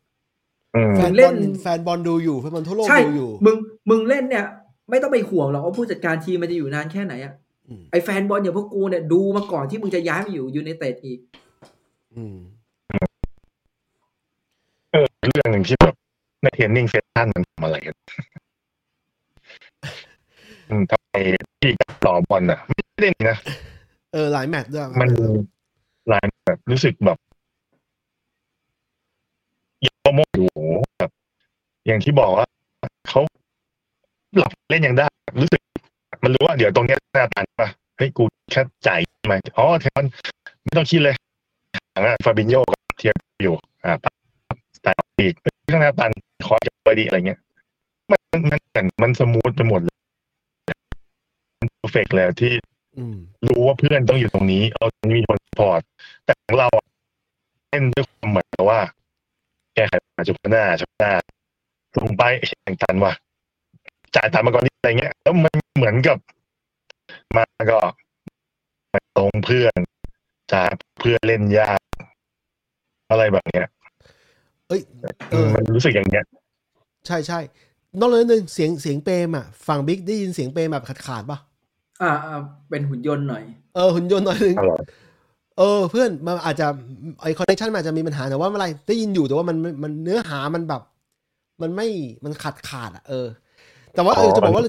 อืม
แฟน
เล่
บอน ลแฟนบอลดูอยู่แฟนบอลทั่วโลก
ใช่
ดูอยู่
มึงมึงเล่นเนี่ย ไม่ต้องไปห่วงหรอกว่าผู้จัดการทีมมันจะอยู่นานแค่ไหนอะ
อืม
ไอแฟนบอลอย่างพวกกูเนี่ยดูมาก่อนที่มึงจะย้ายมาอยู่ยูไนเต็ดอีก
อืม
เออเรื่องหนึ่งที่แบบในเทรนนิ่งเซสชันมันทำอะไรกันอืมทำไมที่การต่อบอลอ่ะ ไม่ได้นี่นะ
เออ หลายแมตช์ด้วย
มันหลายแบบรู้สึกแบบยอมโมโหแบบอย่างที่บอกว่าเขาหลับเล่นยังได้ รู้สึก มันรู้ว่าเดี๋ยวตรงเนี้ยหน้าตันป่ะเฮ้ยกูแค่จ่ายมาอ๋อเทมันไม่ต้องคิดเลยหลังอ่ะฟาบินโยกับเทียบอยู่อ่า อีกข้างหน้าตันคอร์สไปดีอะไรเงี้ย มันมันเหมือนมันสมูทไปหมดเลยมันเพอร์เฟกเลยที่
อืม
รู้ว่าเพื่อนต้องอยู่ตรงนี้ เอามีคนพอร์ต แต่ของเราอะเล่นด้วยความเหมือนกับว่า แก้ไขปัญหาเฉพาะหน้าเฉพาะหน้าลงไปแข่งตันว่ะจ่ายตามมาก่อนนี่อะไรเงี้ย แล้วมันเหมือนกับ มาก็ไม่ตรงเพื่อนจ่ายเพื่อนเล่นยากอะไรแบบเนี้ย
เอ้ย เอ
อืม
อ
มันรู้สึกอย่างเงี้ย
ใช่ใช่นอกจากนั้นหนึ่งเสียงเสียงเปรมอ่ะ ฝั่งบิ๊กได้ยินเสียงเปรมแบบขาดขาดๆป่ะ
อ่าอ่าเป็นหุ่นยนต์หน่อย
เออ หุ่นยนต์หน่อยหนึง
อร่อย
เออ เพื่อนมันอาจจะไอคอนเนคชันอาจจะมีปัญหาแต่ว่าไม่เป็นไรได้ยินอยู่แต่ว่ามันมันมันเนื้อหามันแบบ มันไม่มันขาดขาดๆอ่ะเออ แต่ว่าเออจะบอกว่า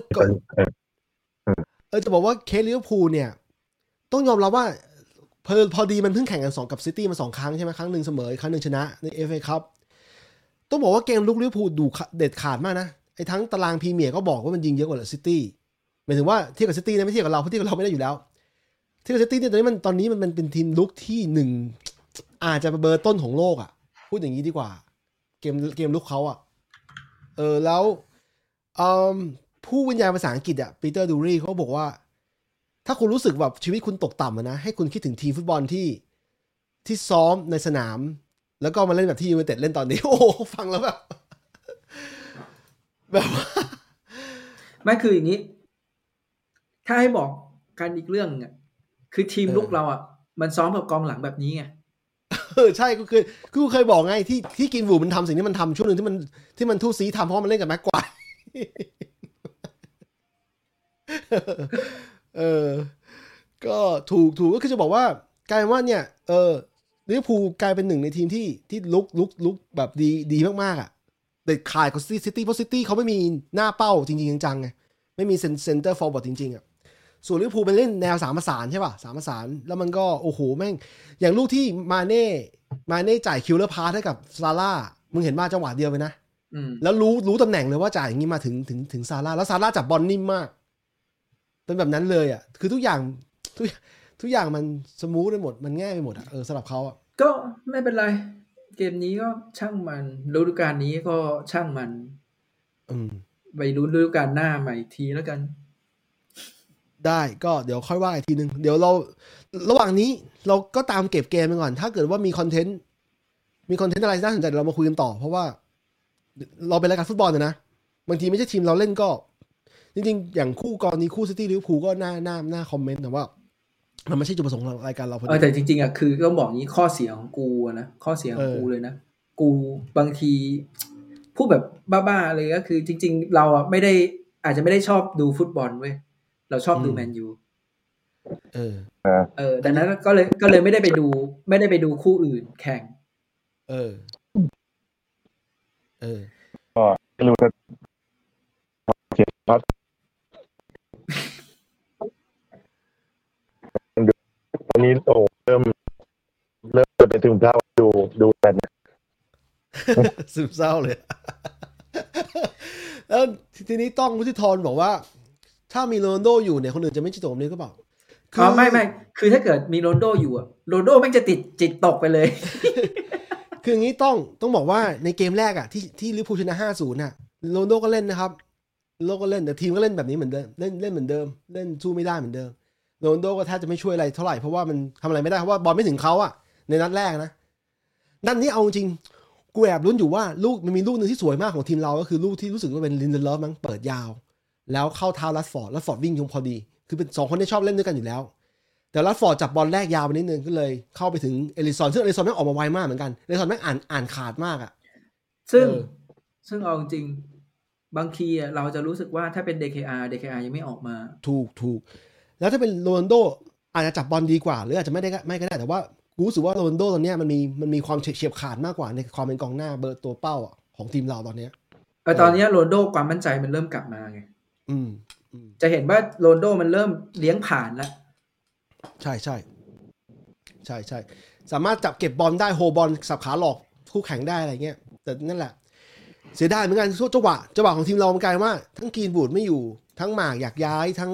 เออจะบอกว่าเคสลิเวอร์พูลเนี่ย ต้องยอมรับว่าพอพอดีมันเพิ่งแข่งกันสองกับซิตี้มาสองครั้งใช่ไหมครั้งหนึ่งเสมออีกครั้งหนึ่งชนะในเอฟเอครับ ต้องบอกว่าเกมลุกลิเวอร์พูลดูเด็ดขาดมากนะ ไอ้ทั้งตารางพรีเมียร์ก็บอกว่ามันยิงเยอะกว่าซิตี้หมายถึงว่าเทียบกับซิตี้นะไม่เทียบกับเราเพราะเทียบกับเราไม่ได้อยู่แล้วเทียบกับซิตี้เนี่ยตอนนี้มันตอนนี้มันเป็นเป็นทีมลุกที่หนึ่งอาจจะเบอร์ต้นของโลกอ่ะ พูดอย่างนี้ดีกว่า เกมเกมลุกเขาอ่ะ เออแล้วเอิ่มผู้วิญญาณภาษาอังกฤษอ่ะปีเตอร์ดูรี่เขาบอกว่า ถ้าคุณรู้สึกแบบชีวิตคุณตกต่ำอะนะ ให้คุณคิดถึงทีมฟุตบอลที่ที่ซ้อมในสนาม แล้วก็มาเล่นแบบที่ยูไนเต็ดเล่นตอนนี้ โอ้โหฟังแล้วแบบ แบบว่า
ไม่คืออย่างนี้ ถ้าให้บอกกันอีกเรื่องอ่ะคือทีม
เออ
ลุกเราอ่ะ มันซ้อมกับกองหลังแบบนี้ไง
เออใช่กูเคยกูเคยบอกไงที่ที่กินบูมันทำสิ่งที่มันทำช่วงหนึ่งที่มันที่มันทู่ซีทำเพราะมันเล่นกับแม็กควาย เออ ก็ถูกถูกก็คือจะบอกว่ากลายเป็นว่าเนี่ย เออลิเวอร์พูลกลายเป็นหนึ่งในทีมที่ที่ลุกลุกลุกแบบดีดีมากๆอ่ะเด็ดขาดกับซิตี้เพราะซิตี้เขาไม่มีหน้าเป้าจริงๆจังๆไงไม่มีเซนเตอร์ฟอร์บอร์ดจริงๆอ่ะส่วนลิเวอร์พูลเป็นเล่นแนวสามประสานใช่ป่ะสามประสานแล้วมันก็โอ้โหแม่ง อย่างลูกที่มาเน่ มาเน่จ่ายคิวเลอร์พาสให้กับซาร่า มึงเห็นมาจังหวะเดียวไปนะ
อืม
แล้วรู้รู้ตำแหน่งเลยว่าจ่ายอย่างนี้มาถึงถึงถึงซาร่า แล้วซาร่าจับบอลนิ่มมาก เป็นแบบนั้นเลยอ่ะ คือทุกอย่างทุกทุกอย่างมันสมูทไปหมด มันง่ายไปหมดอ่ะ เออสำหรับเขาอ่ะ
ก็ไม่เป็นไร เกมนี้ก็ช่างมันฤดูกาลนี้ก็ช่างมัน
อืม
ไปดูฤดูกาลหน้าใหม่อีกทีแล้วกัน
ได้ก็เดี๋ยวค่อยว่าอีกทีนึง เดี๋ยวเราระหว่างนี้เราก็ตามเก็บเกมไปก่อน ถ้าเกิดว่ามีคอนเทนต์ มีคอนเทนต์อะไรน่าสนใจเดี๋ยวเรามาคุยกันต่อ เพราะว่า เราเป็นรายการฟุตบอลนะนะ บางทีไม่ใช่ทีมเราเล่นก็ จริงๆ อย่างคู่กรณีคู่ซิตี้ลิเวอร์พูลก็น่าน่าน่าคอมเมนต์แต่ว่า มันไม่ใช่จุดประสงค์ของรายการเราพอ
เออแต่
ดี
จริงๆอ่ะคือต้องบอกงี้ข้อเสียของกูอะนะข้อเสียของ
เออ
กูเลยนะ กูบางทีพูดแบบบ้าๆเลยก็คือ จริง ๆ เราอ่ะไม่ได้อาจจะไม่ได้ชอบดูฟุตบอลเว้ยเราชอบดูแมนยู
เออ
เออดังนั้นก็เลยก็เลยไม่ได้ไปดู ไม่ได้ไปดูคู่อื่นแข่ง
เออ เออ
ตอนนี้โอ้เริ่ม เริ่มจะไปถึงเท้าดูดูแต่เนี่ย
ซึมเศร้าเลย แล้วทีทีนี้ต้องวุฒิธรบอกว่า ถ้ามีโรนลโดอยู่เนี่ยคนอื่นจะไม่จิตตกแบบนี้ก็บอก
อ๋อไม่ไม่คือถ้าเกิดมีโรนโดอยู่อะโรนโดแม่งจะติดจิตตกไปเลย
คืออย่างนี้ต้องต้องบอกว่าในเกมแรกอะที่ที่ลิเวอร์พูลชนะห้าศูนย์น่ะโรนลโดก็เล่นนะครับโรนลโดก็เล่นแต่ทีมก็เล่นแบบนี้เหมือนเดิมเล่นเล่นเหมือนเดิม เล่นสู้ไม่ได้เหมือนเดิมโรนลโดก็แทบจะไม่ช่วยอะไรเท่าไหร่เพราะว่ามันทำอะไรไม่ได้เพราะว่าบอลไม่ถึงเขาอะในนัดแรกนะนัดนี้เอาจริงกูแอบลุ้นอยู่ว่าลูกมันมีลูกหนึ่งที่สวยมากของทีมเราก็คือลูกที่รู้สึกว่าเป็นลินเดเลอฟมั้งเปิดยาว แล้วเข้าเท้ารัดฟอร์ดรัดฟอร์ดวิ่งชงพอดี คือเป็นสองคนที่ชอบเล่นด้วยกันอยู่แล้ว แต่รัดฟอร์ดจับบอลแรกยาวไปนิดนึงก็เลย เข้าไปถึงเอลิซอนซึ่งเอลิซอนแม่งออกมาไวมากเหมือนกันเอลิซอนแม่งอ่านอ่านขาดมากอะ
ซึ่ง
เออ
ซึ่งเอาจริงๆบางทีอะเราจะรู้สึกว่าถ้าเป็น DKR DKR ยังไม่ออกมา
ถูกถูกแล้วถ้าเป็นโรนลโดอาจจะจับบอลดีกว่า หรืออาจจะไม่ได้ก็ไม่ก็ได้ แต่ว่ากูรู้สึกว่าโรนลโดตอนเนี้ยมันมีมันมีความเฉียบขาดมากกว่าในความเป็นกองหน้าเบอร์ตัวเป้าอะของทีมเราตอนเนี้ย
แต่ตอนเนี้ยโรนโดความมั่นใจมันเริ่มกลับมาไง
อืมอืม
จะเห็นว่าโรนโดมันเริ่มเลี้ยงผ่านแล้ว
ใช่ใช่ใช่ใช่สามารถจับเก็บบอลได้โฮบอลสับขาหลอกคู่แข่งได้อะไรเงี้ยแต่นั่นแหละ เสียดายเหมือนกันช่วงจังหวะจังหวะของทีมเรามันกลายว่า ทั้งกรีนบูดไม่อยู่ ทั้งหมากอยากย้ายทั้ง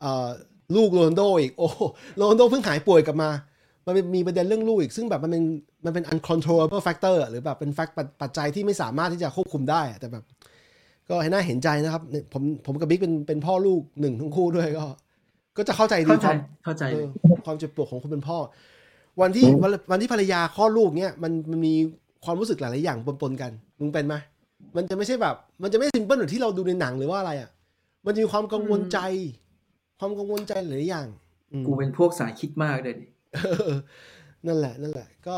เอ่อลูกโรนลโดอีก โอ้โหโรนลโดเพิ่งหายป่วยกลับมา มันเป็นมีประเด็นเรื่องลูกอีก ซึ่งแบบมันเป็นมันเป็น uncontrollable factor อะหรือแบบเป็น fact ปัจปัจจัยที่ไม่สามารถที่จะควบคุมได้อะแต่แบบ ก็ให้น่าเห็นใจนะครับเนี่ยผมผมกับบิ๊กเป็นเป็นพ่อลูกหนึ่งทั้งคู่ด้วยก็ ก็จะเข้าใจดี
เข้า
ค
ใจ
วาม
เข้าใจเลย
เออความเจ็บปวดของคนเป็นพ่อ วันที่วันวันที่ภรรยาคลอดลูกเนี่ยมันมันมีความรู้สึกหลายๆอย่างปนๆกันมึงเป็นไหมมันจะไม่ใช่แบบ มันจะไม่ซิมเพิลเหมือนที่เราดูในหนังหรือว่าอะไรอ่ะ มันจะมีความกังวลใจ ความกังวลใจหลายๆอย่างอืม
กูเป็นพวกสายคิดมากเลยดิ
เออ นั่นแหละ นั่นแหละ ก็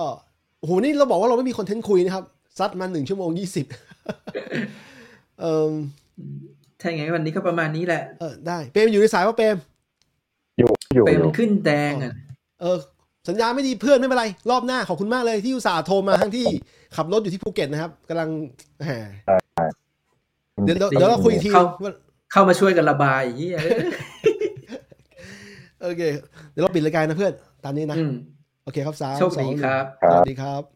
โอ้โหนี่เราบอกว่าเราไม่มีคอนเทนต์คุยนะครับ ซัดมาหนึ่งชั่วโมงยี่สิบ เออ
ถ้าอย่างงั้นวันนี้ก็ประมาณนี้แหละ
เออได้ เปรมอยู่ในสายว่าเปรม
อยู่อยู่
เปรม
อยู่
ขึ้นแดงอ่ะ
เออ สัญญาณไม่ดีเพื่อนไม่เป็นไร รอบหน้าขอบคุณมากเลยที่อุตส่าห์โทรมาทั้งที่ขับรถอยู่ที่ภูเก็ตนะครับกำลังแหมเดี๋ยวเราเดี๋ยวเราคุยอีกที
เข้า
ว่า
เข้ามาช่วยกันระบายอย่างเงี้ย
โอเค เดี๋ยวเราปิดรายการนะเพื่อน ตามนี้นะ
อืม
โอเคครับสาม
โชคดี
สองหนึ่ง
ครับ
สวัสดีครับ